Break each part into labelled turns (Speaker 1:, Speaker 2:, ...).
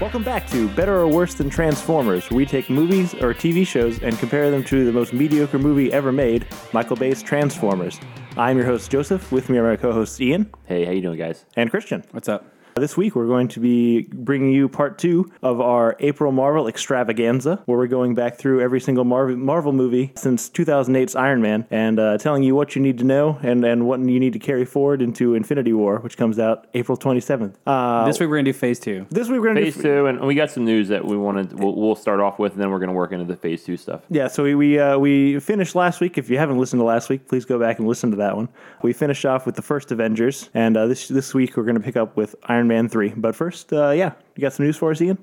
Speaker 1: Welcome back to Better or Worse Than Transformers, where we take movies or TV shows and compare them to the most mediocre movie ever made, Michael Bay's Transformers. I'm your host Joseph. With me are my co-hosts Ian
Speaker 2: Hey, how you doing, guys?
Speaker 1: and Christian.
Speaker 3: What's up?
Speaker 1: This week we're going to be bringing you part two of our April Marvel extravaganza, where we're going back through every single Marvel, Marvel movie since 2008's Iron Man and uh, telling you what you need to know and, and what you need to carry forward into Infinity War, which comes out April 27th. Uh,
Speaker 3: this week we're gonna do phase two.
Speaker 1: this week we're going
Speaker 2: Phase
Speaker 1: to
Speaker 2: two, and we got some news that we wanted. We'll, we'll start off with, and then we're going to work into the phase two stuff.
Speaker 1: Yeah, so we we, uh, we finished last week. If you haven't listened to last week, please go back and listen to that one. We finished off with the first Avengers, and uh, this this week we're going to pick up with Iron Man three. But first, uh, yeah, you got some news for us, Ian?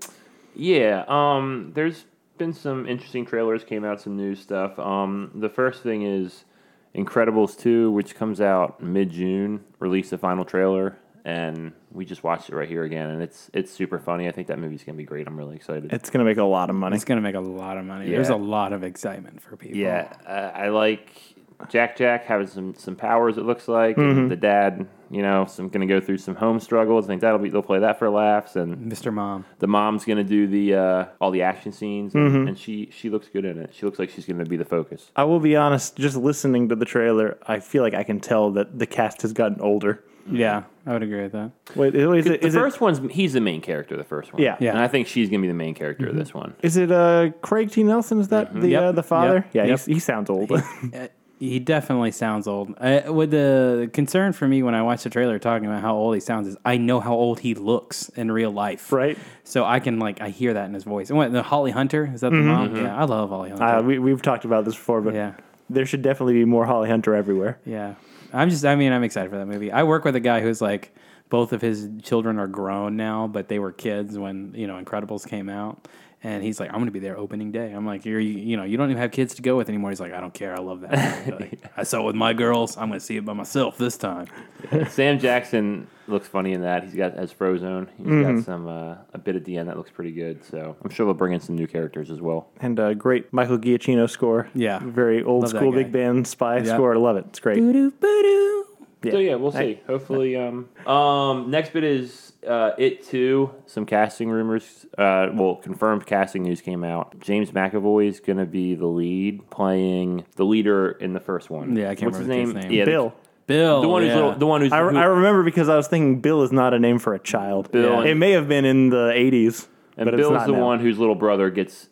Speaker 2: Yeah, um, there's been some interesting trailers came out, some new stuff. Um, the first thing is Incredibles two, which comes out mid June. Released the final trailer, and we just watched it right here again, and it's it's super funny. I think that movie's going to be great. I'm really excited.
Speaker 1: It's going to make a lot of money.
Speaker 3: It's gonna make a lot of money. There's a
Speaker 2: Yeah.
Speaker 3: lot of excitement for people.
Speaker 2: Yeah, uh, I like Jack Jack having some some powers. It looks like and the dad, you know, some going to go through some home struggles. I think that'll be they'll play that for laughs, and
Speaker 3: Mr. Mom.
Speaker 2: the mom's going to do the uh, all the action scenes, and,
Speaker 1: Mm-hmm.
Speaker 2: and she she looks good in it. She looks like she's going to be the focus.
Speaker 1: I will be honest. Just listening to the trailer, I feel like I can tell that the cast has gotten older.
Speaker 3: Yeah, I would agree with that.
Speaker 1: Wait, is it
Speaker 2: The
Speaker 1: is it,
Speaker 2: first one's he's the main character. The first one,
Speaker 1: Yeah. Mm-hmm. Yeah.
Speaker 2: and I think she's going to be the main character of this one.
Speaker 1: is it uh, Craig T. Nelson? Is that the
Speaker 3: Yep,
Speaker 1: uh, the father?
Speaker 3: yep,
Speaker 1: Yeah,
Speaker 3: yep.
Speaker 1: he's he sounds old.
Speaker 3: Uh, he definitely sounds old. Uh, with the concern for me when I watch the trailer talking about how old he sounds is I know how old he looks in real life.
Speaker 1: Right.
Speaker 3: So I can like I hear that in his voice. And what the Holly Hunter is that the mom? Yeah, I love Holly Hunter.
Speaker 1: uh, we we've talked about this before, but
Speaker 3: yeah.
Speaker 1: there should definitely be more Holly Hunter everywhere.
Speaker 3: Yeah. I'm just, I mean, I'm excited for that movie. I work with a guy who's like, both of his children are grown now, but they were kids when, you know, Incredibles came out. And he's like, I'm going to be there opening day. I'm like, you're, you, you know, you don't even have kids to go with anymore. He's like, I don't care. I love that. movie." Like, I saw it with my girls. I'm going to see it by myself this time.
Speaker 2: Sam Jackson looks funny in that. He's got as Frozone. He's
Speaker 1: Mm-hmm.
Speaker 2: got some uh, a bit at the end that looks pretty good. So I'm sure they'll bring in some new characters as well.
Speaker 1: and a great Michael Giacchino score.
Speaker 3: Yeah.
Speaker 1: very old
Speaker 3: Love that
Speaker 1: school
Speaker 3: guy.
Speaker 1: big band spy
Speaker 3: Yeah.
Speaker 1: score. I love it. It's great.
Speaker 3: Boo-doo, boo-doo.
Speaker 2: So yeah, we'll see. Hopefully, um, um, next bit is uh, it too. Some casting rumors, uh, well, confirmed casting news came out. James McAvoy is gonna be the lead, playing the leader in the first one.
Speaker 3: Yeah, I can't
Speaker 2: What's
Speaker 3: remember
Speaker 2: his
Speaker 3: the
Speaker 2: name.
Speaker 3: kid's name.
Speaker 2: Yeah, the-
Speaker 1: Bill.
Speaker 3: Bill.
Speaker 2: The, one who's
Speaker 3: yeah.
Speaker 2: little, the one who's
Speaker 1: I,
Speaker 2: who-
Speaker 1: I remember because I was thinking Bill is not a name for a child.
Speaker 2: Bill
Speaker 1: It
Speaker 2: and-
Speaker 1: may have been in the 80s,
Speaker 2: and
Speaker 1: but
Speaker 2: Bill's
Speaker 1: it's not
Speaker 2: the
Speaker 1: now.
Speaker 2: one whose little brother gets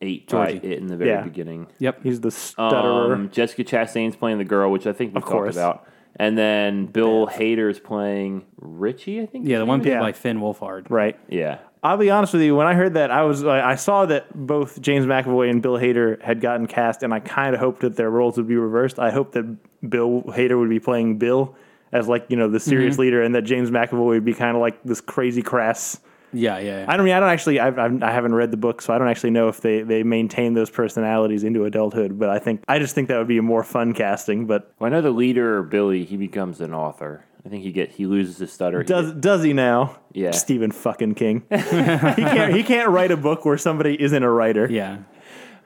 Speaker 2: ate by
Speaker 3: Georgie.
Speaker 2: it in the very
Speaker 1: Yeah.
Speaker 2: beginning.
Speaker 3: Yep.
Speaker 1: He's the stutterer.
Speaker 2: Um, Jessica Chastain's playing the girl, which I think we talked
Speaker 1: course.
Speaker 2: about. And then Bill Hader's playing Richie, I think.
Speaker 3: Yeah, the one played
Speaker 1: Yeah.
Speaker 3: by Finn Wolfhard.
Speaker 1: right.
Speaker 2: Yeah.
Speaker 1: I'll be honest with you. When I heard that, I was I I saw that both James McAvoy and Bill Hader had gotten cast, and I kind of hoped that their roles would be reversed. I hoped that Bill Hader would be playing Bill as like you know the serious
Speaker 3: Mm-hmm.
Speaker 1: leader, and that James McAvoy would be kind of like this crazy crass
Speaker 3: Yeah, yeah. yeah.
Speaker 1: I don't mean I don't actually I've, I've, I haven't read the book, so I don't actually know if they they maintain those personalities into adulthood. But I think I just think that would be a more fun casting. But
Speaker 2: Well, I know the leader, Billy, he becomes an author. I think he get he loses his stutter. He
Speaker 1: does does he now?
Speaker 2: Yeah.
Speaker 1: Stephen fucking King. he can't he can't write a book where somebody isn't a writer.
Speaker 3: yeah.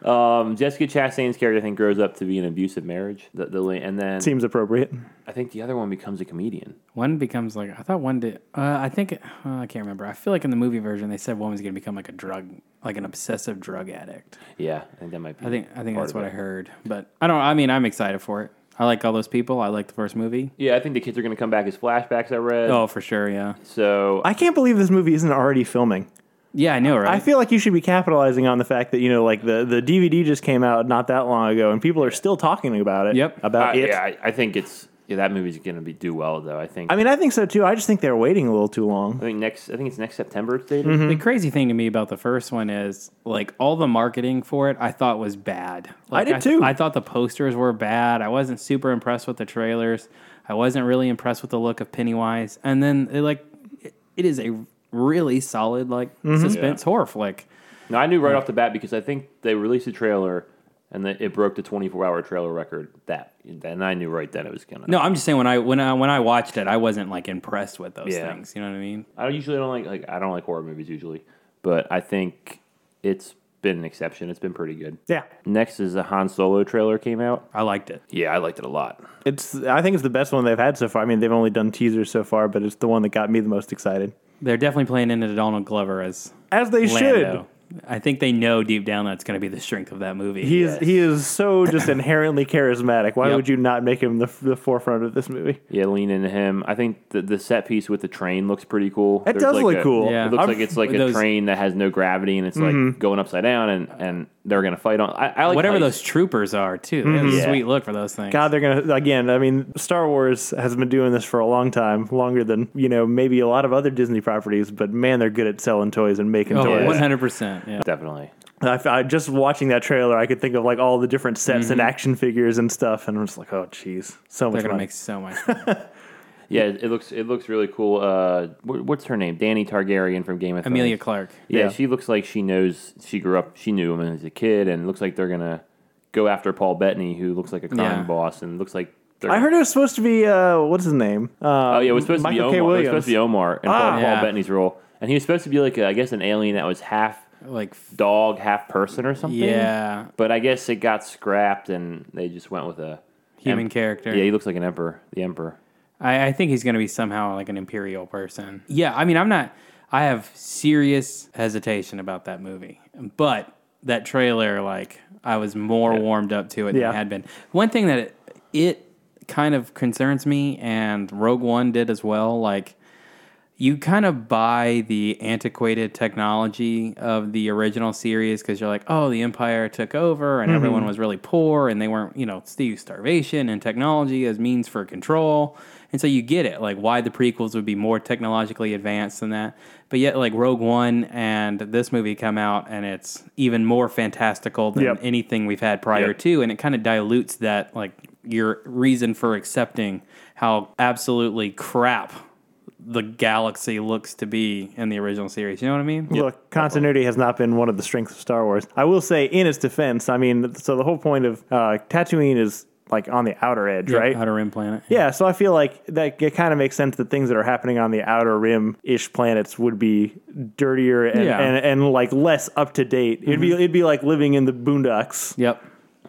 Speaker 2: Um, Jessica Chastain's character, I think, grows up to be an abusive marriage. The, the, la- and then
Speaker 1: Seems appropriate.
Speaker 2: I think the other one becomes a comedian.
Speaker 3: One becomes like I thought. One did. Uh, I think uh, I can't remember. I feel like in the movie version they said one was going to become like a drug, like an obsessive drug addict.
Speaker 2: Yeah, I think that might be.
Speaker 3: I think I think
Speaker 2: Part
Speaker 3: that's
Speaker 2: of
Speaker 3: what
Speaker 2: it.
Speaker 3: I heard. But I don't. I mean, I'm excited for it. I like all those people. I like the first movie.
Speaker 2: Yeah, I think the kids are going to come back as flashbacks. I read.
Speaker 3: Oh, for sure. Yeah.
Speaker 2: So
Speaker 1: I can't believe this movie isn't already filming.
Speaker 3: Yeah, I know, right?
Speaker 1: I feel like you should be capitalizing on the fact that you know like the the DVD just came out not that long ago, and people are still talking about it.
Speaker 3: Yep.
Speaker 1: About
Speaker 2: I-
Speaker 1: it.
Speaker 2: uh, yeah, I, I think it's yeah that movie's going to be do well though. I think.
Speaker 1: I
Speaker 2: I
Speaker 1: mean, I think so too. I just think they're waiting a little too long.
Speaker 2: think next. I think it's next September it's
Speaker 1: Mm-hmm.
Speaker 2: dated.
Speaker 3: the crazy thing to me about the first one is like all the marketing for it. I thought was bad. Like,
Speaker 1: did
Speaker 3: th-
Speaker 1: too.
Speaker 3: I thought the posters were bad. I wasn't super impressed with the trailers. I wasn't really impressed with the look of Pennywise. And then it, like it, it is a really solid like
Speaker 1: Mm-hmm.
Speaker 3: suspense horror flick.
Speaker 2: No, I knew right off the bat because I think they released a trailer and the, it broke the 24 hour trailer record. That and I knew right then it was going to.
Speaker 3: No, I'm just saying when I when I when I watched it, I wasn't like impressed with those
Speaker 2: Yeah.
Speaker 3: things. You know what I mean?
Speaker 2: I usually don't like like I don't like horror movies usually, but I think it's been an exception. It's been pretty good.
Speaker 1: Yeah.
Speaker 2: Next is the Han Solo trailer came out.
Speaker 3: I liked it.
Speaker 2: Yeah, I liked it a lot.
Speaker 1: It's I think it's the best one they've had so far. I mean, they've only done teasers so far, but it's the one that got me the most excited.
Speaker 3: They're definitely playing into Donald Glover as
Speaker 1: As they should.
Speaker 3: Lando. I think they know deep down that's going to be the strength of that movie.
Speaker 1: He is he is so just inherently charismatic. Why
Speaker 3: Yep.
Speaker 1: would you not make him the, the forefront of this movie?
Speaker 2: Yeah, lean into him. I think the, the set piece with the train looks pretty cool.
Speaker 1: That does look
Speaker 2: a-
Speaker 1: cool. Mm-hmm.
Speaker 3: Yeah.
Speaker 2: It looks
Speaker 1: I'm-
Speaker 2: like it's like a
Speaker 3: those-
Speaker 2: train that has no gravity and it's like going upside down and, and they're gonna fight on. I, I like
Speaker 3: Whatever
Speaker 2: how
Speaker 3: those troopers are, too. They have a
Speaker 2: Yeah.
Speaker 3: sweet look for those things.
Speaker 1: God, they're gonna again. I mean, Star Wars has been doing this for a long time, longer than you know maybe a lot of other Disney properties. But man, they're good at selling toys and making
Speaker 3: oh,
Speaker 1: toys.
Speaker 3: 100%. Yeah.
Speaker 2: definitely.
Speaker 1: I, I- just watching that trailer, I could think of like all the different sets and action figures and stuff, and I'm just like, oh, jeez, so
Speaker 3: Mm-hmm. They're
Speaker 1: much money.
Speaker 3: going to make so much money.
Speaker 2: Yeah, it it looks it looks really cool. Uh, wh- what's her name? Danny Targaryen from Game of Thrones.
Speaker 3: Amelia Clark.
Speaker 2: Yeah,
Speaker 1: Yeah.
Speaker 2: she looks like she knows she grew up. She knew him as a kid, and it looks like they're gonna go after Paul Bettany, who looks like a crime
Speaker 3: Yeah.
Speaker 2: boss, and looks like. They're
Speaker 1: I heard it was supposed to be uh, what's his name? Uh,
Speaker 2: Oh yeah, it was supposed
Speaker 1: Michael
Speaker 2: to be
Speaker 1: K.
Speaker 2: Omar. It was
Speaker 1: Williams.
Speaker 2: supposed to be Omar and
Speaker 1: Ah.
Speaker 2: Paul,
Speaker 3: Yeah.
Speaker 2: Paul Bettany's role, and he was supposed to be like a, I guess an alien that was half
Speaker 3: Like,
Speaker 2: dog, half person or something.
Speaker 3: yeah.
Speaker 2: But I guess it got scrapped, and they just went with a
Speaker 3: Human character.
Speaker 2: Yeah, he looks like an emperor. The emperor.
Speaker 3: I, I think he's going to be somehow like an imperial person. Yeah, I mean, I'm not. I have serious hesitation about that movie, but that trailer, like, I was more warmed up to it than
Speaker 1: Yeah.
Speaker 3: I had been. One thing that it, it kind of concerns me, and Rogue One did as well. Like, you kind of buy the antiquated technology of the original series because you're like, oh, the empire took over and everyone was really poor and they weren't, you know, Steve starvation and technology as means for control. And so you get it, like why the prequels would be more technologically advanced than that. But yet, like Rogue One and this movie come out and it's even more fantastical than
Speaker 1: Yep.
Speaker 3: anything we've had prior
Speaker 2: Yep.
Speaker 3: to. And it kind of dilutes that, like, your reason for accepting how absolutely crap the galaxy looks to be in the original series. You know what I mean?
Speaker 1: Look, continuity has not been one of the strengths of Star Wars. I will say, in its defense, I mean, so the whole point of uh, Tatooine is like on the outer edge, right?
Speaker 3: Outer Rim planet.
Speaker 1: Yeah, so I feel like that it kind of makes sense that things that are happening on the outer rim ish planets would be dirtier and,
Speaker 3: Yeah.
Speaker 1: and, and like less up to date. It'd be it'd be like living in the boondocks.
Speaker 3: Yep.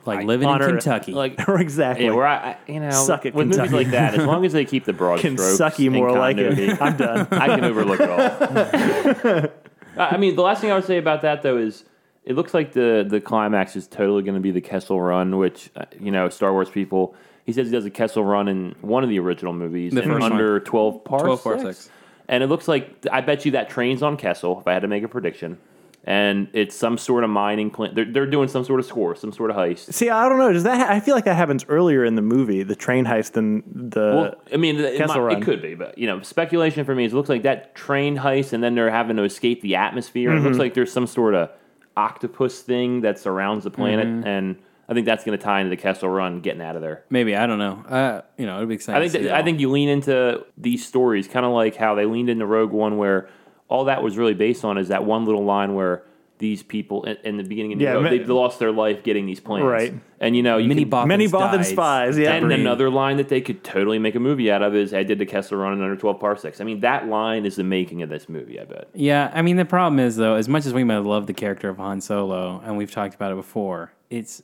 Speaker 3: Like living in
Speaker 1: on Earth.
Speaker 3: Kentucky.
Speaker 2: Like.
Speaker 1: exactly.
Speaker 2: Yeah, where I, I you know
Speaker 1: Suck it,
Speaker 2: with movies
Speaker 1: Kentucky.
Speaker 2: like that, as long as they keep the broad strokes,
Speaker 1: Kentucky
Speaker 2: and
Speaker 1: more like
Speaker 2: continuity,
Speaker 1: it. I'm done.
Speaker 2: I can overlook it all. I I mean, the last thing I would say about that though is it looks like the the climax is totally going to be the Kessel Run, which uh, you know Star Wars people. He says he does a Kessel Run in one of the original movies,
Speaker 3: The
Speaker 2: and
Speaker 3: first one.
Speaker 2: under twelve parts.
Speaker 3: 12 parsecs.
Speaker 2: And it looks like I bet you that train's on Kessel. If I had to make a prediction. And it's some sort of mining plant. They're, they're doing some sort of score, some sort of heist.
Speaker 1: See, I don't know. Does that? Ha- I feel like that happens earlier in the movie, the train heist than the.
Speaker 2: Well, I mean, it,
Speaker 1: Kessel
Speaker 2: might-
Speaker 1: Run.
Speaker 2: it could be, but you know, speculation for me is it looks like that train heist, and then they're having to escape the atmosphere. and It
Speaker 1: Mm-hmm.
Speaker 2: looks like there's some sort of octopus thing that surrounds the planet,
Speaker 1: Mm-hmm.
Speaker 2: and I think that's going to tie into the Kessel Run, getting out of there.
Speaker 3: Maybe I don't know. Uh, you know, it'd be exciting.
Speaker 2: I think
Speaker 3: to see
Speaker 2: that,
Speaker 3: it
Speaker 2: I
Speaker 3: all.
Speaker 2: think you lean into these stories, kind of like how they leaned into Rogue One, where all that was really based on is that one little line where these people in, in the beginning of the
Speaker 1: Yeah,
Speaker 2: show,
Speaker 1: ma-
Speaker 2: they lost their life getting these plans,
Speaker 1: Right.
Speaker 2: And you know, you
Speaker 3: many
Speaker 2: can-
Speaker 3: Bothans
Speaker 1: many Bothan
Speaker 3: died.
Speaker 1: spies. Yeah,
Speaker 2: and another line that they could totally make a movie out of is I did the Kessler run in under 12 parsecs. I mean, that line is the making of this movie, I bet.
Speaker 3: Yeah, I mean the problem is though, as much as we might love the character of Han Solo, and we've talked about it before, it's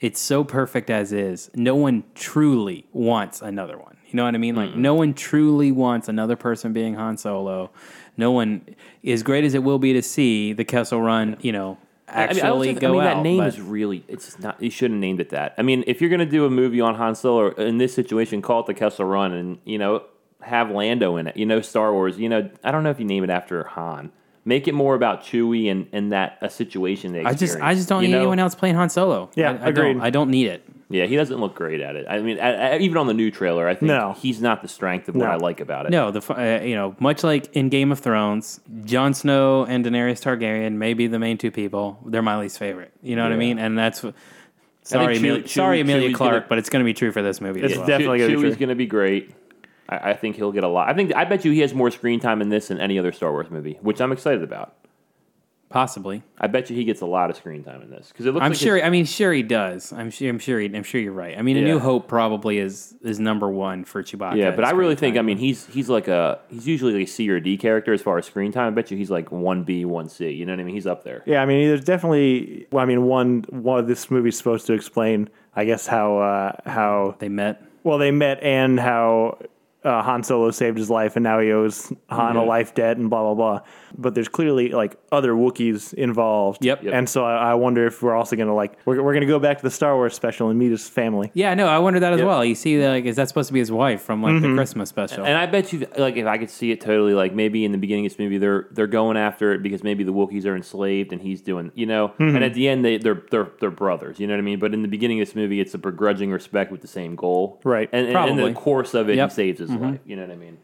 Speaker 3: it's so perfect as is. No one truly wants another one. You know what I mean?
Speaker 2: Mm-hmm.
Speaker 3: Like no one truly wants another person being Han Solo. No one, as great as it will be to see the Kessel Run, you know, actually
Speaker 2: I mean, I also-
Speaker 3: go
Speaker 2: I mean
Speaker 3: out.
Speaker 2: that name
Speaker 3: but-
Speaker 2: is really, it's not, you shouldn't have named it that. I mean, if you're going to do a movie on Han Solo in this situation, call it the Kessler run and, you know, have Lando in it, you know, Star Wars, you know, I don't know if you name it after Han. Make it more about Chewie and, and that a situation they
Speaker 3: I just I
Speaker 2: experienced,
Speaker 3: just don't
Speaker 2: you
Speaker 3: need
Speaker 2: know?
Speaker 3: anyone else playing Han Solo.
Speaker 1: Yeah,
Speaker 3: I, I
Speaker 1: agreed.
Speaker 3: Don't, I don't need it.
Speaker 2: Yeah, he doesn't look great at it. I mean, I, I, even on the new trailer, I think
Speaker 1: No.
Speaker 2: he's not the strength of what
Speaker 1: No.
Speaker 2: I like about it.
Speaker 3: No, the fu- uh, you know, much like in Game of Thrones, Jon Snow and Daenerys Targaryen may be the main two people. They're my least favorite. You know what I
Speaker 2: Yeah.
Speaker 3: mean? And that's wh- sorry,
Speaker 2: Chewie-
Speaker 3: Amelia,
Speaker 2: Chewie-
Speaker 3: sorry, Amelia
Speaker 2: Chewie's
Speaker 3: Clark,
Speaker 2: gonna-
Speaker 3: but it's going to be true for this movie as
Speaker 1: It's
Speaker 3: well.
Speaker 1: def-
Speaker 3: Definitely
Speaker 1: Definitely gonna be
Speaker 2: Chewie's
Speaker 1: true.
Speaker 2: going to be great. I, I think he'll get a lot. I think I bet you he has more screen time in this than any other Star Wars movie, which I'm excited about.
Speaker 3: Possibly,
Speaker 2: I bet you he gets a lot of screen time in this because it looks.
Speaker 3: I'm
Speaker 2: like
Speaker 3: sure.
Speaker 2: it's-
Speaker 3: I mean, sure he does. I'm sure. I'm sure. He, I'm sure you're right. I mean, A
Speaker 2: Yeah.
Speaker 3: New Hope probably is is number one for Chewbacca.
Speaker 2: Yeah, but I really
Speaker 3: screen
Speaker 2: think I mean he's he's like a he's usually like a C or D character as far as screen time. I bet you he's like one B, one C. You know what I mean? He's up there.
Speaker 1: Yeah, I mean, there's definitely. Well, I mean, one one this movie's supposed to explain, I guess, how uh, how
Speaker 3: time. they met.
Speaker 1: well they met and how uh, Han Solo saved his life and now he owes Han a
Speaker 3: Yeah.
Speaker 1: life debt and blah blah blah. But there's clearly like other Wookiees involved.
Speaker 3: Yep. Yep.
Speaker 1: And so I, I wonder if we're also gonna like we're, we're gonna go back to the Star Wars special and meet his family.
Speaker 3: Yeah, no, I wondered that as well. You see, like, is that supposed to be his wife from like the Christmas special?
Speaker 2: Mm-hmm. And I bet you, like, if I could see it totally, like maybe in the beginning, it's maybe they're they're going after it because maybe the Wookiees are enslaved and he's doing, you know.
Speaker 1: Mm-hmm.
Speaker 2: And at the end, they they're, they're they're brothers, you know what I mean. But in the beginning of this movie, it's a begrudging respect with the same goal,
Speaker 1: Right.
Speaker 2: And, and in
Speaker 3: Probably.
Speaker 2: the course of it,
Speaker 3: Yep. Mm-hmm.
Speaker 2: he saves his life. You know what I mean?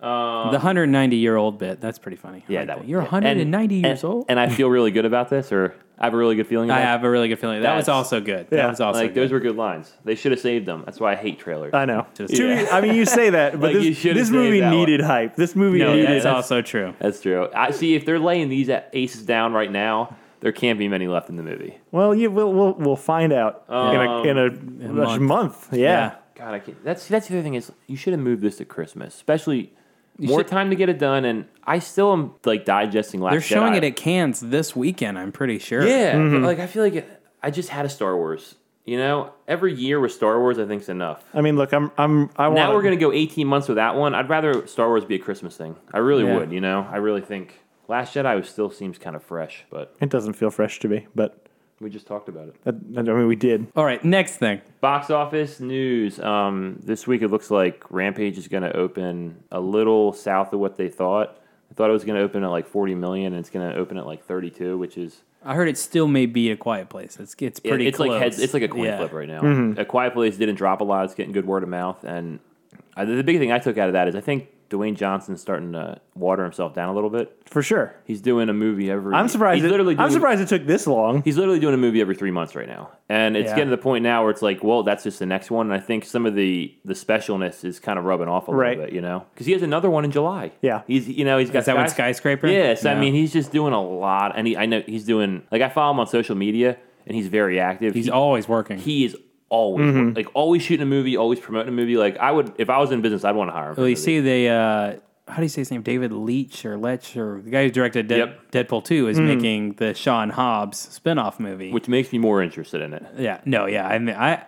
Speaker 3: the 190 year old bit. That's pretty funny. I
Speaker 2: um, Yeah,
Speaker 3: like
Speaker 2: that was
Speaker 3: you're
Speaker 2: it.
Speaker 3: 190
Speaker 2: And-
Speaker 3: years
Speaker 2: and-
Speaker 3: old.
Speaker 2: And I feel really good about this, or I have a really good feeling. About
Speaker 3: I
Speaker 2: it.
Speaker 3: have a really good feeling. That was
Speaker 2: That's-
Speaker 3: also good.
Speaker 1: Yeah.
Speaker 3: That was also
Speaker 2: like
Speaker 3: good.
Speaker 2: those were good lines. They should have saved them. That's why I hate trailers.
Speaker 1: I know.
Speaker 3: Just-
Speaker 1: Two-
Speaker 3: Yeah.
Speaker 1: I mean, you say that, but
Speaker 2: Like, you
Speaker 1: this,
Speaker 2: should've
Speaker 1: this
Speaker 2: saved
Speaker 1: movie
Speaker 2: that one.
Speaker 1: needed hype. This movie
Speaker 3: no,
Speaker 1: needed
Speaker 3: that's also true.
Speaker 2: That's true. I see. If they're laying these a- aces down right now, there can't be many left in the movie.
Speaker 1: Well, you will we'll, we'll find out
Speaker 2: Um,
Speaker 1: in a in a,
Speaker 3: month.
Speaker 1: month. Yeah.
Speaker 3: Yeah.
Speaker 2: God, I can't. That's that's the other thing is you should have moved this to Christmas, especially more
Speaker 3: should-
Speaker 2: time to get it done. And I still am like digesting last.
Speaker 3: They're showing
Speaker 2: Jedi.
Speaker 3: it Mm-hmm. at Cannes this weekend. I'm pretty sure.
Speaker 2: yeah. but, like I feel like it, I just had a Star Wars. You know, every year with Star Wars, I think's enough.
Speaker 1: I mean, look, I'm I'm I want.
Speaker 2: Now we're gonna go 18 months with that one. I'd rather Star Wars be a Christmas thing. I really
Speaker 3: Yeah.
Speaker 2: would. You know, I really think Last Jedi was still seems kind of fresh, but
Speaker 1: It doesn't feel fresh to me, but
Speaker 2: we just talked about it.
Speaker 1: uh, I mean, we did.
Speaker 3: All right. Next thing.
Speaker 2: Box office news. Um, this week it looks like Rampage is going to open a little south of what they thought. I thought it was going to open at like 40 million, and it's going to open at like 32, which is
Speaker 3: I heard it still may be a quiet place. It's it's pretty.
Speaker 2: it's like
Speaker 3: close.
Speaker 2: heads. It's like a coin
Speaker 3: Yeah.
Speaker 2: flip right now.
Speaker 1: Mm-hmm.
Speaker 2: A Quiet Place didn't drop a lot. It's getting good word of mouth, and I, the big thing I took out of that is I think Dwayne Johnson's starting to water himself down a little bit.
Speaker 1: For sure.
Speaker 2: He's doing a movie every.
Speaker 1: I'm surprised.
Speaker 2: He's
Speaker 1: It,
Speaker 2: literally.
Speaker 1: I'm
Speaker 2: doing-
Speaker 1: surprised it took this long.
Speaker 2: He's literally doing a movie every three months right now, and it's
Speaker 1: Yeah.
Speaker 2: getting to the point now where it's like, well, that's just the next one. And I think some of the the specialness is kind of rubbing off a
Speaker 1: Right.
Speaker 2: little bit, you know, because he has another one in July.
Speaker 1: Yeah.
Speaker 2: he's you know he's got
Speaker 3: Is that one
Speaker 2: Skys-
Speaker 3: skyscraper?
Speaker 2: Yes, I
Speaker 3: Yeah.
Speaker 2: mean he's just doing a lot, and he, I know he's doing like I follow him on social media, and he's very active.
Speaker 3: He's Mm-hmm.
Speaker 2: He-
Speaker 3: always working.
Speaker 2: he is always like always shooting a movie, always promoting a movie. Like I would, if I was in business, I'd want to hire him. for
Speaker 3: well, you
Speaker 2: the-
Speaker 3: see the uh, how do you say his name? David Leitch or Lech or the guy who directed Dead,
Speaker 2: Yep.
Speaker 3: Deadpool Two is making the Sean Hobbs spin-off movie.
Speaker 2: which makes me more interested in it.
Speaker 3: yeah, no, yeah, I mean, I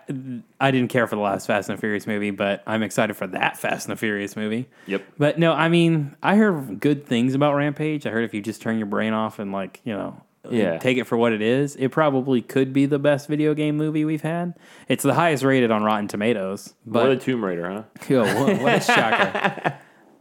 Speaker 3: I didn't care for the last Fast and the Furious movie, but I'm excited for that Fast and the Furious movie.
Speaker 2: Yep.
Speaker 3: But no, I mean, I heard good things about Rampage. I heard if you just turn your brain off and like you know.
Speaker 2: Yeah.
Speaker 3: Take it for what it is. It probably could be the best video game movie we've had. It's the highest rated on Rotten Tomatoes. But
Speaker 2: What a Tomb Raider, huh?
Speaker 3: Yo, what, what a shocker.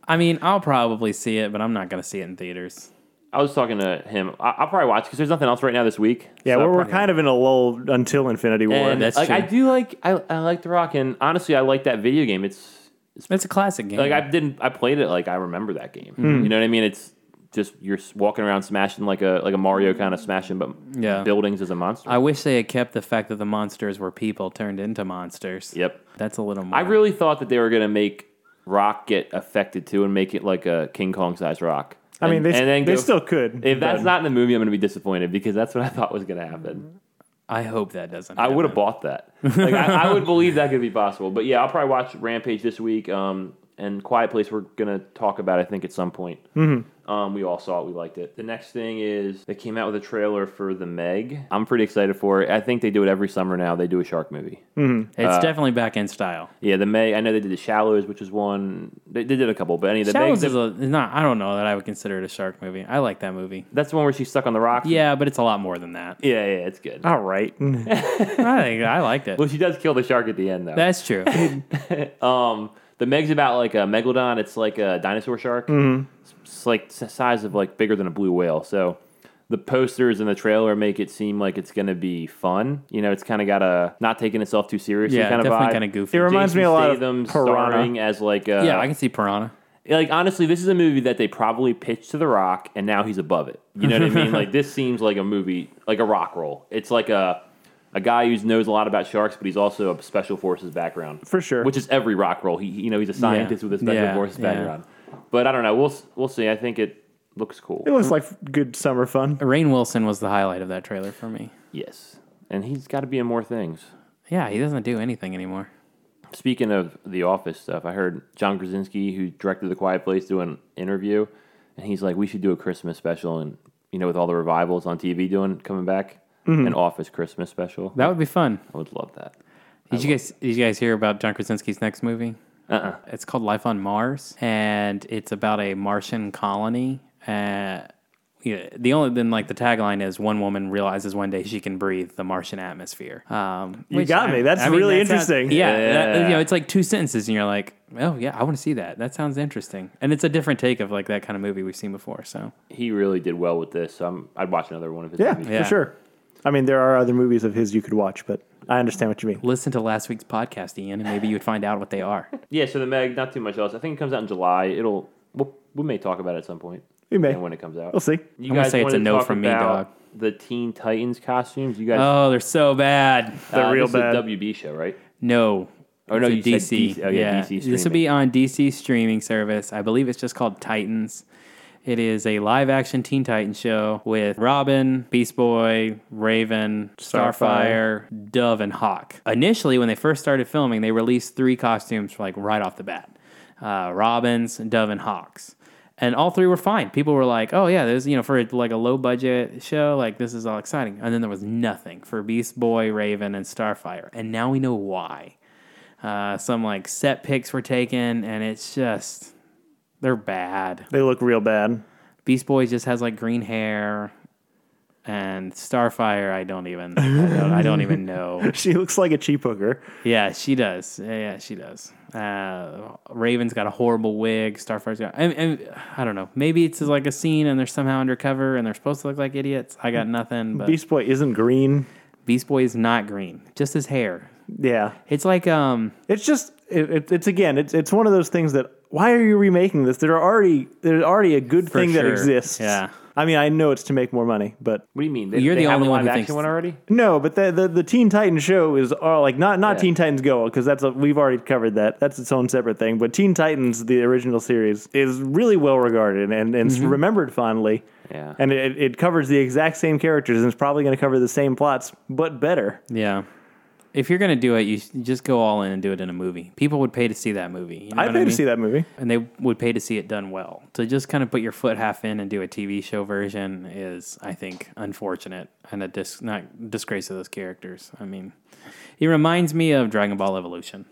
Speaker 3: I mean, I'll probably see it, but I'm not going to see it in theaters.
Speaker 2: I was talking to him. I, I'll probably watch because there's nothing else right now this week.
Speaker 1: yeah,
Speaker 2: So I'll
Speaker 1: we're, we're
Speaker 2: probably-
Speaker 1: kind of in a lull until Infinity War.
Speaker 2: And
Speaker 3: that's
Speaker 2: like I
Speaker 3: true.
Speaker 2: do like I, I like The Rock, and honestly, I like that video game. It's, it's
Speaker 3: It's a classic game.
Speaker 2: like I didn't I played it like I remember that game.
Speaker 1: Hmm.
Speaker 2: You know what I mean? It's just you're s- walking around smashing like a like a Mario kind of smashing, but
Speaker 3: Yeah.
Speaker 2: buildings as a monster.
Speaker 3: I wish they had kept the fact that the monsters were people turned into monsters.
Speaker 2: yep.
Speaker 3: That's a little more.
Speaker 2: I really thought that they were gonna make Rock get affected too and make it like a King Kong sized rock.
Speaker 1: I mean,
Speaker 2: And-
Speaker 1: they,
Speaker 2: and then
Speaker 1: they
Speaker 2: go-
Speaker 1: still could.
Speaker 2: If that's
Speaker 1: but-
Speaker 2: not in the movie, I'm going to be disappointed because that's what I thought was going to happen.
Speaker 3: I hope that doesn't.
Speaker 2: I would have
Speaker 3: happen.
Speaker 2: bought that. Like, I, I would believe that could be possible. But yeah, I'll probably watch Rampage this week. Um, and Quiet Place, we're gonna talk about. I think at some point.
Speaker 3: Mm-hmm.
Speaker 2: Um, we all saw it. We liked it. The next thing is they came out with a trailer for The Meg. I'm pretty excited for it. I think they do it every summer now. They do a shark movie.
Speaker 3: Mm-hmm.
Speaker 2: uh,
Speaker 3: It's definitely back in style.
Speaker 2: Yeah, The Meg. I know they did The Shallows, which is one. They, they did a couple, but any of the
Speaker 3: Shallows
Speaker 2: Meg.
Speaker 3: is, a, is not. I don't know that I would consider it a shark movie. I like that movie.
Speaker 2: that's the one where she's stuck on the rocks.
Speaker 3: Yeah, Uh, but it's a lot more than that.
Speaker 2: yeah, yeah. It's good.
Speaker 1: all right.
Speaker 3: I think I liked it.
Speaker 2: Well, she does kill the shark at the end though.
Speaker 3: That's true.
Speaker 2: Um, the Meg's about like a megalodon. It's like a dinosaur shark.
Speaker 1: Mm-hmm.
Speaker 2: It's, it's like s- size of like bigger than a blue whale. So the posters and the trailer make it seem like it's gonna be fun. You know, it's kind of got a not taking itself too seriously
Speaker 3: yeah,
Speaker 2: kind of
Speaker 3: definitely
Speaker 2: vibe.
Speaker 3: kind of goofy.
Speaker 1: It reminds me a
Speaker 2: Jason
Speaker 1: lot of
Speaker 2: Statham
Speaker 1: Piranha.
Speaker 2: starring as like a,
Speaker 3: yeah, I can see Piranha.
Speaker 2: like honestly, this is a movie that they probably pitched to The Rock, and now he's above it. You know what I mean? Like this seems like a movie, like a rock roll. It's like a a guy who knows a lot about sharks, but he's also a special forces background
Speaker 1: For sure.
Speaker 2: which is every rock roll. He he- you know he's a scientist with a special
Speaker 3: Yeah,
Speaker 2: forces
Speaker 3: yeah.
Speaker 2: background. But I don't know. We'll s- we'll see. I think it looks cool.
Speaker 1: it looks like good summer fun.
Speaker 3: Rain Wilson was the highlight of that trailer for me.
Speaker 2: Yes, and he's got to be in more things.
Speaker 3: Yeah, he doesn't do anything anymore.
Speaker 2: Speaking of the Office stuff, I heard John Krasinski, who directed The Quiet Place, do an interview, and he's like, "We should do a Christmas special, and you know, with all the revivals on TV doing coming back, an Office Christmas special.
Speaker 3: That would be fun.
Speaker 2: I would love that.
Speaker 3: Did you guys did you guys hear about John Krasinski's next movie?
Speaker 2: Uh-uh.
Speaker 3: It's called Life on Mars, and it's about a Martian colony. Uh, yeah, the only then like the tagline is one woman realizes one day she can breathe the Martian atmosphere. Um,
Speaker 1: You got me. That's really interesting.
Speaker 3: yeah, that-
Speaker 2: Yeah.
Speaker 3: you know, it's like two sentences, and you're like, oh yeah, I want to see that. That sounds interesting, and it's a different take of like that kind of movie we've seen before. So
Speaker 2: He really did well with this. So I'm, I'd watch another one of his
Speaker 1: Yeah,
Speaker 2: movies.
Speaker 3: Yeah.
Speaker 1: for sure. I mean, there are other movies of his you could watch, but I understand what you mean.
Speaker 3: listen to last week's podcast, Ian, and maybe you'd find out what they are.
Speaker 2: Yeah, so the Meg, not too much else. I think it comes out in July. It'll we'll, we may talk about it at some point.
Speaker 1: We may.
Speaker 2: And when it comes out.
Speaker 1: We'll see.
Speaker 2: You
Speaker 3: I'm gonna say it's
Speaker 2: wanted
Speaker 3: a
Speaker 2: to
Speaker 3: no
Speaker 2: talk
Speaker 3: from me,
Speaker 2: about
Speaker 3: dog.
Speaker 2: The Teen Titans costumes. You guys,
Speaker 3: Oh, they're so bad.
Speaker 1: they're
Speaker 2: uh,
Speaker 1: real
Speaker 2: this is a
Speaker 1: bad.
Speaker 2: WB show, right?
Speaker 3: No.
Speaker 2: Oh, no,
Speaker 3: It's a
Speaker 2: you said DC. Oh, yeah, DC
Speaker 3: This will
Speaker 2: streaming.
Speaker 3: be on DC streaming service. I believe it's just called Titans. It is a live action Teen Titans show with Robin, Beast Boy, Raven, Starfire,
Speaker 1: Starfire.
Speaker 3: Dove, and Hawk. Initially, when they first started filming, they released three costumes for like right off the bat uh, Robin's, Dove, and Hawk's. And all three were fine. People were like, oh, yeah, there's, you know, for like a low budget show, like this is all exciting. And then there was nothing for Beast Boy, Raven, and Starfire. And now we know why. Uh, some like set picks were taken, and it's just they're bad.
Speaker 1: They look real bad.
Speaker 3: Beast Boy just has like green hair, and Starfire. I don't even. I don't, I don't even know.
Speaker 1: She looks like a cheap hooker.
Speaker 3: Yeah, she does. Yeah, yeah, she does. Uh, Raven's got a horrible wig. Starfire's got. And, and, I don't know. Maybe it's like a scene, and they're somehow undercover, and they're supposed to look like idiots. I got nothing. But Beast,
Speaker 1: Beast Boy isn't green.
Speaker 3: Boy is not green. Just his hair.
Speaker 1: Yeah.
Speaker 3: It's like um.
Speaker 1: It's just it, it, it's again it's it's one of those things that why are you remaking this? There are already there's already a good thing that
Speaker 3: sure.
Speaker 1: exists.
Speaker 3: Yeah.
Speaker 1: I mean, I know it's to make more money, but
Speaker 2: What do you mean? They,
Speaker 3: You're
Speaker 2: they
Speaker 3: the
Speaker 2: have
Speaker 3: only
Speaker 2: a
Speaker 3: one
Speaker 2: live
Speaker 3: who
Speaker 2: action
Speaker 3: thinks-
Speaker 2: one already.
Speaker 1: no, but the the, the Teen Titans show is all like not not
Speaker 2: Yeah.
Speaker 1: Teen Titans Go because that's a, we've already covered that. That's its own separate thing. But Teen Titans, the original series, is really well regarded and and it's
Speaker 3: Mm-hmm.
Speaker 1: remembered fondly.
Speaker 2: Yeah.
Speaker 1: and it, it covers the exact same characters and it's probably going to cover the same plots, but better.
Speaker 3: Yeah. If you're gonna do it, you s- just go all in and do it in a movie. People would pay to see that movie. You know
Speaker 1: I'd
Speaker 3: what
Speaker 1: pay
Speaker 3: I mean?
Speaker 1: to see that movie.
Speaker 3: and they would pay to see it done well. To just kind of put your foot half in and do a TV show version is, I think, unfortunate and a dis- not disgrace of those characters. I mean, it reminds me of Dragon Ball Evolution.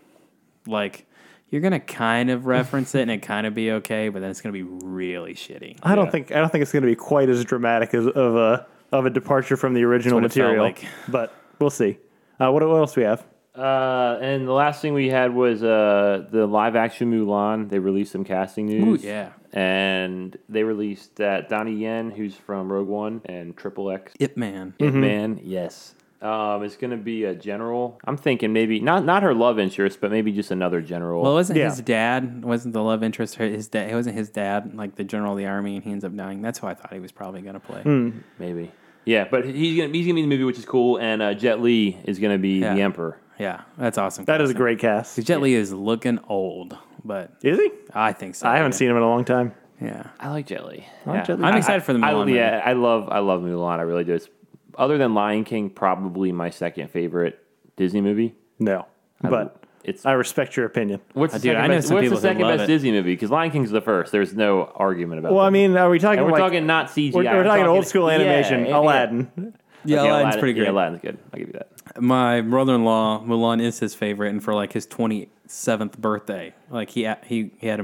Speaker 3: Like, you're gonna kind of reference it and it kind of be okay, but then it's gonna be really shitty.
Speaker 1: I don't think I don't think it's going to be quite as dramatic as of a of a departure from the original
Speaker 3: That's what it felt
Speaker 1: material,
Speaker 3: like.
Speaker 1: but we'll see. Uh, what, what else we have?
Speaker 2: Uh, and the last thing we had was uh, the live action Mulan. They released some casting news.
Speaker 3: Ooh, yeah.
Speaker 2: And they released that Donnie Yen, who's from Rogue One and Triple X.
Speaker 3: Ip Man.
Speaker 1: Mm-hmm.
Speaker 2: Ip Man, yes. Um, it's gonna be a general. I'm thinking maybe not not her love interest, but maybe just another general.
Speaker 3: Well, it wasn't
Speaker 1: Yeah.
Speaker 3: his dad? Wasn't the love interest her- his dad? It wasn't his dad, like the general of the army, and he ends up dying. That's who I thought he was probably gonna play.
Speaker 1: Hmm.
Speaker 2: maybe. Yeah, but he's gonna he's gonna be in the movie, which is cool. And uh, Jet Li is gonna be
Speaker 3: Yeah.
Speaker 2: the emperor.
Speaker 3: Yeah, that's awesome.
Speaker 1: That is a great cast.
Speaker 3: Jet Li is looking old, but
Speaker 1: Is he?
Speaker 3: I think so.
Speaker 1: I haven't seen him in a long time.
Speaker 3: Yeah.
Speaker 2: I like Jet Li.
Speaker 1: like Jet Li.
Speaker 3: I'm excited for the
Speaker 2: I-
Speaker 3: Mulan movie.
Speaker 2: yeah, I love I love Mulan. I really do. It's other than Lion King, probably my second favorite Disney movie.
Speaker 1: No, but
Speaker 2: It's
Speaker 1: I respect your opinion.
Speaker 2: what's the
Speaker 3: Dude,
Speaker 2: second
Speaker 3: I know
Speaker 2: best,
Speaker 3: some
Speaker 2: what's the
Speaker 3: people who
Speaker 2: second
Speaker 3: love
Speaker 2: best
Speaker 3: it.
Speaker 2: Disney movie? Because Lion King's the first. There's no argument about.
Speaker 1: Well, I
Speaker 2: that.
Speaker 1: mean, are we talking?
Speaker 2: and we're
Speaker 1: like-
Speaker 2: talking not CGI.
Speaker 1: We're, we're
Speaker 2: I'm
Speaker 1: talking, old school
Speaker 2: yeah,
Speaker 1: animation.
Speaker 2: yeah, yeah.
Speaker 1: Aladdin.
Speaker 3: Yeah,
Speaker 2: Okay,
Speaker 3: Aladdin's
Speaker 2: Aladdin-
Speaker 3: pretty
Speaker 1: E
Speaker 3: great.
Speaker 2: Yeah, Aladdin's good. I'll give you that.
Speaker 3: My brother-in-law Mulan is his favorite, and for like his twenty-seventh birthday, like he he, he had a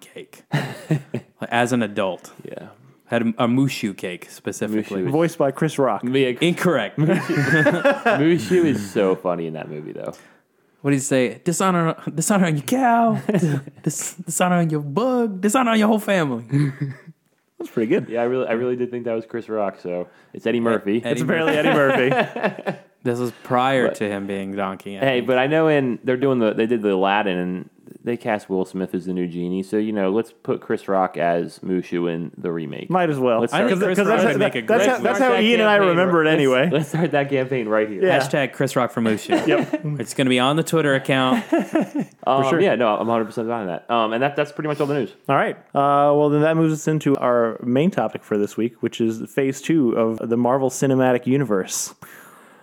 Speaker 3: cake as an adult.
Speaker 2: Yeah.
Speaker 3: Had a, a Mushu cake specifically.
Speaker 2: Mushu.
Speaker 1: Voiced by Chris Rock.
Speaker 2: Mushu
Speaker 3: Incorrect. what
Speaker 2: is so funny in that movie, though.
Speaker 3: did he say? Dishonor, dishonor on your cow. dis, dishonor on your bug. Dishonor on your whole family.
Speaker 1: That's pretty good.
Speaker 2: Yeah, I really, I really did think that was Chris Rock. So it's Eddie Murphy.
Speaker 1: It's apparently Eddie Murphy.
Speaker 3: This was prior to him being donkey. I
Speaker 2: Hey,
Speaker 3: think.
Speaker 2: but I know in they're doing the they did the Aladdin and they cast Will Smith as the new genie. So you know, let's put Chris Rock as Mushu in the remake.
Speaker 1: Might as well.
Speaker 2: Let's start- I think
Speaker 3: Chris
Speaker 1: that's,
Speaker 3: Rock
Speaker 1: that's,
Speaker 3: would make a
Speaker 1: that's
Speaker 3: great
Speaker 1: how, that's
Speaker 2: Let's start
Speaker 1: how
Speaker 2: that
Speaker 1: Ian and I
Speaker 2: campaign
Speaker 1: remember it
Speaker 2: right-
Speaker 1: anyway.
Speaker 2: Let's, let's start that campaign right here.
Speaker 1: Yeah.
Speaker 3: Hashtag Chris Rock for Mushu.
Speaker 1: Yep.
Speaker 3: It's going to be on the Twitter account.
Speaker 2: Um, Yeah, no, I'm 100 percent on that. Um, and that that's pretty much all the news.
Speaker 1: All right. Uh, well, then that moves us into our main topic for this week, which is phase two of the Marvel Cinematic Universe.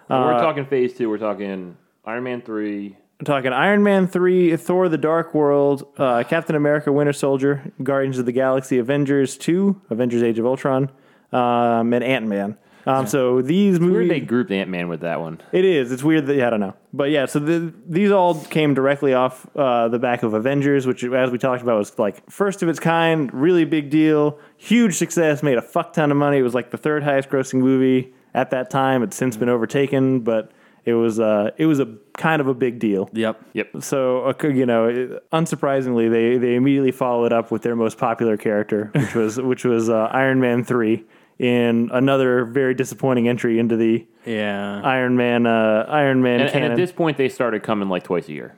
Speaker 1: Uh,
Speaker 2: we're talking Phase Two. We're talking Iron Man Three.
Speaker 1: We're talking Iron Man 3, Thor the Dark World, uh, Captain America Winter Soldier, Guardians of the Galaxy, Avengers 2, Avengers Age of Ultron, um, and Ant Man. Um, So these
Speaker 2: Weird
Speaker 1: movies.
Speaker 2: they grouped Ant Man with that one.
Speaker 1: It is. It's weird that yeah, I don't know, but yeah. So the, these all came directly off uh, the back of Avengers, which, as we talked about, was like first of its kind, really big deal, huge success, made a fuck ton of money. It was like the third highest grossing movie at that time. It's since been overtaken, but it was uh, it was a kind of a big deal.
Speaker 3: Yep.
Speaker 2: Yep.
Speaker 1: So uh, you know, it- unsurprisingly, they they immediately followed up with their most popular character, which was which was uh, Iron Man three. In another very disappointing entry into the
Speaker 3: Yeah.
Speaker 1: Iron Man, uh, Iron Man
Speaker 2: And, and
Speaker 1: canon.
Speaker 2: at this point, they started coming like twice a year.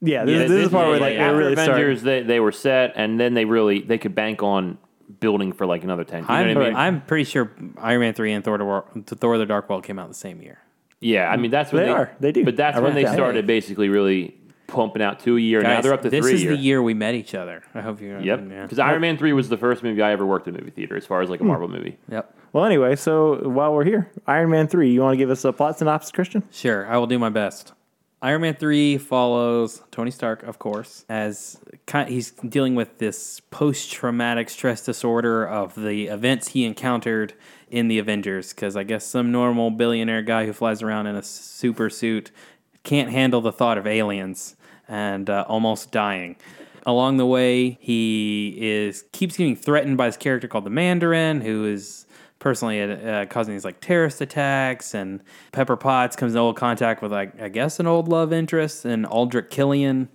Speaker 1: yeah, this, this is the part where like
Speaker 2: yeah,
Speaker 1: they
Speaker 2: after
Speaker 1: really started.
Speaker 2: Avengers, they, they were set, and then they really they could bank on building for like another ten. You know
Speaker 3: I'm,
Speaker 2: what I mean?
Speaker 3: I'm pretty sure Iron Man 3 and Thor, the War, Thor the Dark World came out the same year.
Speaker 2: yeah, I mean that's when
Speaker 1: They are. They do.
Speaker 2: But that's when
Speaker 1: Around
Speaker 2: they
Speaker 1: that.
Speaker 2: started basically really pumping out two a year. now
Speaker 3: Guys,
Speaker 2: they're up to
Speaker 3: this
Speaker 2: three a
Speaker 3: is
Speaker 2: year.
Speaker 3: the year we met each other. I hope you
Speaker 2: Yep.
Speaker 3: Yeah.
Speaker 2: Because Iron Man 3 was the first movie I ever worked in a movie theater as far as like a
Speaker 1: Hmm.
Speaker 2: Marvel movie.
Speaker 3: Yep.
Speaker 1: Well, anyway, so while we're here, Iron Man three. You want to give us a plot synopsis, Christian?
Speaker 3: Sure, I will do my best. Iron Man 3 follows Tony Stark, of course, as ki- he's dealing with this post traumatic stress disorder of the events he encountered in the Avengers. Because I guess some normal billionaire guy who flies around in a super suit can't handle the thought of aliens and uh, almost dying. Along the way, he is keeps getting threatened by this character called the Mandarin, who is personally uh, causing these like terrorist attacks. And Pepper Potts comes in old contact with like I guess an old love interest and Aldrich Killian.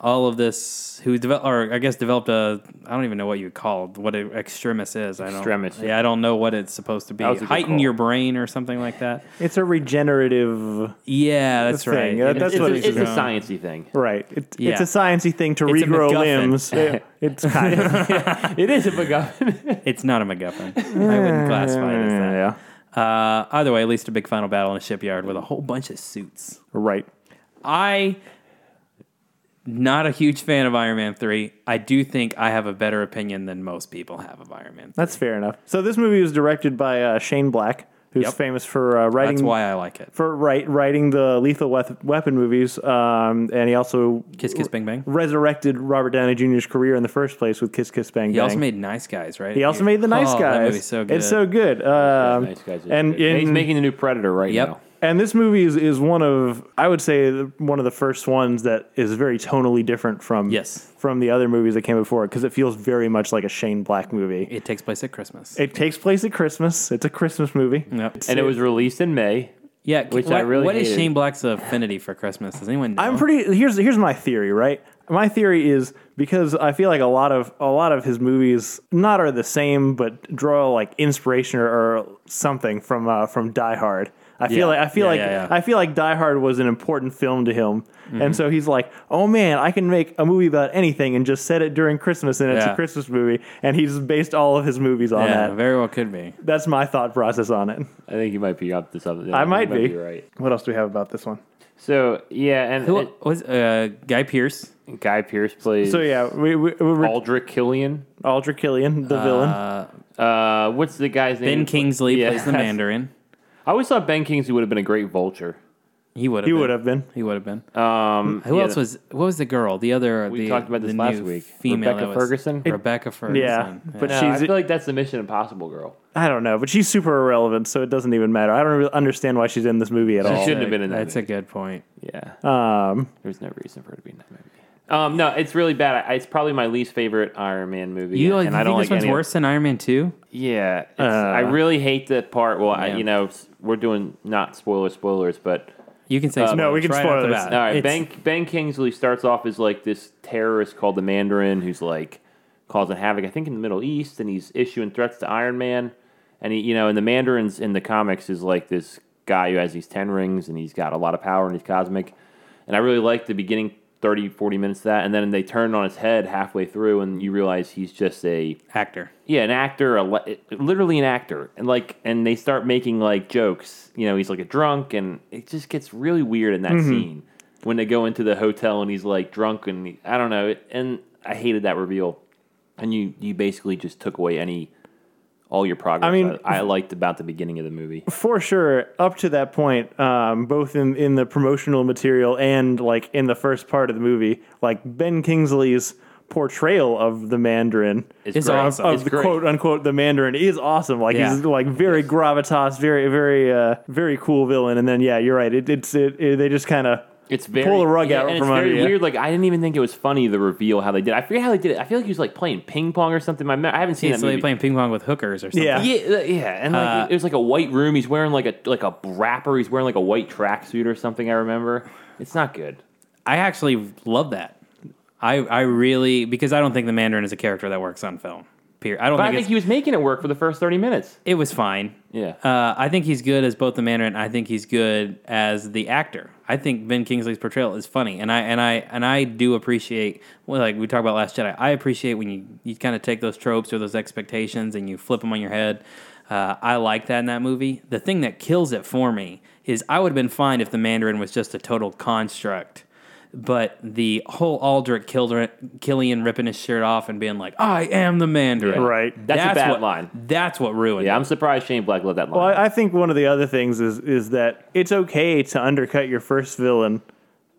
Speaker 3: All of this, who developed, or I guess developed a, I don't even know what you would call it, what an extremis is. I don't,
Speaker 2: Extremis.
Speaker 3: Yeah, I don't know what it's supposed to be.
Speaker 2: was a good
Speaker 3: Heighten
Speaker 2: call.
Speaker 3: your brain or something like that.
Speaker 1: It's a regenerative,
Speaker 3: Yeah, that's
Speaker 1: thing.
Speaker 3: right.
Speaker 1: Yeah,
Speaker 3: It-
Speaker 1: that's
Speaker 2: It's,
Speaker 1: what
Speaker 2: a,
Speaker 1: he's
Speaker 2: it's a
Speaker 1: doing.
Speaker 2: sciencey thing.
Speaker 1: right? It, It's
Speaker 3: Yeah.
Speaker 1: a sciencey thing to
Speaker 3: It's a
Speaker 1: regrow
Speaker 3: MacGuffin.
Speaker 1: limbs. It- it's kind of
Speaker 2: It is a MacGuffin.
Speaker 3: It's not a MacGuffin. I wouldn't classify it as that.
Speaker 1: yeah,
Speaker 3: Uh, either way, at least a big final battle in a shipyard with a whole bunch of suits.
Speaker 1: right.
Speaker 3: I, not a huge fan of Iron Man 3. I do think I have a better opinion than most people have of Iron Man.
Speaker 1: That's fair enough. So this movie was directed by uh, Shane Black, who's
Speaker 3: Yep.
Speaker 1: famous for uh, writing
Speaker 3: That's why I like it.
Speaker 1: for right, writing the Lethal Weth- Weapon movies, um, and he also
Speaker 3: Kiss Kiss Bang Bang.
Speaker 1: resurrected Robert Downey Jr.'s career in the first place with Kiss Kiss Bang
Speaker 3: He
Speaker 1: Bang.
Speaker 3: also made Nice Guys, right?
Speaker 1: He also made the Nice
Speaker 3: Oh,
Speaker 1: Guys.
Speaker 3: That movie's so good.
Speaker 1: It's so good. Um,
Speaker 2: nice guys.
Speaker 1: and
Speaker 2: And he's
Speaker 1: in-
Speaker 2: making the new Predator right
Speaker 3: Yep.
Speaker 2: now.
Speaker 1: and this movie is, is one of I would say the- one of the first ones that is very tonally different from
Speaker 3: Yes.
Speaker 1: from the other movies that came before it because it feels very much like a Shane Black movie.
Speaker 3: It takes place at Christmas.
Speaker 1: It takes place at Christmas. It's a Christmas movie.
Speaker 3: Yep.
Speaker 2: And it was released in May.
Speaker 3: yeah,
Speaker 2: which
Speaker 3: what,
Speaker 2: I really
Speaker 3: what is
Speaker 2: hated.
Speaker 3: Shane Black's affinity for Christmas? Does anyone know?
Speaker 1: I'm pretty here's here's my theory, right? My theory is because I feel like a lot of a lot of his movies not are the same, but draw like inspiration or, or something from uh, from Die Hard. I feel
Speaker 3: Yeah.
Speaker 1: like I feel
Speaker 3: Yeah,
Speaker 1: like
Speaker 3: yeah, Mm-hmm. yeah.
Speaker 1: I feel like Die Hard was an important film to him, and so he's like, "Oh man, I can make a movie about anything and just set it during Christmas, and it's
Speaker 3: Yeah.
Speaker 1: a Christmas movie." And he's based all of his movies on
Speaker 3: yeah,
Speaker 1: that.
Speaker 3: very well could be.
Speaker 1: That's my thought process on it.
Speaker 2: I think you might be up to something.
Speaker 1: I
Speaker 2: you
Speaker 1: might be.
Speaker 2: right.
Speaker 1: What else do we have about this one?
Speaker 2: So, yeah, and
Speaker 3: Who was uh, Guy Pierce?
Speaker 2: it- Guy Pierce plays
Speaker 1: So yeah, we, we, we
Speaker 2: Aldrich Killian.
Speaker 1: Aldrich Killian, the villain.
Speaker 2: Uh, what's the guy's name?
Speaker 3: Ben Kingsley
Speaker 2: Yeah.
Speaker 3: plays the Mandarin.
Speaker 2: I always thought Ben Kingsley would have been a great vulture.
Speaker 3: He would have.
Speaker 1: He would have been.
Speaker 3: He would have been.
Speaker 2: Um,
Speaker 3: Who
Speaker 2: yeah,
Speaker 3: else was? What was the girl? The other.
Speaker 2: We
Speaker 3: the,
Speaker 2: talked about this
Speaker 3: the
Speaker 2: last
Speaker 3: new
Speaker 2: week.
Speaker 3: Female
Speaker 2: Rebecca
Speaker 3: that was-
Speaker 2: Ferguson?
Speaker 3: Rebecca Ferguson.
Speaker 1: Yeah, but
Speaker 2: No,
Speaker 1: she's
Speaker 2: I feel like that's the Mission Impossible girl.
Speaker 1: I don't know, but she's super irrelevant, so it doesn't even matter. I don't really understand why she's in this movie at
Speaker 2: Oh, She
Speaker 1: all.
Speaker 2: shouldn't have been in that.
Speaker 3: That's
Speaker 2: movie.
Speaker 3: a good point.
Speaker 2: yeah.
Speaker 1: Um,
Speaker 2: There was no reason for her to be in that movie. Uh, Um, no, it's really bad. I, it's probably my least favorite Iron Man movie.
Speaker 3: You, like,
Speaker 2: and I
Speaker 3: you think
Speaker 2: don't like
Speaker 3: this one's
Speaker 2: any of-
Speaker 3: worse than Iron Man Two?
Speaker 2: Yeah, it's, I really hate that part. Well, I,
Speaker 3: Yeah.
Speaker 2: you know, s- we're doing not spoiler spoilers, but
Speaker 3: You
Speaker 2: Uh,
Speaker 3: can say
Speaker 1: no, we
Speaker 3: spoilers
Speaker 1: can
Speaker 3: right
Speaker 1: spoil
Speaker 3: off the
Speaker 1: this.
Speaker 3: bat.
Speaker 2: all right.
Speaker 3: It's-
Speaker 2: Ben, ben Kingsley starts off as like this terrorist called the Mandarin, who's like causing havoc. I think in the Middle East, and he's issuing threats to Iron Man, and he, you know, and the Mandarin's in the comics is like this guy who has these ten rings, and he's got a lot of power, and he's cosmic. And I really like the beginning 30, 40 minutes of that, and then they turn it on his head halfway through, and you realize he's just a
Speaker 3: actor.
Speaker 2: yeah, an actor, a le- literally an actor, and like, and they start making like jokes. You know, he's like a drunk, and it just gets really weird in that
Speaker 1: Mm-hmm.
Speaker 2: scene when they go into the hotel and he's like drunk, and he- I don't know. It, and I hated that reveal, and you you basically just took away any all your progress.
Speaker 1: I mean-
Speaker 2: I, I liked about the beginning of the movie.
Speaker 1: for sure, up to that point, um, both in, in the promotional material and like in the first part of the movie, like Ben Kingsley's portrayal of the Mandarin.
Speaker 2: It's,
Speaker 3: It's
Speaker 2: great.
Speaker 3: awesome.
Speaker 1: of
Speaker 2: It's
Speaker 1: the
Speaker 2: great.
Speaker 1: quote unquote the Mandarin is awesome. Like
Speaker 3: Yeah.
Speaker 1: he's like very gravitas, very very uh, very cool villain. And then yeah, you're right. It, it's it, it- they just kind of
Speaker 2: It's very
Speaker 1: pull the rug
Speaker 2: yeah,
Speaker 1: out
Speaker 2: and
Speaker 1: from
Speaker 2: it's
Speaker 1: under
Speaker 2: very
Speaker 1: you.
Speaker 2: weird. Like I didn't even think it was funny the reveal how they did. it. I forget how they did it. I feel like he was like playing ping pong or something. My me- I haven't seen
Speaker 3: He's
Speaker 2: that movie.
Speaker 3: like playing ping pong with hookers or something.
Speaker 1: Yeah.
Speaker 2: yeah, uh, yeah, and like
Speaker 3: Uh,
Speaker 2: it was like a white room. He's wearing like a like a wrapper. He's wearing like a white tracksuit or something. I remember. It's not good.
Speaker 3: I actually love that. I I really because I don't think the Mandarin is a character that works on film. Period. I don't
Speaker 2: But I
Speaker 3: think,
Speaker 2: think
Speaker 3: it's,
Speaker 2: he was making it work for the first thirty minutes.
Speaker 3: it was fine.
Speaker 2: Yeah,
Speaker 3: Uh, I think he's good as both the Mandarin. I think he's good as the actor. I think Ben Kingsley's portrayal is funny, and I and I and I do appreciate. Well, like we talked about Last Jedi, I appreciate when you you kind of take those tropes or those expectations and you flip them on your head. Uh, I like that in that movie. The thing that kills it for me is I would have been fine if the Mandarin was just a total construct. But the whole Aldrich Kildren, Killian ripping his shirt off and being like, "I am the Mandarin,"
Speaker 1: right.
Speaker 2: that's, a bad
Speaker 3: what,
Speaker 2: line.
Speaker 3: That's what ruined.
Speaker 2: Yeah,
Speaker 3: it.
Speaker 2: I'm surprised Shane Black let that line.
Speaker 1: Well, I, I think one of the other things is is that it's okay to undercut your first villain.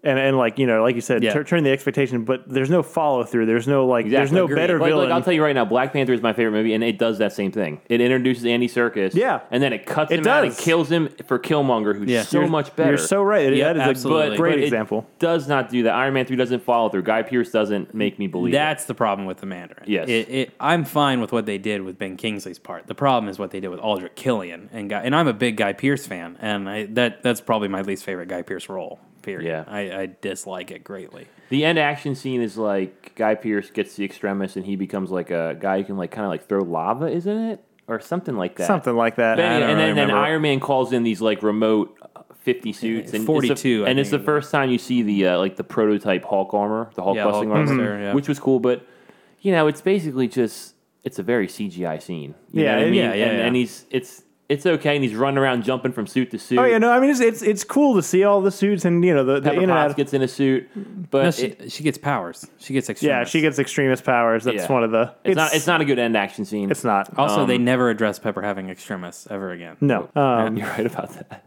Speaker 1: And, and like you know, like you said,
Speaker 3: Yeah.
Speaker 1: tur- turn the expectation, but there's no follow through. There's no like, there's
Speaker 2: Exactly.
Speaker 1: no
Speaker 2: Agreed.
Speaker 1: better
Speaker 2: like,
Speaker 1: villain.
Speaker 2: Like, I'll tell you right now, Black Panther is my favorite movie, and it does that same thing. It introduces Andy Circus,
Speaker 1: Yeah.
Speaker 2: and then it cuts
Speaker 1: It
Speaker 2: him out and
Speaker 1: does.
Speaker 2: kills him for Killmonger, who's
Speaker 3: Yeah.
Speaker 2: so
Speaker 1: You're-
Speaker 2: much better.
Speaker 1: You're so right.
Speaker 3: Yeah,
Speaker 1: that is
Speaker 3: absolutely.
Speaker 1: a
Speaker 2: But-
Speaker 1: great
Speaker 2: but it
Speaker 1: example.
Speaker 2: does not do that. Iron Man three doesn't follow through. Guy Pierce doesn't make me believe. it.
Speaker 3: That's the problem with the Mandarin.
Speaker 2: Yes.
Speaker 3: It, it, I'm fine with what they did with Ben Kingsley's part. The problem is what they did with Aldrich Killian and Guy. And I'm a big Guy Pierce fan, and I, that that's probably my least favorite Guy Pierce role. Period.
Speaker 2: Yeah.
Speaker 3: I, I dislike it greatly.
Speaker 2: The end action scene is like Guy Pierce gets the extremis, and he becomes like a guy who can like kind of like throw lava, isn't it, or something like that.
Speaker 1: Something like that.
Speaker 2: But anyway,
Speaker 3: don't
Speaker 2: and
Speaker 3: really
Speaker 2: then, then
Speaker 3: remember.
Speaker 2: Iron Man calls in these like remote uh, fifty suits and it's the-
Speaker 3: 42, I
Speaker 2: and it's the
Speaker 3: think.
Speaker 2: first time you see the uh, like the prototype Hulk armor, the Hulk
Speaker 3: Yeah,
Speaker 2: busting
Speaker 3: Hulk
Speaker 2: armor,
Speaker 3: buster, yeah.
Speaker 2: which was cool. But you know, it's basically just it's a very CGI scene. You
Speaker 1: Yeah,
Speaker 2: know what I
Speaker 1: it-
Speaker 2: mean?
Speaker 1: yeah,
Speaker 3: yeah,
Speaker 2: and,
Speaker 3: yeah.
Speaker 2: and he's it's it's okay, and he's running around jumping from suit to suit.
Speaker 1: Oh yeah, no, I mean it's it's, it's cool to see all the suits and you know the, the
Speaker 2: Pepper
Speaker 1: in and
Speaker 2: Potts
Speaker 1: out.
Speaker 2: gets in a suit, but
Speaker 3: No, she,
Speaker 2: it-
Speaker 3: she gets powers. She gets extra.
Speaker 1: yeah, she gets extremist powers. That's
Speaker 2: Yeah.
Speaker 1: one of the.
Speaker 2: it's, not Oh. it's not a good end action scene.
Speaker 1: It's not.
Speaker 3: Also, they never address Pepper having extremists ever again.
Speaker 1: no. Um,
Speaker 2: You're right about that.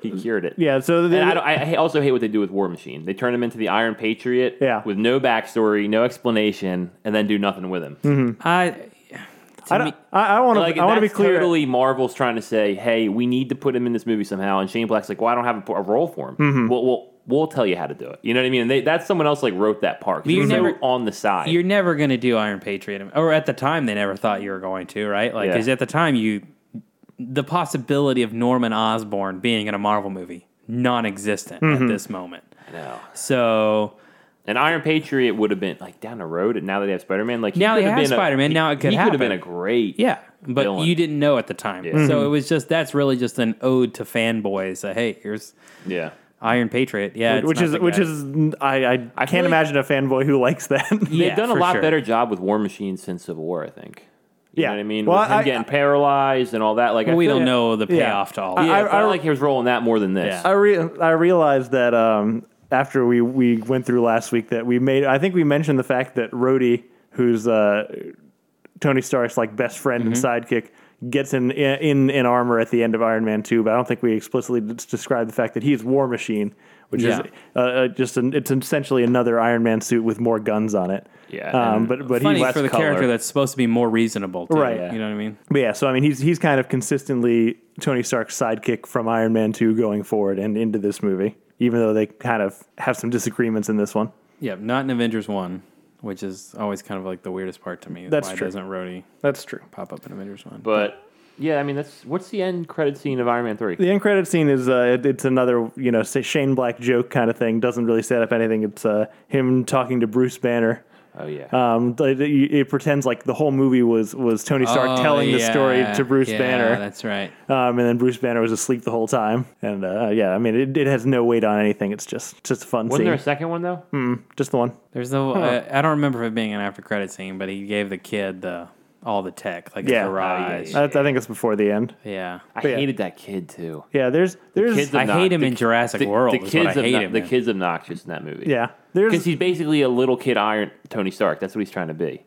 Speaker 2: he cured it.
Speaker 1: yeah. So the,
Speaker 2: And I, don't, I ha- also hate what they do with War Machine. They turn him into the Iron Patriot
Speaker 1: Yeah.
Speaker 2: with no backstory, no explanation, and then do nothing with him.
Speaker 3: I.
Speaker 1: I
Speaker 3: me-
Speaker 1: don't. I, I want to.
Speaker 2: Like
Speaker 1: Mm-hmm. I want to be
Speaker 2: that's
Speaker 1: clear.
Speaker 2: totally Marvel's trying to say, "Hey, we need to put him in this movie somehow." And Shane Black's like, "Well, I don't have a, a role for him.
Speaker 1: Mm-hmm.
Speaker 2: Well, we'll we'll tell you how to do it." You know what I mean? And they, that's someone else like wrote that part.
Speaker 3: you're
Speaker 2: He's
Speaker 3: never-
Speaker 2: so on the side.
Speaker 3: You're never going to do Iron Patriot, or at the time they never thought you were going to, right? Like,
Speaker 2: Yeah.
Speaker 3: 'cause at the time you, the possibility of Norman Osborn being in a Marvel movie non-existent
Speaker 2: Mm-hmm.
Speaker 3: at this moment.
Speaker 2: No.
Speaker 3: So
Speaker 2: An Iron Patriot would have been like down the road, and now that they have Spider Man, like he
Speaker 3: Now
Speaker 2: could
Speaker 3: they
Speaker 2: have
Speaker 3: have
Speaker 2: been a-
Speaker 3: Spider-Man,
Speaker 2: he-
Speaker 3: now it could
Speaker 2: he could have been a
Speaker 3: happen.
Speaker 2: great
Speaker 3: yeah, but
Speaker 2: Villain.
Speaker 3: you didn't know at the time.
Speaker 2: Yeah. Mm-hmm.
Speaker 3: So it was just that's really just an ode to fanboys. Uh, hey, here's
Speaker 2: yeah.
Speaker 3: Iron Patriot. Yeah, it's
Speaker 1: which
Speaker 3: not
Speaker 1: is
Speaker 3: the
Speaker 1: which
Speaker 3: guy.
Speaker 1: is I I, can't
Speaker 2: like-
Speaker 1: imagine a fanboy who likes that.
Speaker 3: Yeah,
Speaker 2: They've done a
Speaker 3: for
Speaker 2: lot
Speaker 3: sure.
Speaker 2: better job with War Machine since Civil War, I think. You
Speaker 1: Yeah.
Speaker 2: know what I mean?
Speaker 1: Well,
Speaker 2: with him
Speaker 1: I-
Speaker 2: getting paralyzed and all that. Like I
Speaker 3: We
Speaker 2: feel-
Speaker 3: don't know the
Speaker 1: Yeah.
Speaker 3: payoff to all.
Speaker 2: Yeah,
Speaker 3: that.
Speaker 2: I, I, like he was rolling that more than this.
Speaker 1: I re- I realized that um, after we we went through last week that we made I think we mentioned the fact that Rhodey, who's uh, Tony Stark's like best friend and
Speaker 3: Mm-hmm.
Speaker 1: sidekick, gets in, in in armor at the end of Iron Man two, but I don't think we explicitly d- described the fact that he's War Machine, which
Speaker 3: Yeah.
Speaker 1: is uh, uh, just an, it's essentially another Iron Man suit with more guns on it.
Speaker 2: Yeah,
Speaker 1: um,
Speaker 2: and
Speaker 1: but but
Speaker 3: funny
Speaker 1: he
Speaker 2: less
Speaker 3: for the
Speaker 2: color.
Speaker 3: character that's supposed to be more reasonable, too,
Speaker 1: Right.
Speaker 3: You know what I mean?
Speaker 1: but yeah, so I mean he's he's kind of consistently Tony Stark's sidekick from Iron Man two going forward and into this movie. Even though they kind of have some disagreements in this one.
Speaker 3: Yeah, not in Avengers One, which is always kind of like the weirdest part to me.
Speaker 1: That's
Speaker 3: Why
Speaker 1: true.
Speaker 3: doesn't Rhodey
Speaker 1: That's true.
Speaker 3: pop up in Avengers One?
Speaker 2: But yeah, I mean that's what's the end credit scene of Iron Man three?
Speaker 1: The end credit scene is uh, it, it's another you know say Shane Black joke kind of thing. Doesn't really set up anything. It's uh, him talking to Bruce Banner.
Speaker 2: Oh yeah.
Speaker 1: Um, it, it- it pretends like the whole movie was was Tony Stark
Speaker 3: Oh,
Speaker 1: telling the
Speaker 3: yeah,
Speaker 1: story to Bruce
Speaker 3: yeah,
Speaker 1: Banner,
Speaker 3: That's right.
Speaker 1: um, and then Bruce Banner was asleep the whole time. And uh, yeah, I mean it, it has no weight on anything. It's just just a fun
Speaker 2: Wasn't there a
Speaker 1: scene.
Speaker 2: second one though?
Speaker 1: Just the one.
Speaker 3: There's no. I, I don't remember it being an after credit scene, but he gave the kid the all the tech, like
Speaker 1: Yeah.
Speaker 3: a garage.
Speaker 1: I, I think it's before the end.
Speaker 3: yeah.
Speaker 2: I
Speaker 1: yeah.
Speaker 2: hated that kid too.
Speaker 1: Yeah, there's there's
Speaker 2: kids
Speaker 3: I
Speaker 2: obnox-
Speaker 3: hate him
Speaker 2: the-
Speaker 3: in Jurassic
Speaker 2: The,
Speaker 3: World.
Speaker 2: the
Speaker 3: is what
Speaker 2: kids,
Speaker 3: I hate
Speaker 2: obno-
Speaker 3: him
Speaker 2: the
Speaker 3: in.
Speaker 2: kids obnoxious in that movie.
Speaker 1: yeah there's
Speaker 2: because he's basically a little kid Iron Tony Stark. That's what he's trying to be.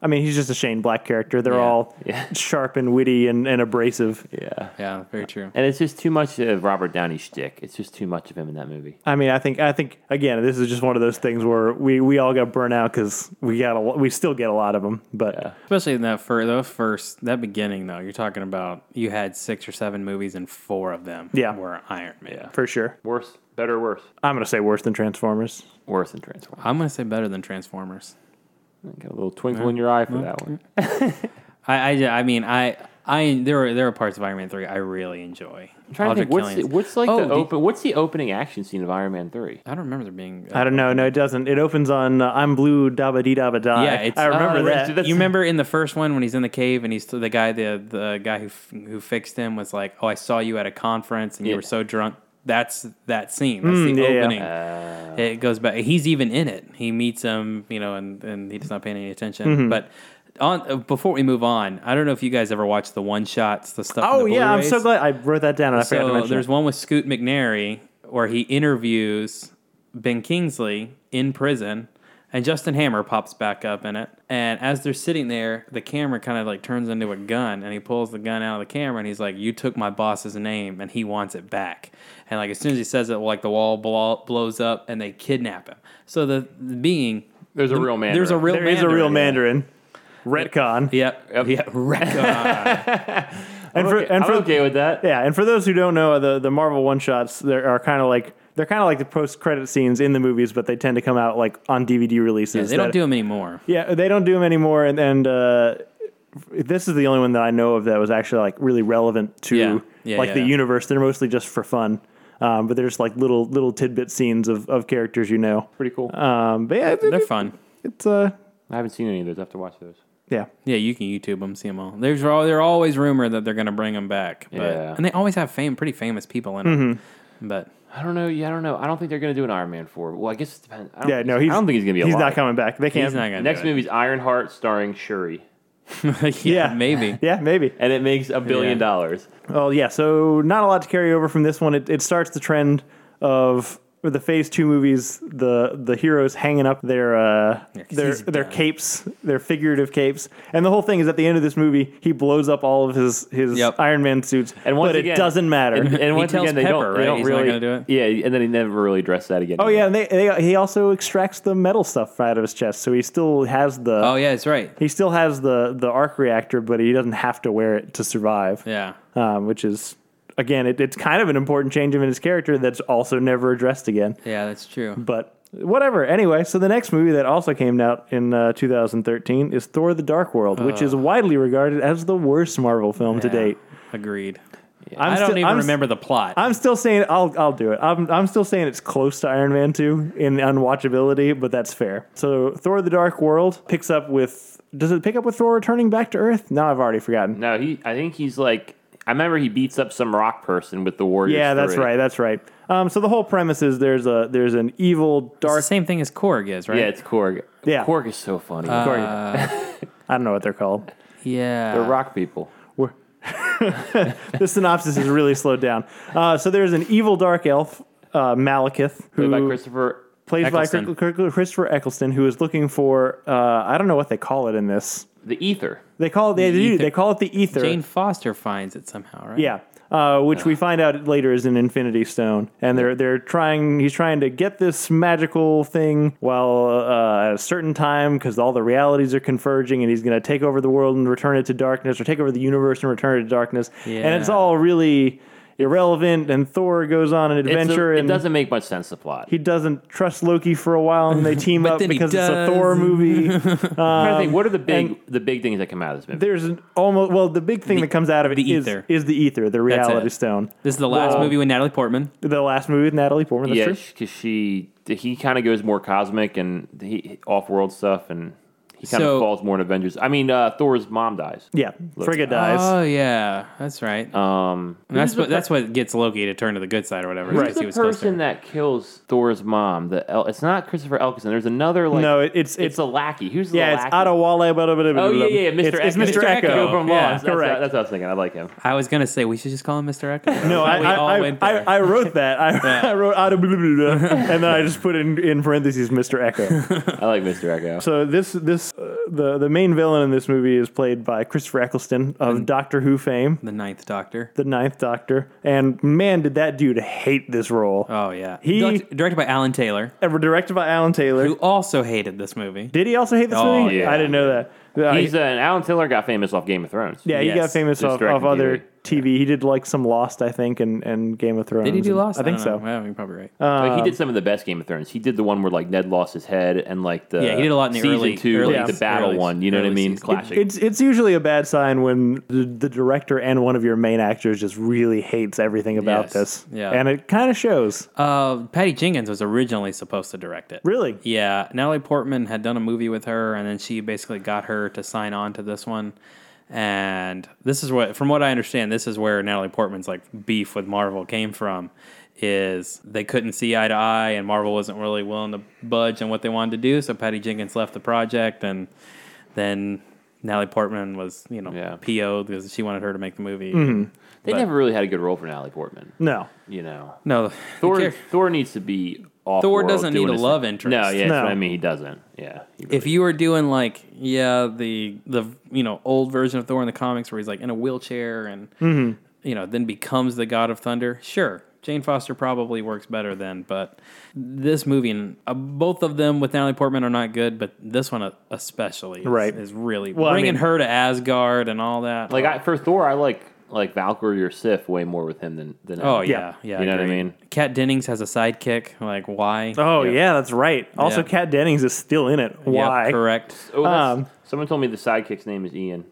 Speaker 1: I mean, he's just a Shane Black character. They're
Speaker 3: Yeah.
Speaker 1: all sharp and witty and, and abrasive.
Speaker 2: Yeah.
Speaker 3: Yeah, very true.
Speaker 2: And it's just too much of Robert Downey shtick. It's just too much of him in that movie.
Speaker 1: I mean, I think I think again, this is just one of those things where we, we all got burnt out because we got a, lo- we still get a lot of them, but
Speaker 3: Especially in that first, the first, that beginning though, you're talking about you had six or seven movies and four of them
Speaker 1: Yeah.
Speaker 3: were Iron Man.
Speaker 2: Yeah.
Speaker 1: for sure,
Speaker 2: Worse, better, worse,
Speaker 1: I'm gonna say worse than Transformers.
Speaker 2: worse than Transformers.
Speaker 3: I'm gonna say better than Transformers.
Speaker 2: Got a little twinkle in your eye
Speaker 3: Mm-hmm.
Speaker 2: for that one.
Speaker 3: I, I, ju- I mean, I, I, there are there are parts of Iron Man three I really enjoy.
Speaker 2: I'm trying to
Speaker 3: Aldrich
Speaker 2: think, what's the,
Speaker 3: Killian's-
Speaker 2: what's like
Speaker 3: Oh,
Speaker 2: the
Speaker 3: the-
Speaker 2: open? What's the opening action scene of Iron Man Three?
Speaker 3: I don't remember there being.
Speaker 1: I don't know. No, it doesn't. It opens on uh, I'm blue, daba dee daba da.
Speaker 3: Yeah, it's-
Speaker 1: I remember
Speaker 2: oh,
Speaker 1: that.
Speaker 2: that's- that's-
Speaker 3: you remember in the first one when he's in the cave and he's the guy the the guy who f- who fixed him was like, "Oh, I saw you at a conference and you
Speaker 2: Yeah.
Speaker 3: were so drunk." That's that scene. That's the
Speaker 1: Hmm, yeah, yeah.
Speaker 3: opening. It goes back. He's even in it. He meets him, you know, and and he's not paying any attention.
Speaker 1: Mm-hmm.
Speaker 3: But on uh, before we move on, I don't know if you guys ever watched the one shots, the stuff.
Speaker 1: Oh
Speaker 3: in the
Speaker 1: yeah, I'm
Speaker 3: Blu-rays.
Speaker 1: so glad I wrote that down. And I forgot to
Speaker 3: So
Speaker 1: mention.
Speaker 3: there's
Speaker 1: There's
Speaker 3: one with Scoot McNairy where he interviews Ben Kingsley in prison, and Justin Hammer pops back up in it. And as they're sitting there, the camera kind of like turns into a gun, and he pulls the gun out of the camera, and he's like, "You took my boss's name, and he wants it back." And like as soon as he says it, like the wall blow, blows up, and they kidnap him. So the, the being
Speaker 2: There's a real man.
Speaker 3: there's a real
Speaker 1: there is a real Mandarin. Retcon.
Speaker 3: Yep. Yep. yep.
Speaker 1: And for, and
Speaker 2: I'm
Speaker 1: for
Speaker 2: okay with that.
Speaker 1: Yeah, and for those who don't know, the the Marvel one shots there are kind of like they're kind of like the post credit scenes in the movies, but they tend to come out like on DVD releases.
Speaker 3: they don't
Speaker 1: that-
Speaker 3: do him anymore.
Speaker 1: Yeah, they don't do them anymore, and and uh, this is the only one that I know of that was actually like really relevant to
Speaker 3: Yeah. Yeah,
Speaker 1: like the
Speaker 3: yeah.
Speaker 1: universe. They're mostly just for fun. Um, but they're just like little little tidbit scenes of, of characters you know.
Speaker 2: Pretty cool.
Speaker 1: Um, but yeah, it-
Speaker 3: They're
Speaker 1: it-
Speaker 3: fun.
Speaker 1: it's uh
Speaker 2: I haven't seen any of those. I have to watch those.
Speaker 1: yeah.
Speaker 3: Yeah, you can YouTube them, see them all. There's all they're always rumor that they're gonna bring them back, but
Speaker 2: Yeah.
Speaker 3: and they always have fame, pretty famous people in them.
Speaker 1: Mm-hmm.
Speaker 3: But
Speaker 2: I don't know. Yeah, I don't know. I don't think they're gonna do an Iron Man four. Well, I guess it depends. I don't,
Speaker 1: Yeah, no, he's
Speaker 2: I don't think he's gonna be.
Speaker 1: He's
Speaker 2: alive.
Speaker 1: not coming back. They can't.
Speaker 3: he's not gonna.
Speaker 2: Next
Speaker 3: do
Speaker 2: movie's Ironheart starring Shuri,
Speaker 3: it. yeah,
Speaker 1: Yeah.
Speaker 3: maybe.
Speaker 1: Yeah, maybe.
Speaker 2: and it makes a billion
Speaker 3: Yeah.
Speaker 2: dollars.
Speaker 1: Well, yeah, so not a lot to carry over from this one. It, it starts the trend of the Phase Two movies, the the heroes hanging up their uh,
Speaker 3: 'cause
Speaker 1: their
Speaker 3: he's
Speaker 1: their
Speaker 3: done.
Speaker 1: capes, their figurative capes, and the whole thing is at the end of this movie, he blows up all of his his
Speaker 3: Yep.
Speaker 1: Iron Man suits,
Speaker 2: And once
Speaker 1: but
Speaker 2: again-
Speaker 1: it doesn't matter.
Speaker 2: And, and once
Speaker 3: tells
Speaker 2: again, they
Speaker 3: Pepper,
Speaker 2: don't,
Speaker 3: right?
Speaker 2: they don't
Speaker 3: He's not
Speaker 2: really
Speaker 3: gonna do it?
Speaker 2: Yeah, and then he never really dressed that again.
Speaker 1: oh yeah, and they, they, he also extracts the metal stuff out of his chest, so he still has the
Speaker 3: Oh yeah, that's right.
Speaker 1: he still has the the arc reactor, but he doesn't have to wear it to survive.
Speaker 3: Yeah,
Speaker 1: um, which is again it, it's kind of an important change in his character that's also never addressed again
Speaker 3: yeah, that's true.
Speaker 1: but whatever anyway so the next movie that also came out in uh, 2013 is thor the dark world which is widely regarded as the worst marvel film to
Speaker 3: Yeah,
Speaker 1: date
Speaker 3: agreed.
Speaker 1: I'm
Speaker 3: I'm I do not
Speaker 1: still-
Speaker 3: even
Speaker 1: I'm s-
Speaker 3: remember the plot.
Speaker 1: I'm still saying I'll I'll do it. I'm I'm still saying it's close to Iron Man 2 in unwatchability, but that's fair. So Thor the Dark World picks up with does it pick up with Thor returning back to Earth? No, I've already forgotten.
Speaker 2: No, he. I think he's like. I remember he beats up some rock person with the Warriors.
Speaker 1: yeah, that's
Speaker 2: three.
Speaker 1: right. That's right. Um, so the whole premise is there's a there's an evil
Speaker 3: it's
Speaker 1: dark
Speaker 3: the same thing as Korg is, right?
Speaker 2: Yeah, it's Korg.
Speaker 1: Yeah.
Speaker 2: Korg is so funny.
Speaker 1: Corgi. I don't know what they're called.
Speaker 3: yeah.
Speaker 2: They're rock people.
Speaker 1: The synopsis is really slowed down. Uh, so there's an evil dark elf, uh, Malekith, who
Speaker 2: Played by Christopher.
Speaker 1: plays by
Speaker 3: Eccleston.
Speaker 1: Chris- Chris- Christopher Eccleston, who is looking for uh, I don't know what they call it in this.
Speaker 2: The Ether.
Speaker 1: They call it they, do-
Speaker 3: ether.
Speaker 1: they call it the ether.
Speaker 3: Jane Foster finds it somehow, right?
Speaker 1: Yeah. Uh, which
Speaker 3: Ah.
Speaker 1: we find out later is an Infinity Stone, and they're they're trying. He's trying to get this magical thing while uh, at a certain time because all the realities are converging, and he's going to take over the world and return it to darkness, or take over the universe and return it to darkness. And it's
Speaker 3: Yeah.
Speaker 1: all really irrelevant. And Thor goes on an
Speaker 2: It's a-
Speaker 1: adventure,
Speaker 2: it
Speaker 1: and
Speaker 2: doesn't make much sense. The plot.
Speaker 1: he doesn't trust Loki for a while, and they team
Speaker 3: But
Speaker 1: up
Speaker 3: then he
Speaker 1: because it's a
Speaker 3: does.
Speaker 1: Thor movie.
Speaker 2: I'm trying to think, what are the big the big things that come out of this movie?
Speaker 1: There's an almost well, the big thing that comes out of it is
Speaker 3: the ether.
Speaker 1: is the ether, the reality
Speaker 3: it.
Speaker 1: stone.
Speaker 3: This is the last
Speaker 1: Well-
Speaker 3: movie with Natalie Portman.
Speaker 1: The last movie with Natalie Portman. That's
Speaker 2: Yeah,
Speaker 1: true.
Speaker 2: because she he kind of goes more cosmic and he off world stuff, and he kind of
Speaker 3: So-
Speaker 2: falls more in Avengers. I mean, uh, Thor's mom dies.
Speaker 1: Yeah, Frigga dies.
Speaker 3: Oh yeah, that's right.
Speaker 2: Um,
Speaker 3: And that's what that's what gets Loki to turn to the good side or whatever.
Speaker 1: Right.
Speaker 3: because
Speaker 2: who's
Speaker 3: he
Speaker 2: the
Speaker 3: was supposed to-
Speaker 2: person that kills Thor's mom? The El- it's not Christopher Elkison. There's another like
Speaker 1: no, it, it's
Speaker 2: it's
Speaker 1: it's
Speaker 2: a lackey. Who's the
Speaker 1: yeah, it's
Speaker 2: lackey?
Speaker 1: Adewale. Blah, blah, blah, blah,
Speaker 2: Oh yeah,
Speaker 1: blah.
Speaker 2: yeah, yeah, Mr.
Speaker 1: It's, it's
Speaker 2: Echo.
Speaker 1: Mr. Echo.
Speaker 3: Echo
Speaker 2: from
Speaker 3: yeah,
Speaker 2: Lost. That's,
Speaker 1: correct.
Speaker 2: that's what I was thinking. I like him.
Speaker 3: I was gonna say we should just call him Mr. Echo.
Speaker 1: No, I,
Speaker 3: we
Speaker 1: I,
Speaker 3: all
Speaker 1: I,
Speaker 3: went
Speaker 1: I,
Speaker 3: there.
Speaker 1: I wrote that. I, I wrote Ade blah, blah, blah, blah, and then I just put in in parentheses Mr. Echo.
Speaker 2: I like Mr. Echo.
Speaker 1: So this this uh, the the main villain in this movie is played by Christopher Eccleston
Speaker 3: Mm.
Speaker 1: of Doctor Who fame,
Speaker 3: The Ninth Doctor.
Speaker 1: the Ninth Doctor, and man, did that dude hate this role.
Speaker 3: Oh yeah,
Speaker 1: He-
Speaker 3: Direct- directed by Alan Taylor,
Speaker 1: Ever directed by Alan Taylor.
Speaker 3: who also hated this movie.
Speaker 1: Did he also hate this
Speaker 3: Oh,
Speaker 1: movie?
Speaker 2: yeah.
Speaker 1: I didn't know that. Uh,
Speaker 2: He's uh, and Alan Taylor got famous off Game of Thrones.
Speaker 1: yeah, he got
Speaker 3: yes,
Speaker 1: famous
Speaker 2: just
Speaker 1: off,
Speaker 2: direct
Speaker 1: off
Speaker 2: and
Speaker 1: other TV. He did like some Lost, I think, and, and Game of Thrones.
Speaker 3: Did he do
Speaker 1: and-
Speaker 3: Lost?
Speaker 1: I think
Speaker 3: don't know.
Speaker 1: so. Uh,
Speaker 3: Well, you're probably right.
Speaker 2: Like, he did some of the best Game of Thrones. He did the one where like Ned lost his head and like the
Speaker 3: Yeah, he did a lot in the
Speaker 2: season
Speaker 3: early-
Speaker 2: two,
Speaker 3: early-
Speaker 2: like, the
Speaker 3: yeah,
Speaker 2: battle
Speaker 3: early-
Speaker 2: one. You know what I
Speaker 3: early
Speaker 2: mean?
Speaker 3: season.
Speaker 2: Classic.
Speaker 1: It's it's usually a bad sign when the, the director and one of your main actors just really hates everything about
Speaker 3: Yes.
Speaker 1: this.
Speaker 3: Yeah.
Speaker 1: and it kind of shows.
Speaker 3: Uh, Patty Jenkins was originally supposed to direct it.
Speaker 1: Really,
Speaker 3: Yeah, Natalie Portman had done a movie with her, and then she basically got her to sign on to this one. And this is what, from what I understand, this is where Natalie Portman's like beef with Marvel came from. Is they couldn't see eye to eye, and Marvel wasn't really willing to budge on what they wanted to do. So Patty Jenkins left the project, and then Natalie Portman was, you know,
Speaker 2: Yeah. Mm-hmm.
Speaker 3: PO'd because she wanted her to make the movie.
Speaker 2: they
Speaker 3: but-
Speaker 2: never really had a good role for Natalie Portman.
Speaker 1: no.
Speaker 2: You know,
Speaker 3: No,
Speaker 2: Thor.
Speaker 3: who cares?
Speaker 2: Thor needs to be off.
Speaker 3: Thor
Speaker 2: world
Speaker 3: doesn't need
Speaker 2: doing
Speaker 3: a
Speaker 2: his
Speaker 3: love
Speaker 2: thing.
Speaker 3: interest.
Speaker 2: No, yeah, that's
Speaker 1: No.
Speaker 2: what I mean. He doesn't. Yeah. he really-
Speaker 3: if you were doing like yeah the the you know old version of Thor in the comics where he's like in a wheelchair and
Speaker 1: Mm-hmm.
Speaker 3: you know then becomes the god of thunder, sure. Jane Foster probably works better then, but this movie and uh, both of them with Natalie Portman are not good, but this one uh, especially is,
Speaker 1: Right.
Speaker 3: is really
Speaker 1: Well, I
Speaker 3: bringing
Speaker 1: mean-
Speaker 3: her to Asgard and all that.
Speaker 2: like I, for Thor, I like like Valkyrie or Sif way more with him than than.
Speaker 3: oh
Speaker 2: Alan.
Speaker 3: yeah, yeah,
Speaker 2: You know what I
Speaker 3: agreed.
Speaker 2: mean?
Speaker 3: Kat Dennings has a sidekick. Like why?
Speaker 1: Oh yeah, that's right. Also,
Speaker 3: Yeah.
Speaker 1: Kat Dennings is still in it.
Speaker 3: Yep,
Speaker 1: Why?
Speaker 3: correct.
Speaker 2: Oh, that's-
Speaker 1: Um,
Speaker 2: someone told me the sidekick's name is Ian.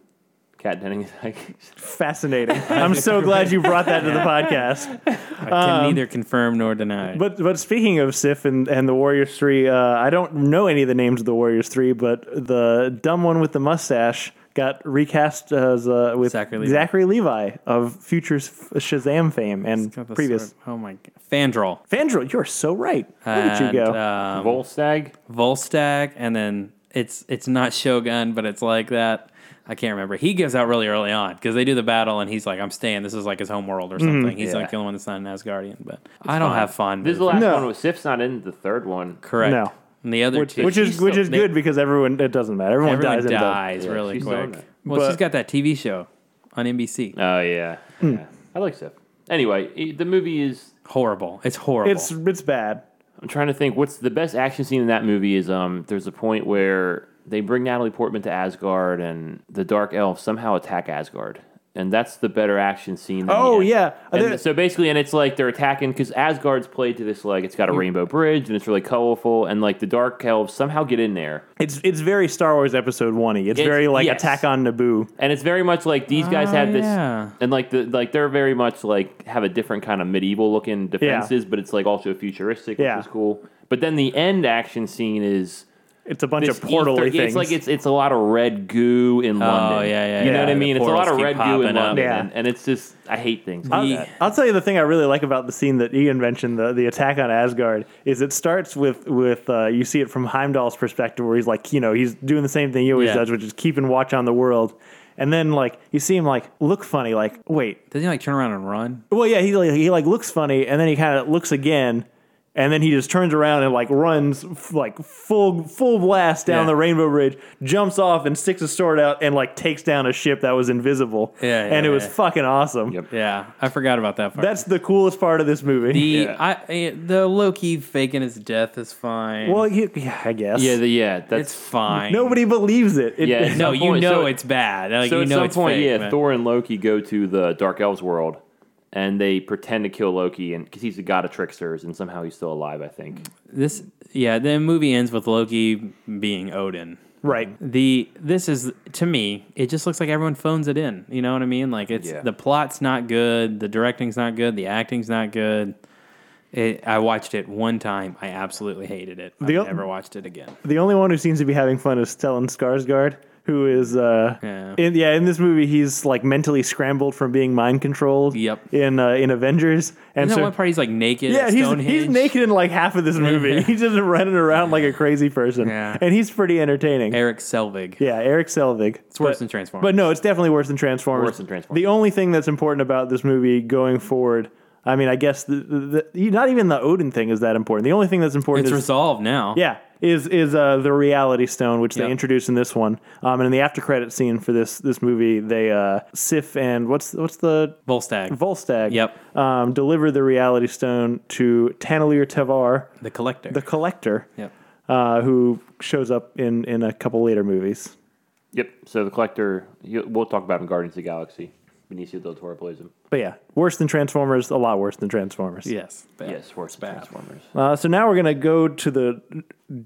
Speaker 2: Cat Dennings. sidekicks.
Speaker 1: Fascinating. I'm so glad you brought that to the podcast.
Speaker 3: I can neither confirm nor deny.
Speaker 1: Um, But but speaking of Sif and, and the Warriors Three, uh, I don't know any of the names of the Warriors Three, but the dumb one with the mustache got recast as uh, with
Speaker 3: Zachary Levi.
Speaker 1: Levi of Future's Shazam fame and
Speaker 3: Got the
Speaker 1: previous.
Speaker 3: sword. Oh my god, Fandral.
Speaker 1: Fandral, you're so right. Where did you
Speaker 3: and,
Speaker 1: go?
Speaker 3: Um,
Speaker 2: Volstagg.
Speaker 3: Volstagg, and then it's it's not Shogun, but it's like that. I can't remember. He gives out really early on because they do the battle, and he's like, "I'm staying." This is like his home world or
Speaker 1: Mm-hmm.
Speaker 3: something. he's
Speaker 2: yeah.
Speaker 3: like the only one that's not an Asgardian, but I don't have fun.
Speaker 2: This is the last
Speaker 1: No.
Speaker 2: one. With Sif's not in the third one.
Speaker 3: correct.
Speaker 1: No.
Speaker 3: and the other two,
Speaker 1: which is
Speaker 3: she's
Speaker 1: which
Speaker 3: still-
Speaker 1: is
Speaker 3: they-
Speaker 1: good because everyone it doesn't matter. Everyone,
Speaker 3: Everyone
Speaker 1: dies. in the-
Speaker 3: dies
Speaker 2: Yeah,
Speaker 3: really
Speaker 2: she's still in
Speaker 3: quick.
Speaker 2: it.
Speaker 3: Well,
Speaker 1: But-
Speaker 3: she's got that TV show on NBC.
Speaker 2: Oh yeah.
Speaker 1: Hmm.
Speaker 2: yeah. I like Sif. Anyway, i- the movie is.
Speaker 3: horrible. It's horrible.
Speaker 1: It's it's bad.
Speaker 2: I'm trying to think. What's the best action scene in that movie? Is um, there's a point where they bring Natalie Portman to Asgard, and the Dark Elves somehow attack Asgard, and that's the better action scene. than
Speaker 1: Oh
Speaker 2: the-
Speaker 1: yeah,
Speaker 2: And
Speaker 1: There-
Speaker 2: so basically, and it's like they're attacking because Asgard's played to this like it's
Speaker 1: Hmm.
Speaker 2: got a rainbow bridge and it's really colorful, and like the Dark Elves somehow get in there,
Speaker 1: it's it's very Star Wars Episode One. It's,
Speaker 2: It's-
Speaker 1: very like
Speaker 2: yes.
Speaker 1: Attack on Naboo.
Speaker 2: and it's very much like these guys
Speaker 3: Ah,
Speaker 2: have this,
Speaker 3: yeah.
Speaker 2: and like the like they're very much like have a different kind of medieval looking defenses, but it's like also futuristic,
Speaker 1: Yeah.
Speaker 2: which is cool. But then the end action scene is
Speaker 1: It's a bunch
Speaker 2: this
Speaker 1: of portally
Speaker 2: ether-
Speaker 1: things.
Speaker 2: It's like it's it's a lot of red goo in London.
Speaker 3: Oh, yeah, yeah,
Speaker 2: you know
Speaker 1: yeah.
Speaker 2: what I
Speaker 1: The
Speaker 2: mean. It's a lot
Speaker 3: portals
Speaker 2: of
Speaker 3: keep
Speaker 2: red goo in
Speaker 3: popping up.
Speaker 2: London,
Speaker 1: Yeah.
Speaker 2: and, and it's just I hate things.
Speaker 1: I'll,
Speaker 2: Like that.
Speaker 1: I'll tell you the thing I really like about the scene that Ian mentioned, the, the attack on Asgard, is it starts with with uh, you see it from Heimdall's perspective, where he's like, you know, he's doing the same thing he always
Speaker 3: Yeah.
Speaker 1: does, which is keeping watch on the world. And then like you see him like look funny, like wait,
Speaker 3: Doesn't he like turn around and run?
Speaker 1: well yeah, he like, he like looks funny, and then he kind of looks again. And then he just turns around and like runs f- like full full blast down
Speaker 3: Yeah.
Speaker 1: the Rainbow Bridge, jumps off and sticks his sword out and like takes down a ship that was invisible.
Speaker 3: Yeah, yeah,
Speaker 1: and it was
Speaker 3: yeah.
Speaker 1: fucking awesome.
Speaker 2: Yep.
Speaker 3: Yeah, I forgot about that part.
Speaker 1: That's the coolest part of this movie.
Speaker 3: the
Speaker 2: Yeah.
Speaker 3: I, eh, the Loki faking his death is fine.
Speaker 1: Well, you, yeah, I guess.
Speaker 2: Yeah, the, yeah, that's
Speaker 3: it's fine.
Speaker 1: Nobody believes it. It-
Speaker 2: Yeah.
Speaker 3: no,
Speaker 2: At some
Speaker 3: you
Speaker 2: point-
Speaker 3: know
Speaker 2: so-
Speaker 3: it's bad. Like,
Speaker 2: So
Speaker 3: you
Speaker 2: at
Speaker 3: know
Speaker 2: some
Speaker 3: it's
Speaker 2: point,
Speaker 3: fake,
Speaker 2: yeah,
Speaker 3: but-
Speaker 2: Thor and Loki go to the Dark Elves world, and they pretend to kill Loki, and because he's the god of tricksters, and somehow he's still alive. I think.
Speaker 3: This, yeah, the movie ends with Loki being Odin.
Speaker 1: Right.
Speaker 3: The this is to me, it just looks like everyone phones it in. You know what I mean? Like it's
Speaker 2: Yeah.
Speaker 3: the plot's not good, the directing's not good, the acting's not good. It, I watched it one time. I absolutely hated it. I
Speaker 1: The o-
Speaker 3: never watched it again.
Speaker 1: The only one who seems to be having fun is Stellan Skarsgård, who is, uh,
Speaker 3: Yeah.
Speaker 1: In, yeah, in this movie, he's like mentally scrambled from being mind controlled.
Speaker 3: Yep.
Speaker 1: In uh, in Avengers, and
Speaker 3: And that
Speaker 1: so
Speaker 3: one part he's like naked.
Speaker 1: yeah,
Speaker 3: at
Speaker 1: he's he's
Speaker 3: Stonehenge?
Speaker 1: naked in like half of this movie. he's just running around like a crazy person.
Speaker 3: Yeah.
Speaker 1: And he's pretty entertaining.
Speaker 3: Eric Selvig.
Speaker 1: yeah, Eric Selvig.
Speaker 3: It's worse than Transformers.
Speaker 1: But no, it's definitely worse than Transformers.
Speaker 2: Worse than Transformers.
Speaker 1: The only thing that's important about this movie going forward, I mean, I guess the, the, the, not even the Odin thing is that important. The only thing that's important
Speaker 3: it's
Speaker 1: is
Speaker 3: resolved now.
Speaker 1: yeah, is is uh, the Reality Stone, which they
Speaker 3: Yep.
Speaker 1: introduced in this one. Um, and in the after credit scene for this this movie, they uh, Sif and what's what's the
Speaker 3: Volstagg,
Speaker 1: Volstagg?
Speaker 3: Yep.
Speaker 1: Um, deliver the Reality Stone to Tanelier Tevar,
Speaker 3: the collector.
Speaker 1: the Collector,
Speaker 3: yep.
Speaker 1: uh, who shows up in in a couple later movies.
Speaker 2: Yep. So the collector, you- we'll talk about him in Guardians of the Galaxy. Benicio del Toro plays him.
Speaker 1: But yeah, worse than Transformers, a lot worse than Transformers.
Speaker 3: Yes. bad.
Speaker 2: Yes, worse than Transformers.
Speaker 1: Uh, so now we're going to go to the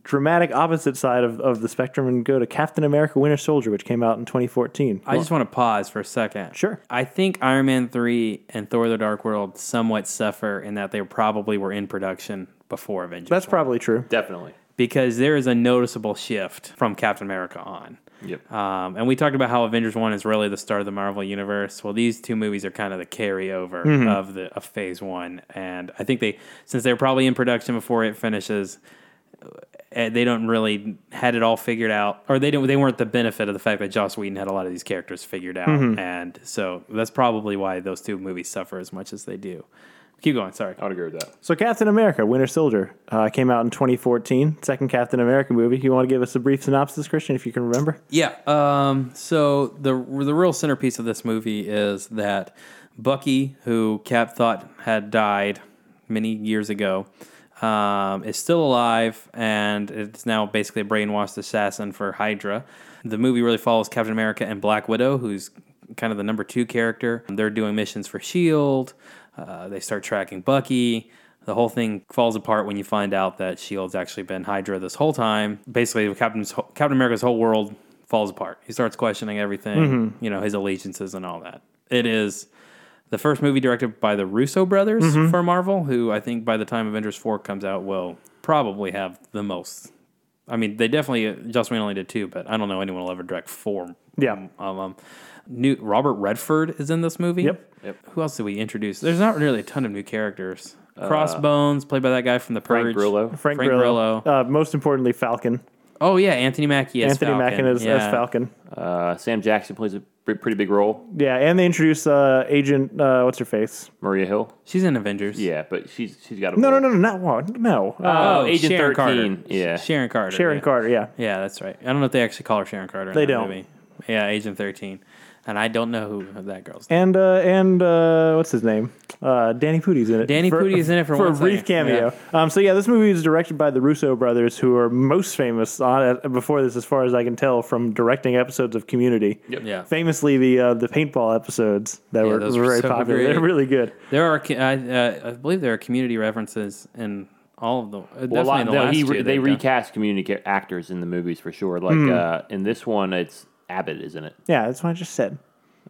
Speaker 1: dramatic opposite side of, of the spectrum and go to Captain America Winter Soldier, which came out in 2014.
Speaker 3: I just want to pause for a second.
Speaker 1: Sure.
Speaker 3: I think Iron Man 3 and Thor the Dark World somewhat suffer in that they probably were in production before Avengers
Speaker 1: That's probably true.
Speaker 2: Definitely.
Speaker 3: because there is a noticeable shift from Captain America on.
Speaker 2: Yep.
Speaker 3: Um, and we talked about how Avengers One is really the start of the Marvel Universe. Well, these two movies are kind of the carryover of the of Phase One, and I think they, since they're probably in production before it finishes, eh, they don't really had it all figured out, or they didn't. They weren't the benefit of the fact that Joss Whedon had a lot of these characters figured out, and so that's probably why those two movies suffer as much as they do. Keep going. Sorry.
Speaker 2: I would agree with that.
Speaker 1: So Captain America Winter Soldier uh, came out in 2014, second Captain America movie. You want to give us a brief synopsis, Christian, if you can remember?
Speaker 3: Yeah. Um, so the the real centerpiece of this movie is that Bucky, who Cap thought had died many years ago, um, is still alive and is now basically a brainwashed assassin for Hydra. The movie really follows Captain America and Black Widow, who's kind of the number two character. They're doing missions for Shield. E Uh, they start tracking Bucky. The whole thing falls apart when you find out that Shield's actually been Hydra this whole time. Basically, Captain's whole- Captain America's whole world falls apart. He starts questioning everything, you know, his allegiances and all that. It is the first movie directed by the Russo brothers for Marvel, who I think by the time Avengers 4 comes out will probably have the most. I mean, they definitely, Joss Whedon only did two, but I don't know anyone will ever direct four.
Speaker 1: Yeah.
Speaker 3: Um, um, new Robert Redford is in this movie.
Speaker 1: Yep.
Speaker 2: Yep.
Speaker 3: Who else did we introduce? There's not really a ton of new characters. Crossbones, played by that guy from The Purge.
Speaker 2: Frank Grillo.
Speaker 1: Frank,
Speaker 3: Frank
Speaker 1: Grillo.
Speaker 3: Grillo.
Speaker 1: Uh, most importantly, Falcon.
Speaker 3: Oh yeah, Anthony Mackie as
Speaker 1: Anthony
Speaker 3: Falcon.
Speaker 1: Mackin as, as
Speaker 3: Yeah.
Speaker 1: Falcon.
Speaker 2: Uh, Sam Jackson plays a pre- pretty big role.
Speaker 1: Yeah, and they introduce uh, Agent. Uh, what's her face?
Speaker 2: Maria Hill.
Speaker 3: She's in Avengers.
Speaker 1: Uh,
Speaker 2: Yeah, but she's she's got a
Speaker 1: No, no, no, no, not one. No, uh,
Speaker 2: Oh, Agent
Speaker 3: Sharon
Speaker 2: 13.
Speaker 3: Carter.
Speaker 2: Yeah.
Speaker 3: Sharon Carter.
Speaker 1: Sharon
Speaker 3: yeah.
Speaker 1: Carter. Yeah,
Speaker 3: Yeah, that's right. I don't know if they actually call her Sharon Carter. In
Speaker 1: They
Speaker 3: that
Speaker 1: don't.
Speaker 3: Movie. Yeah, Agent Thirteen, and I don't know who that girl's.
Speaker 1: and uh, and uh, what's his name? Uh, Danny Pooty's in it.
Speaker 3: Danny
Speaker 1: For-
Speaker 3: Pudi is in it for
Speaker 1: a
Speaker 3: one
Speaker 1: brief
Speaker 3: second.
Speaker 1: cameo. Um, so yeah, this movie is directed by the Russo brothers, who are most famous on before this, as far as I can tell, from directing episodes of Community.
Speaker 2: Yep.
Speaker 3: Yeah,
Speaker 1: Famously, the uh, the paintball episodes that were,
Speaker 3: those
Speaker 1: were
Speaker 3: were
Speaker 1: very
Speaker 3: so
Speaker 1: popular.
Speaker 3: great.
Speaker 1: They're really good.
Speaker 3: there are. co- I, uh, I believe there are community references in all of them. Uh,
Speaker 2: Well, a
Speaker 3: definitely
Speaker 2: lot,
Speaker 3: in the
Speaker 2: no,
Speaker 3: last
Speaker 2: he,
Speaker 3: two
Speaker 2: re- they
Speaker 3: they've done.
Speaker 2: recast community ca- actors in the movies for sure. Like
Speaker 1: Hmm.
Speaker 2: uh, in this one, it's Abbott, isn't it?
Speaker 1: Yeah, that's what I just said.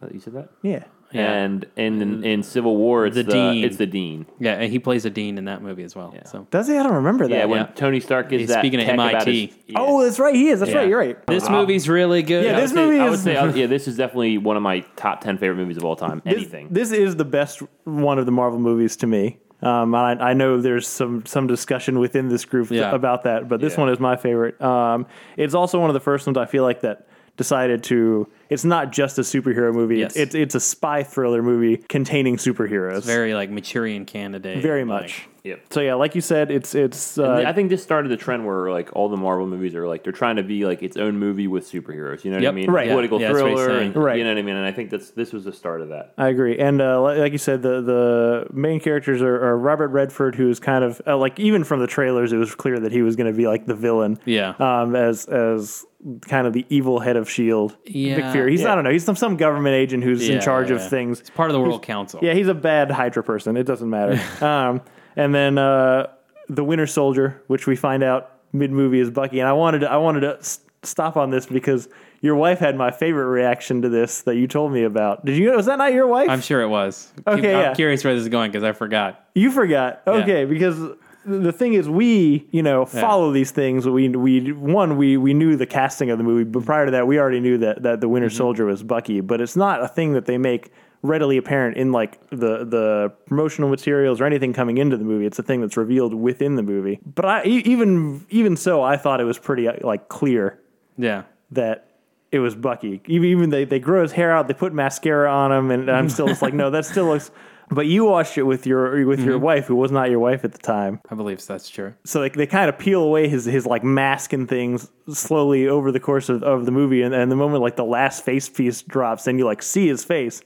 Speaker 2: Uh, You said that.
Speaker 1: Yeah.
Speaker 3: Yeah.
Speaker 2: And in, in Civil War, it's
Speaker 3: The
Speaker 2: the,
Speaker 3: Dean.
Speaker 2: It's the Dean.
Speaker 3: Yeah, and he plays a dean in that movie as well. So.
Speaker 1: Does he? I don't remember that.
Speaker 2: Yeah, when
Speaker 3: Yeah.
Speaker 2: Tony Stark is
Speaker 3: He's
Speaker 2: that
Speaker 3: speaking of
Speaker 2: tech about
Speaker 3: MIT.
Speaker 2: his-
Speaker 1: Oh, that's right. He is. That's
Speaker 3: Yeah.
Speaker 1: right. You're right.
Speaker 3: This movie's really good.
Speaker 1: Um, Yeah,
Speaker 2: I would
Speaker 1: this
Speaker 2: say-
Speaker 1: movie
Speaker 2: I would
Speaker 1: is-
Speaker 2: say, uh, yeah, this is definitely one of my top ten favorite movies of all time.
Speaker 1: This-
Speaker 2: Anything.
Speaker 1: This, is the best one of the Marvel movies to me. Um, I, I know there's some some discussion within this group
Speaker 3: Yeah.
Speaker 1: about that, but this
Speaker 2: Yeah.
Speaker 1: one is my favorite. Um, it's also one of the first ones I feel like that decided to. It's not just a superhero movie.
Speaker 3: Yes.
Speaker 1: It's it's a spy thriller movie containing superheroes.
Speaker 3: very like Maturian candidate.
Speaker 1: Very
Speaker 3: like-
Speaker 1: much.
Speaker 2: Yep.
Speaker 1: So yeah, like you said, it's it's uh,
Speaker 2: I think this started the trend where like all the Marvel movies are like they're trying to be like its own movie with superheroes. You know what
Speaker 3: Yep.
Speaker 2: I mean?
Speaker 1: Right. Yeah.
Speaker 2: Political
Speaker 3: Yeah, that's what he's
Speaker 2: thriller.
Speaker 3: saying.
Speaker 2: And,
Speaker 1: Right.
Speaker 2: You know what I mean? And I think that's this was the start of that.
Speaker 1: I agree. And uh, li- like you said, the the main characters are, are Robert Redford, who is kind of uh, like even from the trailers, it was clear that he was going to be like the villain.
Speaker 3: Yeah.
Speaker 1: Um, as as kind of the evil head of Shield. E Big
Speaker 3: Yeah.
Speaker 1: Fury. He's I
Speaker 2: Yeah.
Speaker 1: don't know. He's some some government agent who's
Speaker 3: Yeah,
Speaker 1: in charge
Speaker 3: yeah,
Speaker 1: of
Speaker 3: yeah.
Speaker 1: things.
Speaker 3: It's part of the World Council.
Speaker 1: Yeah, he's a bad Hydra person. It doesn't matter. um, and then uh, the Winter Soldier, which we find out mid movie is Bucky. And I wanted to, I wanted to s- stop on this because your wife had my favorite reaction to this that you told me about. Did you? Was that not your wife?
Speaker 3: I'm sure it was.
Speaker 1: Okay,
Speaker 3: I'm
Speaker 1: yeah.
Speaker 3: curious where this is going because I forgot.
Speaker 1: You forgot. Okay, because th- the thing is, we you know follow these things. We we one we we knew the casting of the movie, but prior to that, we already knew that that the Winter Soldier was Bucky. But it's not a thing that they make readily apparent in like the the promotional materials or anything coming into the movie. It's a thing that's revealed within the movie. But I e- even even so, I thought it was pretty uh, like clear
Speaker 3: Yeah.
Speaker 1: that. It was Bucky. Even, even they, they grow his hair out, they put mascara on him, and I'm still just like, no, that still looks. But you watched it with your with your wife, who was not your wife at the time.
Speaker 3: I believe so, that's true.
Speaker 1: So like they kind of peel away his his like mask and things slowly over the course of, of the movie, and, and the moment like the last face piece drops, and you like see his face.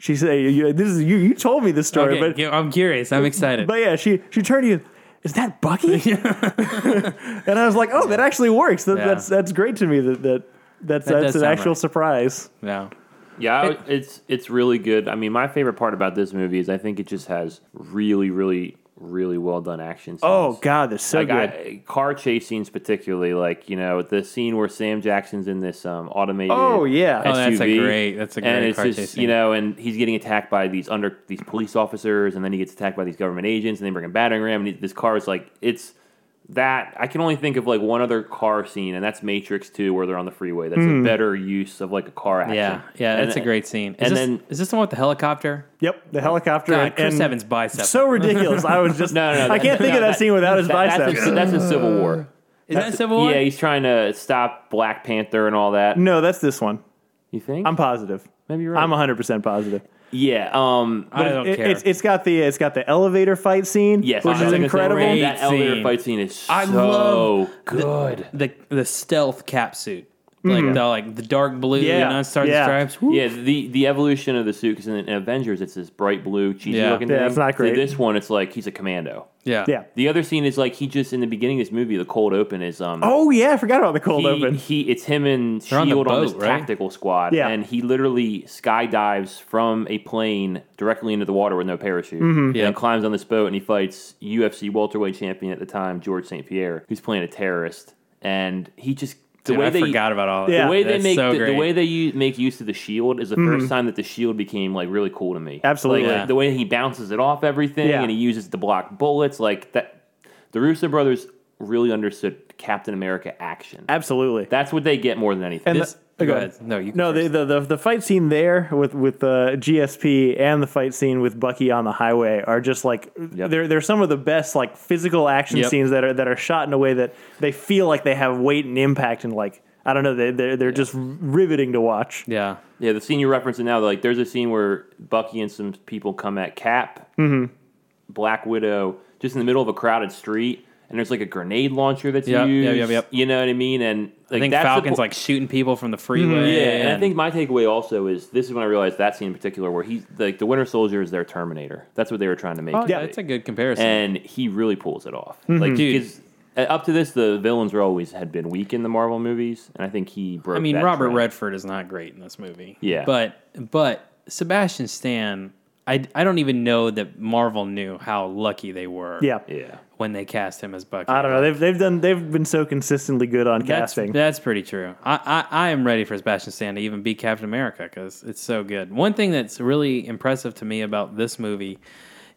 Speaker 1: She say, you, "This is you. You told me this story,
Speaker 3: Okay,
Speaker 1: but
Speaker 3: gi- I'm curious. I'm excited.
Speaker 1: but yeah, she she turned to you. Is that Bucky? and I was like, oh, that actually works. That,
Speaker 3: Yeah.
Speaker 1: That's that's great to me. That that that's
Speaker 3: That
Speaker 1: that's
Speaker 3: does
Speaker 1: an
Speaker 3: sound
Speaker 1: actual
Speaker 3: right.
Speaker 1: surprise.
Speaker 3: yeah.
Speaker 2: Yeah, I- it's it's really good. I mean, my favorite part about this movie is I think it just has really, really, really well done action. Scenes.
Speaker 1: Oh God, that's so
Speaker 2: like
Speaker 1: good.
Speaker 2: I, car chase scenes, particularly like you know the scene where Sam Jackson's in this um, automated.
Speaker 1: Oh, yeah.
Speaker 2: SUV,
Speaker 1: Oh,
Speaker 3: that's a great- that's a
Speaker 2: and
Speaker 3: great
Speaker 2: it's
Speaker 3: car
Speaker 2: just,
Speaker 3: chase
Speaker 2: You
Speaker 3: scene.
Speaker 2: know, and he's getting attacked by these under these police officers, and then he gets attacked by these government agents, and they bring a battering ram, and he, this car is like it's that I can only think of like one other car scene, and that's Matrix Two, where they're on the freeway. That's
Speaker 1: Hmm.
Speaker 2: a better use of like a car action.
Speaker 3: Yeah, yeah,
Speaker 2: And
Speaker 3: that's a
Speaker 2: then-
Speaker 3: great scene. Is
Speaker 2: and
Speaker 3: this,
Speaker 2: then-
Speaker 3: is this the one with the helicopter?
Speaker 1: yep, the helicopter.
Speaker 3: God,
Speaker 1: and-
Speaker 3: Chris
Speaker 1: and
Speaker 3: Evans' bicep.
Speaker 1: So ridiculous. I was just
Speaker 2: No, no, no
Speaker 1: I can't
Speaker 2: no,
Speaker 1: think of that, scene without his
Speaker 2: that- that's in-
Speaker 1: biceps.
Speaker 2: That's in Civil War.
Speaker 3: is that Civil War?
Speaker 2: Yeah, he's trying to stop Black Panther and all that.
Speaker 1: no, that's this one.
Speaker 2: You think?
Speaker 1: Hmm. I'm positive.
Speaker 2: Maybe you're right.
Speaker 1: I'm 100 percent positive.
Speaker 2: yeah. Um.
Speaker 3: I don't
Speaker 1: It-
Speaker 3: care.
Speaker 1: it's- it's got the it's got the elevator fight scene,
Speaker 2: Yes,
Speaker 1: which
Speaker 2: I
Speaker 1: is
Speaker 2: was gonna say,
Speaker 1: incredible.
Speaker 3: great
Speaker 2: That elevator
Speaker 3: scene.
Speaker 2: fight scene is so
Speaker 3: I love
Speaker 2: good.
Speaker 3: the the stealth cap suit, like the like the dark blue,
Speaker 1: Mm-hmm. Yeah,
Speaker 3: yeah. non-stars
Speaker 1: yeah.
Speaker 3: stripes. Woo.
Speaker 2: yeah, the, the evolution of the suit because in, in Avengers it's this bright blue, cheesy
Speaker 3: Yeah.
Speaker 2: looking
Speaker 1: Yeah,
Speaker 2: thing.
Speaker 1: it's not
Speaker 2: To
Speaker 1: great.
Speaker 2: this one, it's like he's a commando.
Speaker 3: yeah,
Speaker 1: yeah.
Speaker 2: The other scene is like he just in the beginning of this movie, the cold open is um.
Speaker 1: Oh yeah, I forgot about the cold
Speaker 2: he,
Speaker 1: open.
Speaker 2: He, it's him and
Speaker 3: on the
Speaker 2: Shield E on, this
Speaker 3: boat, right?
Speaker 2: tactical squad,
Speaker 1: Yeah.
Speaker 2: and he literally skydives from a plane directly into the water with no parachute,
Speaker 1: Mm-hmm.
Speaker 2: and
Speaker 3: Yeah.
Speaker 2: climbs on this boat and he fights UFC welterweight champion at the time George St Pierre, who's playing a terrorist, and he just the
Speaker 3: Dude,
Speaker 2: way
Speaker 3: I
Speaker 2: they
Speaker 3: forgot about all that.
Speaker 1: Yeah.
Speaker 2: the way they
Speaker 3: That's
Speaker 2: make
Speaker 3: so
Speaker 2: the, the
Speaker 3: great.
Speaker 2: way they u- make use of the shield is the first time that the shield became like really cool to me.
Speaker 1: Mm-hmm. Absolutely.
Speaker 2: Like,
Speaker 3: Yeah.
Speaker 2: the way he bounces it off everything
Speaker 1: Yeah.
Speaker 2: and he uses it to block bullets like that. The Russo brothers really understood Captain America action.
Speaker 1: Absolutely.
Speaker 2: That's what they get more than anything.
Speaker 1: And
Speaker 2: This-
Speaker 1: the-
Speaker 3: go ahead. No, you.
Speaker 1: No, the, the the the fight scene there with with uh, GSP and the fight scene with Bucky on the highway are just like they're they're some of the best like physical action
Speaker 3: Yep.
Speaker 1: scenes that are that are shot in a way that they feel like they have weight and impact and like I don't know they they're, they're just riveting to watch.
Speaker 3: yeah,
Speaker 2: yeah, the scene you're referencing now, like there's a scene where Bucky and some people come at Cap,
Speaker 3: Mm-hmm.
Speaker 2: Black Widow, just in the middle of a crowded street, and there's like a grenade launcher that's
Speaker 3: Yep,
Speaker 2: used.
Speaker 3: yep, yep, yep.
Speaker 2: You know what I mean? And like,
Speaker 3: I think
Speaker 2: that's the
Speaker 3: Falcon's
Speaker 2: po-
Speaker 3: like shooting people from the freeway.
Speaker 2: Yeah, and I think my takeaway also is this is when I realized that scene in particular where he's like the Winter Soldier is their Terminator. That's what they were trying to make.
Speaker 3: oh,
Speaker 2: it
Speaker 3: yeah,
Speaker 2: be.
Speaker 3: it's a good comparison.
Speaker 2: and he really pulls it off. Like
Speaker 3: Dude.
Speaker 2: because uh, up to this, the villains were always had been weak in the Marvel movies, and I think he broke.
Speaker 3: I mean,
Speaker 2: that
Speaker 3: Robert
Speaker 2: trend.
Speaker 3: Redford is not great in this movie.
Speaker 2: Yeah.
Speaker 3: but but Sebastian Stan, I I don't even know that Marvel knew how lucky they were.
Speaker 1: Yeah.
Speaker 2: Yeah,
Speaker 3: when they cast him as Bucky.
Speaker 1: I don't know. They've they've done they've been so consistently good on
Speaker 3: That's,
Speaker 1: casting.
Speaker 3: that's pretty true. I, I, I am ready for Sebastian Stan to even be Captain America because it's so good. One thing that's really impressive to me about this movie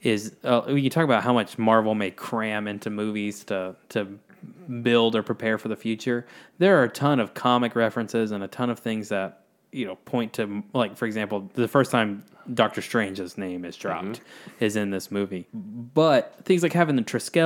Speaker 3: is uh, you talk about how much Marvel may cram into movies to to build or prepare for the future. There are a ton of comic references and a ton of things that you know point to like for example the first time doctor strange's name is dropped
Speaker 2: Mm-hmm.
Speaker 3: is in this movie but things like having the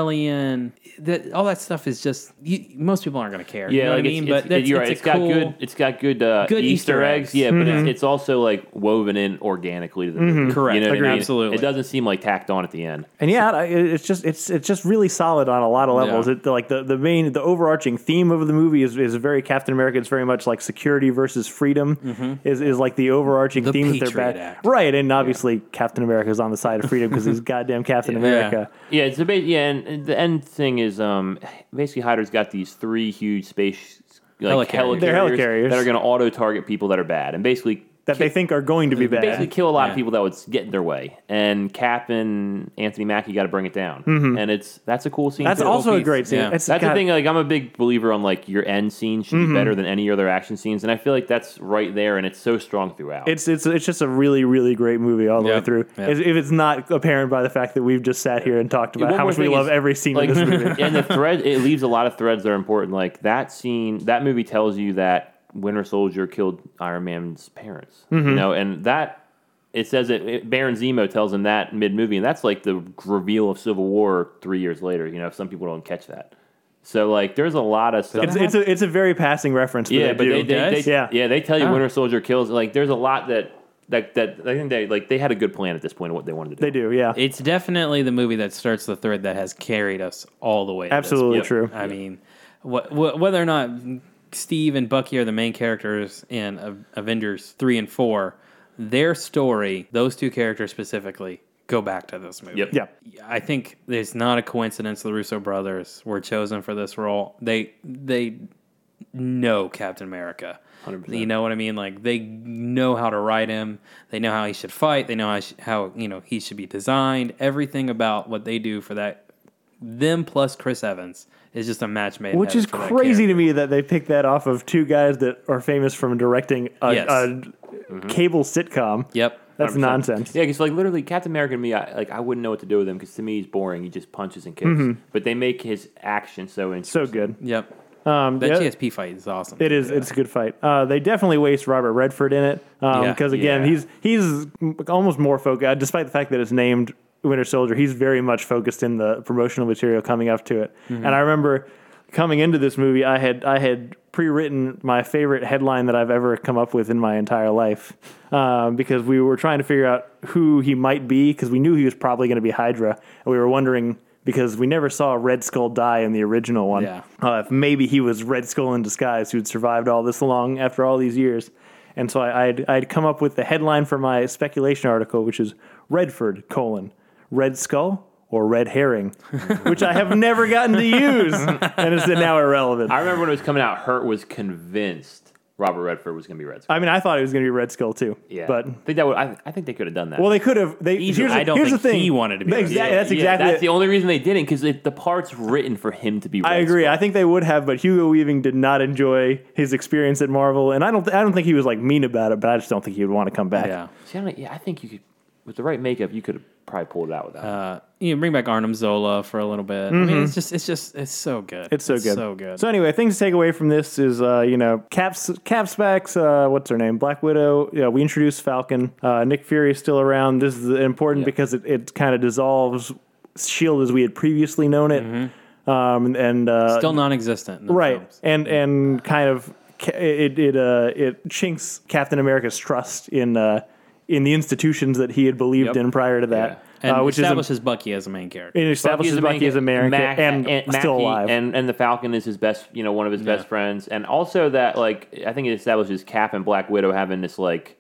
Speaker 3: triskelion that all that stuff is just you, most people aren't going to care
Speaker 2: yeah.
Speaker 3: you know
Speaker 2: like
Speaker 3: what i
Speaker 2: it's-
Speaker 3: mean
Speaker 2: it's,
Speaker 3: but that's,
Speaker 2: you're
Speaker 3: it's
Speaker 2: right.
Speaker 3: a
Speaker 2: It's got
Speaker 3: cool,
Speaker 2: good. It's got good, uh,
Speaker 3: Good
Speaker 2: Easter
Speaker 3: Easter
Speaker 2: eggs.
Speaker 3: eggs.
Speaker 2: Yeah, but it's, it's also like woven in organically to the movie.
Speaker 3: Correct.
Speaker 2: You know what I
Speaker 3: Agreed.
Speaker 2: mean?
Speaker 3: Absolutely.
Speaker 2: It doesn't seem like tacked on at the end.
Speaker 1: And yeah, I- it's just it's it's just really solid on a lot of levels.
Speaker 3: Yeah.
Speaker 1: It like the, the main the overarching theme of the movie is, is very Captain America. It's very much like security versus freedom
Speaker 2: Mm-hmm.
Speaker 1: is, is like the overarching
Speaker 3: The
Speaker 1: theme that they're
Speaker 3: Patriot
Speaker 1: back
Speaker 3: Act.
Speaker 1: right. And obviously Captain America is on the side of freedom because he's goddamn Captain America.
Speaker 2: Yeah, it's a bit. Yeah, and- and the end thing is um basically Hyder's got these three huge space
Speaker 3: Helicarriers.
Speaker 2: like helicarriers,
Speaker 1: They're helicarriers.
Speaker 2: that are going to auto target people that are bad and basically
Speaker 1: That they think are going to be
Speaker 2: they basically
Speaker 1: bad.
Speaker 2: kill a lot of
Speaker 3: Yeah.
Speaker 2: people that would s- get in their way. And Cap and Anthony Mackie got to bring it down. And it's that's a cool scene.
Speaker 1: That's
Speaker 2: too.
Speaker 1: also a
Speaker 3: piece.
Speaker 1: great scene.
Speaker 3: Yeah.
Speaker 1: It's
Speaker 2: That's
Speaker 1: got-
Speaker 2: the thing. Like, I'm a big believer on like your end scene should
Speaker 1: Mm-hmm.
Speaker 2: be better than any other action scenes, and I feel like that's right there, and it's so strong throughout.
Speaker 1: It's it's it's just a really really great movie all the way
Speaker 3: Yep.
Speaker 1: through.
Speaker 3: Yep.
Speaker 1: If- If it's not apparent by the fact that we've just sat here and talked about
Speaker 2: One
Speaker 1: how
Speaker 2: more
Speaker 1: much we
Speaker 2: thing
Speaker 1: love
Speaker 2: is,
Speaker 1: every scene
Speaker 2: like,
Speaker 1: of this movie.
Speaker 2: and the thread it leaves a lot of threads that are important. Like that scene, that movie tells you that Winter Soldier killed Iron Man's parents.
Speaker 1: Mm-hmm.
Speaker 2: You know, and that it says it, it- Baron Zemo tells him that mid movie, and that's like the reveal of Civil War three years later. You know, some people don't catch that. So like, there's a lot of stuff.
Speaker 1: It's, it's a it's a very passing reference. But
Speaker 2: yeah,
Speaker 1: they
Speaker 2: but
Speaker 1: do.
Speaker 2: they, they,
Speaker 3: Guys?
Speaker 2: they-
Speaker 1: Yeah.
Speaker 2: yeah, they tell you
Speaker 3: Ah.
Speaker 2: Winter Soldier kills. Like, there's a lot that Like that, I think they like they had a good plan at this point of what they wanted to do.
Speaker 1: They do, yeah.
Speaker 3: It's definitely the movie that starts the thread that has carried us all the way. to this
Speaker 1: Absolutely
Speaker 2: Yep.
Speaker 1: true.
Speaker 3: I mean, wh- wh- whether or not Steve and Bucky are the main characters in A- Avengers 3 and 4, their story, those two characters specifically, go back to this movie.
Speaker 2: Yep.
Speaker 1: Yeah.
Speaker 3: I think it's not a coincidence the Russo brothers were chosen for this role. They they know Captain America.
Speaker 2: 100%.
Speaker 3: You know what I mean? Like they know how to write him. They know how he should fight. They know how, sh- how you know he should be designed. Everything about what they do for that them plus Chris Evans is just a match made. in
Speaker 1: Which
Speaker 3: heaven
Speaker 1: is
Speaker 3: for that
Speaker 1: crazy
Speaker 3: character.
Speaker 1: to me that they picked that off of two guys that are famous from directing a,
Speaker 3: Yes. Mm-hmm.
Speaker 1: a cable sitcom.
Speaker 3: Yep.
Speaker 1: That's
Speaker 2: 100%.
Speaker 1: nonsense.
Speaker 2: Yeah, because like literally, Captain America and me, I, like I wouldn't know what to do with him because to me he's boring. He just punches and kicks. But they make his action so interesting.
Speaker 1: Mm-hmm. So good.
Speaker 3: Yep.
Speaker 1: Um,
Speaker 3: That
Speaker 1: yeah,
Speaker 3: GSP fight is awesome.
Speaker 1: it is. It's a good fight. Uh, they definitely waste Robert Redford in it
Speaker 3: Yeah.
Speaker 1: because again,
Speaker 2: Yeah.
Speaker 1: he's he's almost more focused. uh, Despite the fact that it's named Winter Soldier, he's very much focused in the promotional material coming up to it.
Speaker 3: Mm-hmm.
Speaker 1: And I remember coming into this movie, I had I had pre-written my favorite headline that I've ever come up with in my entire life um, because we were trying to figure out who he might be because we knew he was probably going to be Hydra, and we were wondering. Because we never saw Red Skull die in the original one
Speaker 3: Yeah.
Speaker 1: uh, if maybe he was Red Skull in disguise who'd survived all this long after all these years. And so I, I'd, I'd come up with the headline for my speculation article, which is Redford, colon, Red Skull or Red Herring, which I have never gotten to use. And it's now irrelevant.
Speaker 2: I remember when it was coming out, Hurt was convinced Robert Redford was going to be Red Skull.
Speaker 1: I mean, I thought it was going to be Red Skull too.
Speaker 2: yeah,
Speaker 1: Uh, But,
Speaker 2: I think that would. I, I think they could have done that.
Speaker 1: well, they could have. They,
Speaker 3: Easy.
Speaker 1: here's the-
Speaker 3: I don't
Speaker 1: here's
Speaker 3: think
Speaker 1: the thing.
Speaker 3: he wanted to be Red
Speaker 1: Exactly,
Speaker 2: Yeah,
Speaker 1: That's
Speaker 2: yeah,
Speaker 1: exactly
Speaker 2: that's the only reason they didn't because the part's written for him to be. Red
Speaker 1: I agree. I think they would have, but Hugo Weaving did not enjoy his experience at Marvel, and I don't. I don't think he was like mean about it, but I just don't think he would want to come back.
Speaker 3: Yeah.
Speaker 2: Skull. See, I don't- yeah, I think you could with the right makeup, you could have probably pulled it out without.
Speaker 3: Uh, you know, bring back Arnim Zola for a little bit. I mean, it's just, it's just, it's so good.
Speaker 1: Mm-hmm. It's so good.
Speaker 3: So good.
Speaker 1: So anyway, things to take away from this is uh, you know Caps Caps backs. Uh, what's her name? Black Widow. Yeah, we introduced Falcon. Uh, Nick Fury is still around. This is important because it, it kind of dissolves Shield E as we had previously known it. Um, and uh,
Speaker 3: Still non-existent. in the
Speaker 1: right
Speaker 3: films.
Speaker 1: and and kind of ca- it it uh it chinks Captain America's trust in uh in the institutions that he had believed
Speaker 2: Yep.
Speaker 1: in prior to that,
Speaker 3: and
Speaker 1: uh, which is
Speaker 3: establishes Bucky as a main character.
Speaker 1: it establishes Bucky, as American
Speaker 2: Mac-
Speaker 1: and, still
Speaker 2: Mackie
Speaker 1: alive.
Speaker 2: and and the Falcon is his best, you know, one of his best friends, and also that like I think it establishes Cap and Black Widow having this like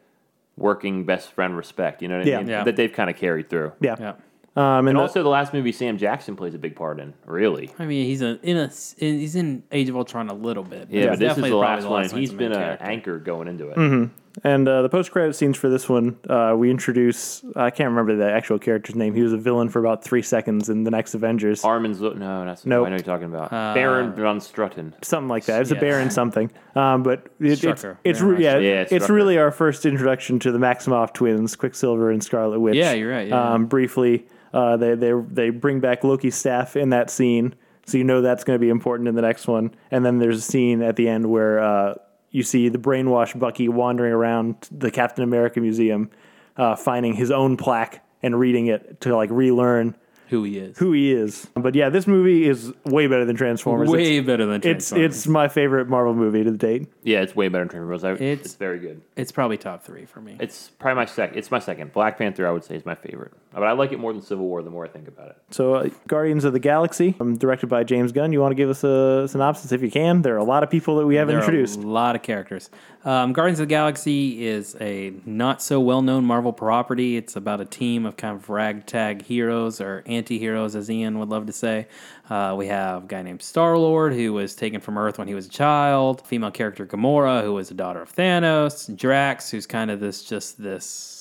Speaker 2: working best friend respect, you know what I
Speaker 1: Yeah.
Speaker 2: mean?
Speaker 3: Yeah.
Speaker 2: That they've kind of carried through.
Speaker 1: yeah.
Speaker 3: yeah.
Speaker 1: Um, and,
Speaker 2: And
Speaker 1: the-
Speaker 2: also the last movie Sam Jackson plays a big part in, really.
Speaker 3: I mean, he's a, in a s- in- he's in Age of Ultron a little bit. he's
Speaker 2: Yeah, but this is
Speaker 3: definitely
Speaker 2: the
Speaker 3: probably
Speaker 2: last one. and
Speaker 3: one's
Speaker 2: He's
Speaker 3: a
Speaker 2: been
Speaker 3: main
Speaker 2: an
Speaker 3: character.
Speaker 2: anchor going into it.
Speaker 1: Mm-hmm. And uh, the post-credit scenes for this one, uh, we introduce. I can't remember the actual character's name. He was a villain for about three seconds in the next Avengers,
Speaker 2: Armin's no, that's no.
Speaker 1: Nope.
Speaker 2: I know what you're talking about.
Speaker 3: Uh,
Speaker 2: Baron von Strutten.
Speaker 1: something like that. It's a
Speaker 3: Yes.
Speaker 1: Baron something. Um, but it, it's
Speaker 3: Strucker.
Speaker 1: it's
Speaker 3: Baron
Speaker 1: re- yeah,
Speaker 2: Yeah,
Speaker 1: it's,
Speaker 2: Strucker.
Speaker 1: really our first introduction to the Maximoff twins, Quicksilver and Scarlet Witch.
Speaker 3: Yeah, you're right, yeah.
Speaker 1: Um, briefly, uh, they they they bring back Loki's staff in that scene, so you know that's going to be important in the next one. And then there's a scene at the end where uh, you see the brainwashed Bucky wandering around the Captain America Museum, uh, finding his own plaque and reading it to like relearn
Speaker 3: Who he is?
Speaker 1: who he is. But yeah, this movie is way better than Transformers. It's-
Speaker 3: Way better than
Speaker 1: it's
Speaker 3: Transformers.
Speaker 1: it's my favorite Marvel movie to date.
Speaker 2: Yeah, it's way better than Transformers. I- It's,
Speaker 3: It's-
Speaker 2: very good.
Speaker 3: It's probably top three for me.
Speaker 2: It's probably my second. It's my second. Black Panther, I would say, is my favorite. But I like it more than Civil War. The more I think about it,
Speaker 1: So, uh, Guardians of the Galaxy, um, directed by James Gunn. You want to give us a synopsis if you can? There are a lot of people that we haven't
Speaker 3: There are
Speaker 1: introduced.
Speaker 3: a lot of characters. Um, Guardians of the Galaxy is a not so well known Marvel property. It's about a team of kind of ragtag heroes or anti heroes, as Ian would love to say. Uh, we have a guy named Star Lord, who was taken from Earth when he was a child, female character Gamora, who was a daughter of Thanos, Drax, who's kind of this just this.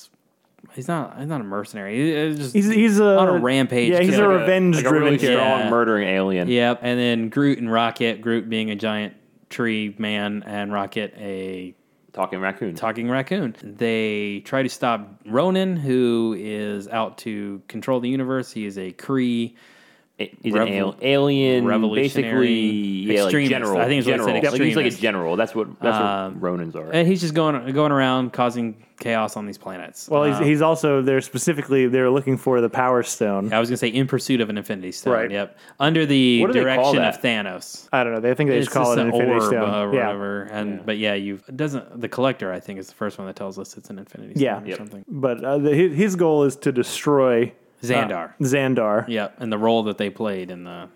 Speaker 3: He's not. He's not a mercenary. He- He's just
Speaker 1: He's, he's a,
Speaker 3: on a rampage
Speaker 1: Yeah, he's
Speaker 3: killer.
Speaker 1: a
Speaker 2: Like a-
Speaker 1: revenge
Speaker 2: like a
Speaker 1: driven
Speaker 2: really
Speaker 1: character.
Speaker 2: strong
Speaker 3: Yeah.
Speaker 2: murdering alien.
Speaker 3: Yep. And then Groot and Rocket. Groot being a giant tree man, and Rocket a
Speaker 2: talking raccoon.
Speaker 3: talking raccoon. They try to stop Ronan, who is out to control the universe. He is a Kree
Speaker 2: a- he's
Speaker 3: Revo-
Speaker 2: an al- alien,
Speaker 3: revolutionary
Speaker 2: basically yeah, like
Speaker 3: extremist.
Speaker 2: general.
Speaker 3: I think is what it
Speaker 2: general.
Speaker 3: said,
Speaker 2: Like, he's like a
Speaker 3: extremist.
Speaker 2: general. That's what that's
Speaker 3: Um,
Speaker 2: what Ronins are.
Speaker 3: And he's just going going around causing chaos on these planets.
Speaker 1: Well, he's,
Speaker 3: Um,
Speaker 1: he's also there specifically. They're looking for the Power Stone.
Speaker 3: I was gonna say in pursuit of an Infinity Stone.
Speaker 1: Right.
Speaker 3: Yep. Under the
Speaker 2: What do they call
Speaker 3: direction of
Speaker 2: that?
Speaker 3: Thanos.
Speaker 1: I don't know. They think they
Speaker 3: It's
Speaker 1: just call
Speaker 3: just
Speaker 1: it an
Speaker 3: an
Speaker 1: Infinity
Speaker 3: orb
Speaker 1: Stone.
Speaker 3: uh, or
Speaker 1: yeah.
Speaker 3: whatever. And but yeah, you have doesn't the collector I think is the first one that tells us it's an Infinity Stone
Speaker 1: Yeah.
Speaker 3: or
Speaker 1: Yep.
Speaker 3: something.
Speaker 1: But uh, the, his his goal is to destroy
Speaker 3: Xandar.
Speaker 1: Uh, Xandar.
Speaker 3: Yep. And the role that they played in the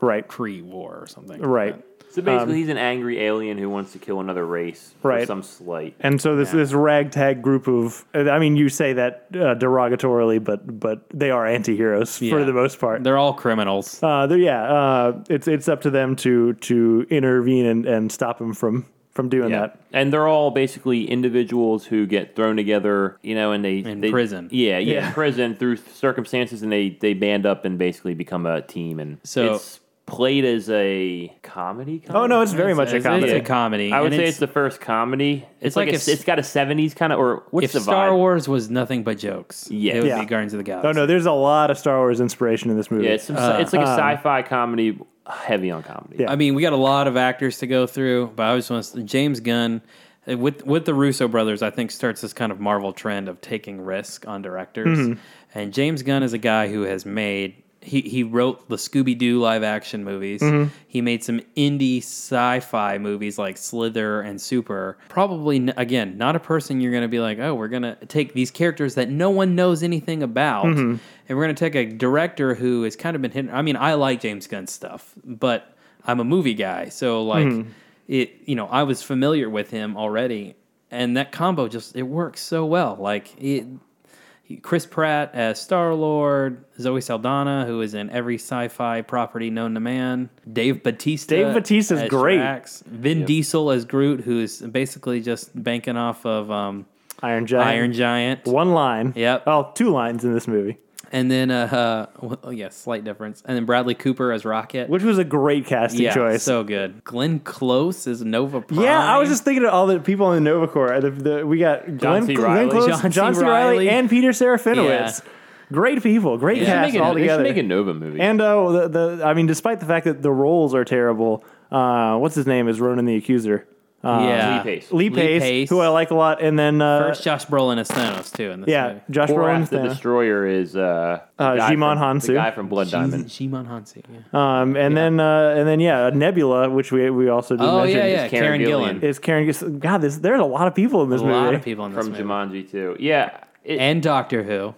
Speaker 1: Right.
Speaker 3: Kree War or something. like
Speaker 1: Right.
Speaker 3: that.
Speaker 2: so basically, he's an angry alien who wants to kill another race
Speaker 1: Um, Right.
Speaker 2: for some slight.
Speaker 1: And so this this ragtag group of I mean you say that uh, derogatorily, but but they are anti-heroes for
Speaker 3: Yeah.
Speaker 1: the most part.
Speaker 3: They're all criminals.
Speaker 1: Uh, they're, yeah, uh, it's it's up to them to to intervene and, and stop him from from doing
Speaker 2: Yeah.
Speaker 1: that.
Speaker 2: And they're all basically individuals who get thrown together, you know, and they
Speaker 3: In
Speaker 2: they-
Speaker 3: prison.
Speaker 2: Yeah, yeah,
Speaker 1: Yeah.
Speaker 2: in prison through circumstances, and they they band up and basically become a team. And
Speaker 3: So-
Speaker 2: it's played as a comedy. kind
Speaker 1: Oh
Speaker 2: of?
Speaker 1: no, it's very much a
Speaker 3: it's,
Speaker 1: comedy.
Speaker 3: It's a comedy.
Speaker 2: I would
Speaker 3: and
Speaker 2: say it's, the first comedy. It's, like,
Speaker 3: like
Speaker 2: a,
Speaker 3: if-
Speaker 2: it's got a seventies kind of or what's
Speaker 3: if
Speaker 2: the
Speaker 3: Star
Speaker 2: vibe?
Speaker 3: Wars was nothing but jokes,
Speaker 2: Yeah.
Speaker 3: it would
Speaker 1: Yeah.
Speaker 3: be Guardians of the Galaxy.
Speaker 1: Oh no, there's a lot of Star Wars inspiration in this movie.
Speaker 2: Yeah, it's some, sci- it's like a sci-fi comedy, heavy on comedy.
Speaker 1: Yeah.
Speaker 3: I mean, we got a lot of actors to go through, but I just want to, James Gunn uh, with with the Russo brothers. I think starts this kind of Marvel trend of taking risk on directors. And James Gunn is a guy who has made he he wrote the Scooby Doo live action movies. He made some indie sci fi movies like Slither and Super. Probably n- again not a person you're going to be like, oh, we're going to take these characters that no one knows anything about. And we're going to take a director who has kind of been hidden. I mean, I like James Gunn's stuff, but I'm a movie guy, so like
Speaker 1: Mm-hmm.
Speaker 3: it, you know, I was familiar with him already, and that combo just it works so well. Like it, he- Chris Pratt as Star Lord, Zoe Saldana, who is in every sci-fi property known to man, Dave Batista,
Speaker 1: Dave Bautista's
Speaker 3: as
Speaker 1: great.
Speaker 3: Drax, Vin Diesel as Groot, who is basically just banking off of um,
Speaker 1: Iron Giant.
Speaker 3: Iron Giant,
Speaker 1: One line.
Speaker 3: Yep.
Speaker 1: Oh, two lines in this movie,
Speaker 3: and then uh, uh, well, yeah, slight difference, and then Bradley Cooper as Rocket.
Speaker 1: which was a great casting
Speaker 3: yeah,
Speaker 1: choice.
Speaker 3: so good. Glenn Close is Nova Prime.
Speaker 1: Yeah, I was just thinking of all the people in the Nova Corps. The, the, we got Glenn,
Speaker 2: C.
Speaker 1: Glenn
Speaker 2: Reilly.
Speaker 1: Close, John,
Speaker 3: John C.
Speaker 1: C. Riley,
Speaker 3: Reilly.
Speaker 1: and Peter Serafinowicz. Great people, great
Speaker 2: They should
Speaker 1: cast
Speaker 2: make a-
Speaker 1: all
Speaker 2: they should
Speaker 1: together.
Speaker 2: make a Nova movie.
Speaker 1: and uh, the, the I mean, despite the fact that the roles are terrible, uh, what's his name is Ronan the Accuser. Uh,
Speaker 3: yeah.
Speaker 2: Lee Pace.
Speaker 1: Lee
Speaker 3: Lee
Speaker 1: Pace,
Speaker 3: Pace.
Speaker 1: who I like a lot, and then uh,
Speaker 3: First, Josh Brolin as Thanos too in this
Speaker 1: yeah,
Speaker 3: movie.
Speaker 1: Josh
Speaker 2: Borat the
Speaker 1: Brolin,
Speaker 2: Destroyer is uh, the
Speaker 1: Uh,
Speaker 2: guy
Speaker 1: Jimon
Speaker 2: from-
Speaker 1: Hansu.
Speaker 2: the guy from Blood Diamond.
Speaker 3: Shimon Hansu. Yeah.
Speaker 1: um, and then uh, and then yeah, Nebula, which we we also did
Speaker 3: Oh
Speaker 1: mention,
Speaker 3: yeah, yeah.
Speaker 2: is
Speaker 3: Karen,
Speaker 2: Karen
Speaker 3: Gillan.
Speaker 2: Gillan.
Speaker 1: is Karen. God, this, there's a lot of people in this
Speaker 3: A
Speaker 1: movie.
Speaker 3: lot of people in this
Speaker 2: from
Speaker 3: movie.
Speaker 2: Jumanji too. Yeah, it,
Speaker 3: and Doctor Who.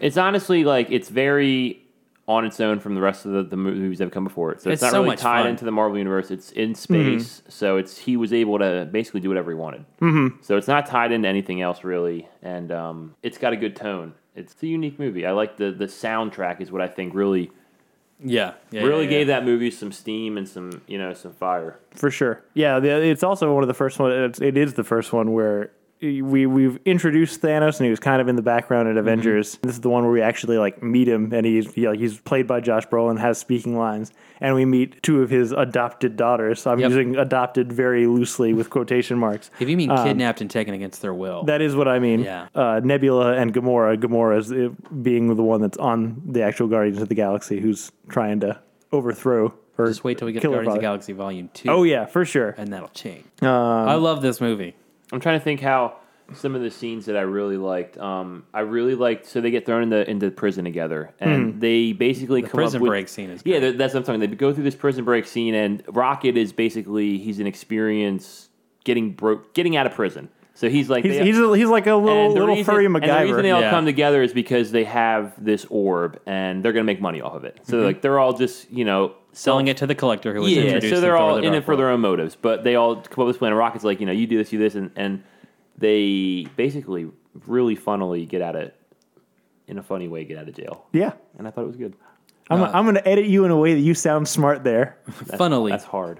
Speaker 2: it's honestly like it's very on its own from the rest of the, the movies that have come before it. So
Speaker 3: It's
Speaker 2: it's, not
Speaker 3: so
Speaker 2: really
Speaker 3: much
Speaker 2: tied
Speaker 3: fun. Mm-hmm.
Speaker 2: into the Marvel universe. It's in space, so it's he was able to basically do whatever he wanted. Mm-hmm. So it's not tied into anything else really, and um, it's got a good tone. It's a unique movie. I like the the soundtrack is what I think really
Speaker 3: Yeah, yeah
Speaker 2: really
Speaker 3: yeah,
Speaker 2: gave
Speaker 3: yeah.
Speaker 2: that movie some steam and some you know some fire.
Speaker 1: for sure. Yeah, the, it's also one of the first one. It's, it is the first one where we we've introduced Thanos and he was kind of in the background in
Speaker 3: Mm-hmm.
Speaker 1: Avengers. This is the one where we actually like meet him and he's he, like he's played by Josh Brolin, has speaking lines, and we meet two of his adopted daughters. I'm
Speaker 3: Yep.
Speaker 1: using adopted very loosely with quotation marks.
Speaker 3: If you mean
Speaker 2: Um,
Speaker 3: kidnapped and taken against their will,
Speaker 1: That is what I mean.
Speaker 3: Yeah.
Speaker 1: Uh, Nebula and Gamora. Gamora is uh, being the one that's on the actual Guardians of the Galaxy who's trying to overthrow or
Speaker 3: just wait till we get to
Speaker 1: kill her
Speaker 3: Guardians of
Speaker 1: father.
Speaker 3: the Galaxy Volume Two.
Speaker 1: Oh yeah, for sure.
Speaker 3: and that'll change.
Speaker 2: Um,
Speaker 3: I love this movie.
Speaker 2: I'm trying to think how some of the scenes that I really liked. Um, I really liked so they get thrown into into prison together, and they basically come
Speaker 3: Mm. prison
Speaker 2: up with,
Speaker 3: break scene is
Speaker 2: yeah. That, that's what I'm talking. They go through this prison break scene, and Rocket is basically he's an experience getting broke, getting out of prison. So he's like
Speaker 1: He's,
Speaker 2: they-
Speaker 1: he's, a, he's like a little
Speaker 2: and the
Speaker 1: little
Speaker 2: reason-
Speaker 1: furry
Speaker 2: And the reason they
Speaker 1: MacGyver.
Speaker 2: all
Speaker 3: Yeah.
Speaker 2: come together is because they have this orb, and they're gonna make money off of it. So like they're all just you know
Speaker 3: Mm-hmm. Selling it to the collector who was
Speaker 2: yeah,
Speaker 3: introduced.
Speaker 2: so they're
Speaker 3: in Thor
Speaker 2: all
Speaker 3: the
Speaker 2: in
Speaker 3: Dark
Speaker 2: it for their own motives, but they all come up with this plan. And Rocket's like, you know, you do this, you do this, and, and they basically really funnily get out of in a funny way get out of jail.
Speaker 1: Yeah,
Speaker 2: And I thought it was good.
Speaker 1: I'm, I'm going to edit you in a way that you sound smart there.
Speaker 3: World. Funnily,
Speaker 2: That's hard.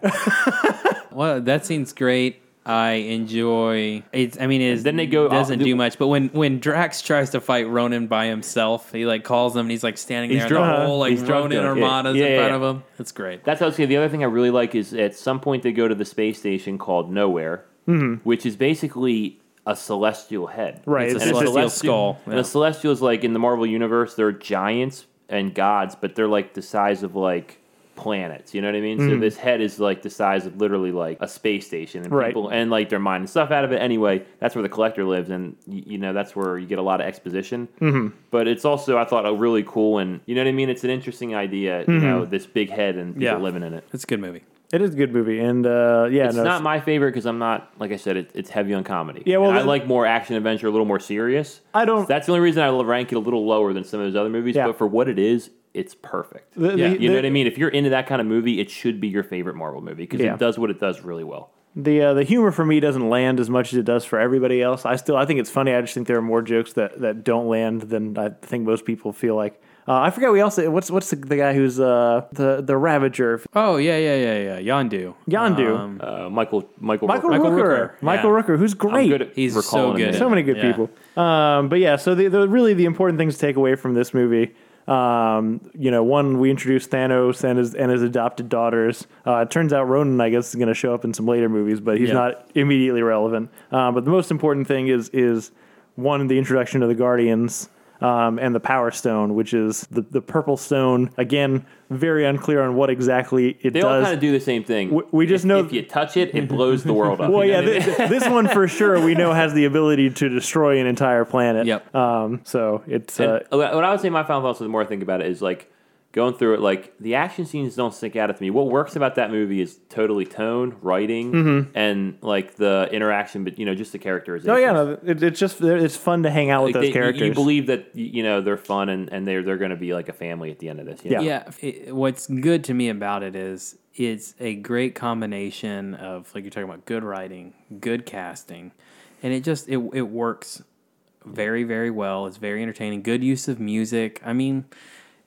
Speaker 3: Well, that scene's great. I enjoy. It's. I mean, it's,
Speaker 2: Then they go-
Speaker 3: doesn't
Speaker 2: uh,
Speaker 3: do much. But when when Drax tries to fight Ronan by himself, he like calls him and he's like standing there,
Speaker 1: drunk.
Speaker 3: and the whole like
Speaker 2: He's drunk,
Speaker 3: Ronan
Speaker 2: yeah.
Speaker 3: armadas
Speaker 2: Yeah,
Speaker 3: in
Speaker 2: yeah,
Speaker 3: front
Speaker 2: yeah.
Speaker 3: of him. It's great.
Speaker 2: That's how it's The other thing I really like is at some point they go to the space station called Nowhere,
Speaker 3: Mm-hmm.
Speaker 2: which is basically a celestial head.
Speaker 1: Right,
Speaker 3: It's a
Speaker 1: it's just-
Speaker 3: celestial skull.
Speaker 2: And a celestial is like in the Marvel universe, they're giants, and gods, but they're like the size of like planets. You know what I mean? So
Speaker 1: Mm.
Speaker 2: this head is like the size of literally like a space station, and
Speaker 1: Right.
Speaker 2: people and like they're mining stuff out of it. Anyway, that's where the collector lives, and y- you know that's where you get a lot of exposition. Mm-hmm. But it's also I thought a really cool and you know what I mean. It's an interesting idea. You know this big head and people
Speaker 1: Mm-hmm. Yeah.
Speaker 2: living in it.
Speaker 3: It's a good movie.
Speaker 1: It is a good movie, and uh, yeah,
Speaker 2: It's
Speaker 1: no,
Speaker 2: not my favorite because I'm not like I said. It, it's heavy on comedy.
Speaker 1: Yeah, well,
Speaker 2: And I
Speaker 1: then-
Speaker 2: like more action adventure, a little more serious.
Speaker 1: I don't-
Speaker 2: That's the only reason I rank it a little lower than some of those other movies.
Speaker 1: Yeah.
Speaker 2: But for what it is, it's perfect.
Speaker 1: the- the-
Speaker 3: yeah,
Speaker 2: you know
Speaker 1: the-
Speaker 2: what I mean? If you're into that kind of movie, it should be your favorite Marvel movie because
Speaker 1: Yeah.
Speaker 2: it does what it does really well.
Speaker 1: the uh, the humor for me doesn't land as much as it does for everybody else. I still I think it's funny. I just think there are more jokes that, that don't land than I think most people feel like. Uh, I forget we also what's what's the, the guy who's uh, the the Ravager
Speaker 3: Oh yeah, yeah, yeah, yeah. Yondu.
Speaker 1: Yondu.
Speaker 3: Um,
Speaker 2: Uh, Michael, Michael,
Speaker 1: Michael,
Speaker 2: Rooker.
Speaker 3: Michael
Speaker 1: Rooker.
Speaker 3: Rooker,
Speaker 1: Michael
Speaker 3: yeah.
Speaker 1: Rooker, who's great.
Speaker 2: I'm good at
Speaker 3: He's so
Speaker 2: recalling him
Speaker 3: good.
Speaker 2: in.
Speaker 1: so many good
Speaker 3: Yeah.
Speaker 1: people. Um, but yeah, so the, the really the important things to take away from this movie, um, you know, one we introduced Thanos and his and his adopted daughters. Uh, it turns out Ronan, I guess, is going to show up in some later movies, but he's
Speaker 3: Yeah.
Speaker 1: not immediately relevant. Um, but the most important thing is is one the introduction of the Guardians. Um, and the Power Stone, which is the, the purple stone. Again, very unclear on what exactly it
Speaker 2: They all
Speaker 1: does.
Speaker 2: kind of do the same thing.
Speaker 1: We- we just
Speaker 2: If-
Speaker 1: know-
Speaker 2: if you touch it, it blows the world up.
Speaker 1: Well,
Speaker 2: you know
Speaker 1: yeah,
Speaker 2: what I mean?
Speaker 1: th- th- this one for sure we know has the ability to destroy an entire planet.
Speaker 3: Yep.
Speaker 1: Um, so it's uh,
Speaker 2: And what I would say my final thoughts, the more I think about it, is like going through it, like the action scenes don't stick out at me. What works about that movie is totally tone, writing, and like the interaction, but you know, just the characterization.
Speaker 1: Mm-hmm. oh yeah, no, it, it's just it's fun to hang out with
Speaker 2: Like,
Speaker 1: those
Speaker 2: they- you-
Speaker 1: characters.
Speaker 2: You believe that y- you know they're fun and, and they're they're going to be like a family at the end of this. you know?
Speaker 3: yeah. it- what's good to me about it is it's a great combination of like you're talking about good writing, good casting, and it just it it works very very well. It's very entertaining. Good use of music. I mean,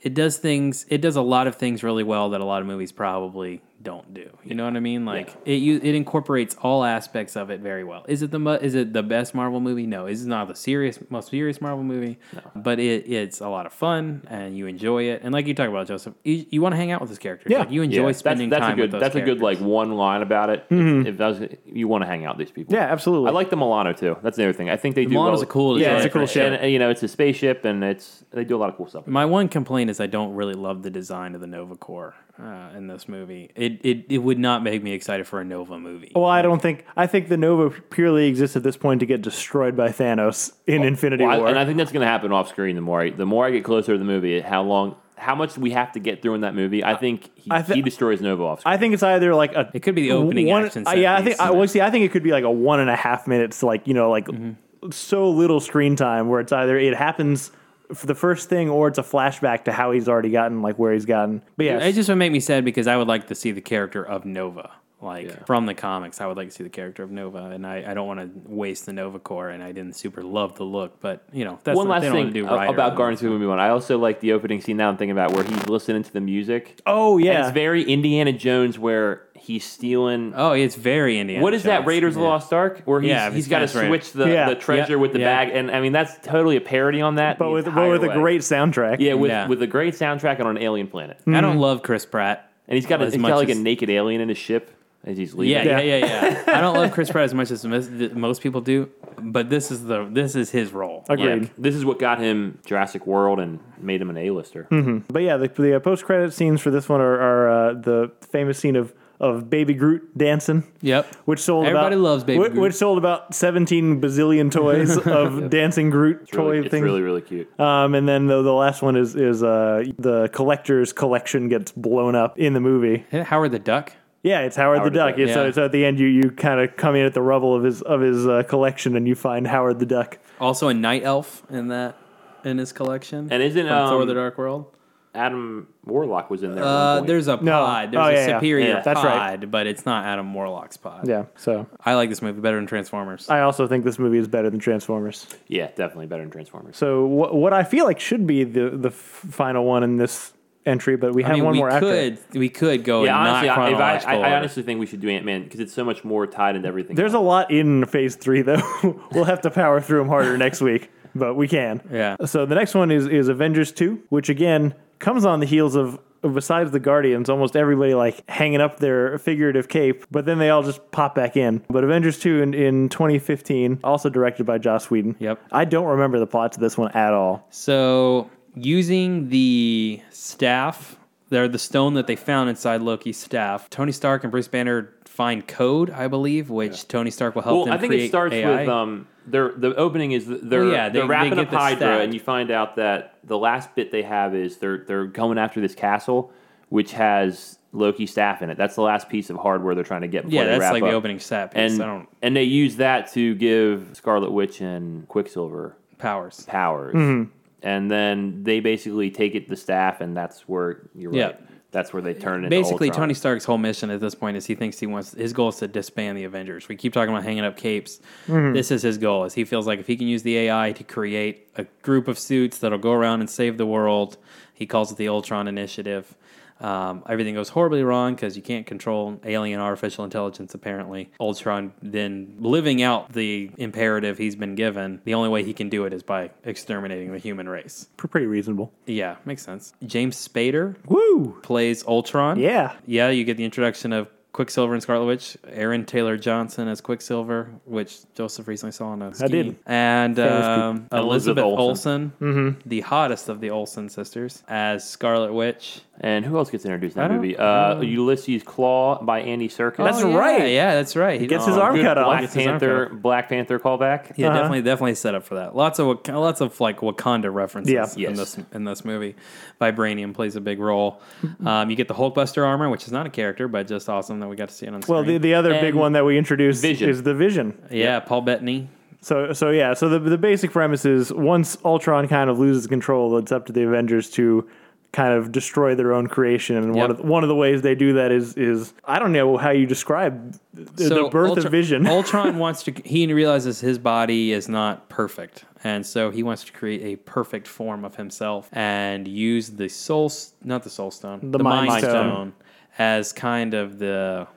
Speaker 3: it does things. It does a lot of things really well that a lot of movies probably don't do. You know what I mean? Like it you it incorporates all aspects of it very well. Is it the mo- is it the best Marvel movie? No. Is it not the serious most serious Marvel movie? But it it's a lot of fun and you enjoy it. And like you talk about Joseph, you, you want to hang out with this character.
Speaker 1: Yeah.
Speaker 3: Like you enjoy
Speaker 2: That's-
Speaker 3: spending
Speaker 2: that's,
Speaker 3: time
Speaker 2: a good,
Speaker 3: with those
Speaker 2: That's a
Speaker 3: characters.
Speaker 2: good like one line about it. It, it does, you want to hang out with these people.
Speaker 1: Mm-hmm. yeah, absolutely.
Speaker 2: I like the Milano too. That's another thing. I think they do.
Speaker 3: Milano's
Speaker 2: well-
Speaker 3: a cool
Speaker 2: Yeah,
Speaker 3: design
Speaker 2: it's a
Speaker 3: for
Speaker 2: cool
Speaker 3: sure.
Speaker 2: ship. And, you know, it's a spaceship, and it's they do a lot of cool stuff.
Speaker 3: My one complaint is I don't really love the design of the Nova Corps uh, in this movie. It, it it would not make me excited for a Nova movie.
Speaker 1: Well, I don't think I think the Nova purely exists at this point to get destroyed by Thanos in Infinity
Speaker 2: Well, I-
Speaker 1: War.
Speaker 2: and I think that's going to happen off screen. The more I, the more I get closer to the movie, how long, how much we have to get through in that movie. I think he,
Speaker 1: I thi-
Speaker 2: he destroys Nova off screen.
Speaker 1: I think it's either like a
Speaker 3: It could be the opening
Speaker 1: one,
Speaker 3: action
Speaker 1: uh,
Speaker 3: set
Speaker 1: yeah, I
Speaker 3: piece.
Speaker 1: think I well, see. I think it could be like a one and a half minutes, like you know, like
Speaker 2: Mm-hmm.
Speaker 1: so little screen time where it's either it happens for the first thing or it's a flashback to how he's already gotten, like where he's gotten. But yeah,
Speaker 3: It just would make me sad because I would like to see the character of Nova, like from the comics. I would like to see the character of Nova, and I, I don't want to waste the Nova Corps, and I didn't super love the look, but you know that's
Speaker 2: One
Speaker 3: not-
Speaker 2: last
Speaker 3: they don't
Speaker 2: thing
Speaker 3: do
Speaker 2: a-
Speaker 3: right or
Speaker 2: about
Speaker 3: wrong.
Speaker 2: Guardians of the Movie One. I also like the opening scene now I'm thinking about where he's listening to the music.
Speaker 1: oh
Speaker 2: And
Speaker 1: yeah,
Speaker 2: it's very Indiana Jones where he's stealing.
Speaker 3: Oh, it's very Indiana.
Speaker 2: What is that
Speaker 3: Jones.
Speaker 2: Raiders of
Speaker 3: Yeah.
Speaker 2: the Lost Ark where he's,
Speaker 3: Yeah,
Speaker 2: he's
Speaker 3: it's
Speaker 2: got to
Speaker 3: Prince Raider.
Speaker 2: switch the,
Speaker 1: Yeah.
Speaker 2: the treasure with the
Speaker 3: Yeah.
Speaker 2: bag and I mean that's totally a parody on that
Speaker 1: but
Speaker 2: the
Speaker 1: with but
Speaker 2: entire
Speaker 1: with a
Speaker 2: way.
Speaker 1: great soundtrack.
Speaker 2: yeah with
Speaker 3: Yeah.
Speaker 2: with a great soundtrack and on an alien planet
Speaker 3: I don't love Chris Pratt.
Speaker 2: and he's got a,
Speaker 3: As
Speaker 2: he's got
Speaker 3: much
Speaker 2: like
Speaker 3: as-
Speaker 2: a naked alien in his ship as he's leaving
Speaker 3: Yeah, yeah, yeah, yeah. I don't love Chris Pratt as much as most, most people do, but this is the this is his role.
Speaker 2: Yeah,
Speaker 1: agreed.
Speaker 2: this is what got him Jurassic World and made him an A-lister.
Speaker 1: Mm-hmm. But yeah, the, the uh, post credit scenes for this one are, are uh, the famous scene of, of Baby Groot dancing,
Speaker 3: Yep.
Speaker 1: which sold
Speaker 3: Everybody
Speaker 1: about,
Speaker 3: loves Baby
Speaker 1: which,
Speaker 3: Groot.
Speaker 1: which sold about seventeen bazillion toys of dancing Groot
Speaker 2: Really-
Speaker 1: toy
Speaker 2: it's
Speaker 1: things.
Speaker 2: really, really cute.
Speaker 1: um, and then the, the last one is is uh, the collector's collection gets blown up in the movie.
Speaker 3: Howard the Duck.
Speaker 1: Yeah, it's Howard, the
Speaker 2: Howard the
Speaker 1: Duck.
Speaker 2: Duck,
Speaker 1: Yeah, So,
Speaker 3: yeah.
Speaker 1: so at the end, you, you kind of come in at the rubble of his of his uh, collection, and you find Howard the Duck.
Speaker 3: Also a night elf in that in his collection.
Speaker 2: And isn't,
Speaker 3: from Thor:
Speaker 2: um,
Speaker 3: The Dark World?
Speaker 2: Adam Warlock was in there. at one
Speaker 3: Uh,
Speaker 2: point.
Speaker 3: there's a
Speaker 1: No.
Speaker 3: pod. There's
Speaker 1: Oh,
Speaker 3: a
Speaker 1: yeah, yeah.
Speaker 3: superior
Speaker 2: Yeah.
Speaker 1: That's
Speaker 3: pod,
Speaker 1: right.
Speaker 3: but it's not Adam Morlock's pod.
Speaker 1: Yeah, so
Speaker 3: I like this movie better than Transformers.
Speaker 1: I also think this movie is better than Transformers.
Speaker 2: yeah, definitely better than Transformers.
Speaker 1: So what what I feel like should be the the f- final one in this entry, but we have
Speaker 3: I mean,
Speaker 1: one
Speaker 3: we
Speaker 1: more after. it.
Speaker 3: could we could go
Speaker 2: yeah,
Speaker 3: and
Speaker 2: honestly,
Speaker 3: not
Speaker 2: I, if I,
Speaker 3: chronological.
Speaker 2: I, I
Speaker 3: order.
Speaker 2: honestly think we should do Ant Man because it's so much more tied into everything.
Speaker 1: There's a lot in phase three, though. we'll have to power through them harder next week, but we can.
Speaker 3: Yeah.
Speaker 1: So the next one is is Avengers two, which again comes on the heels of besides the Guardians, almost everybody like hanging up their figurative cape, but then they all just pop back in. But Avengers two in, in 2015, also directed by Joss Whedon.
Speaker 3: Yep.
Speaker 1: I don't remember the plot to this one at all.
Speaker 3: So using the staff, they're the stone that they found inside Loki's staff. Tony Stark and Bruce Banner find code, I believe, which Tony Stark will help
Speaker 2: Well,
Speaker 3: them
Speaker 2: I think
Speaker 3: create
Speaker 2: it starts
Speaker 3: AI.
Speaker 2: with um, they're, the opening is th- they're
Speaker 3: Well, yeah, they-
Speaker 2: they're wrapping
Speaker 3: they get
Speaker 2: up
Speaker 3: the
Speaker 2: Hydra,
Speaker 3: stat.
Speaker 2: and you find out that the last bit they have is they're they're going after this castle, which has Loki staff in it. That's the last piece of hardware they're trying to get. Before
Speaker 3: yeah,
Speaker 2: they
Speaker 3: that's
Speaker 2: wrap
Speaker 3: like
Speaker 2: up.
Speaker 3: the opening set piece.
Speaker 2: And
Speaker 3: I don't
Speaker 2: and they use that to give Scarlet Witch and Quicksilver
Speaker 3: powers.
Speaker 2: powers,
Speaker 3: Mm-hmm.
Speaker 2: and then they basically take it to the staff, and that's where you're
Speaker 3: Yeah.
Speaker 2: right. That's where they turn it. into
Speaker 3: Basically,
Speaker 2: Ultron.
Speaker 3: Tony Stark's whole mission at this point is he thinks he wants his goal is to disband the Avengers. We keep talking about hanging up capes. This is his goal. Is he feels like if he can use the AI to create a group of suits that'll go around and save the world, he calls it the Ultron Initiative. Um, everything goes horribly wrong because you can't control alien artificial intelligence. Apparently, Ultron then living out the imperative he's been given. The only way he can do it is by exterminating the human race.
Speaker 1: P- Pretty reasonable.
Speaker 3: Yeah, makes sense. James Spader
Speaker 1: Woo!
Speaker 3: plays Ultron.
Speaker 1: Yeah.
Speaker 3: Yeah, you get the introduction of Quicksilver and Scarlet Witch, Aaron Taylor Johnson as Quicksilver, which Joseph recently saw on a ski.
Speaker 1: did.
Speaker 3: And um, Elizabeth
Speaker 2: Elizabeth
Speaker 3: Olsen,
Speaker 1: Mm-hmm.
Speaker 3: the hottest of the Olsen sisters, as Scarlet Witch.
Speaker 2: And who else gets introduced in
Speaker 3: I
Speaker 2: that
Speaker 3: don't-
Speaker 2: movie? Uh, Ulysses Claw by Andy Serkis.
Speaker 1: That's
Speaker 3: Oh, yeah,
Speaker 1: right.
Speaker 3: Yeah, that's right. Oh, He
Speaker 1: Gets his arm
Speaker 2: Good
Speaker 1: cut off.
Speaker 2: Black
Speaker 1: Gets
Speaker 3: his arm cut
Speaker 2: Panther, Black Panther callback.
Speaker 3: Yeah,
Speaker 1: Uh-huh.
Speaker 3: definitely, definitely set up for that. Lots of Wak- lots of like Wakanda references
Speaker 1: Yeah.
Speaker 3: in
Speaker 2: Yes.
Speaker 3: this in this movie. Vibranium plays a big role.
Speaker 1: Mm-hmm.
Speaker 3: Um, you get the Hulkbuster armor, which is not a character, but just awesome that we got to see it on screen.
Speaker 1: Well, the, the other big
Speaker 3: And-
Speaker 1: one that we introduced
Speaker 2: Vision.
Speaker 1: is the Vision.
Speaker 3: yeah, Paul Bettany.
Speaker 1: So, so yeah. So the the basic premise is once Ultron kind of loses control, it's up to the Avengers to kind of destroy their own creation. And one
Speaker 3: Yep.
Speaker 1: of the, one of the ways they do that is is I don't know how you describe the, the birth
Speaker 3: Ultra-
Speaker 1: of Vision.
Speaker 3: Ultron wants to. He realizes his body is not perfect, and so he wants to create a perfect form of himself and use the soul, s- not the soul stone,
Speaker 1: The Mind Stone.
Speaker 3: as kind of the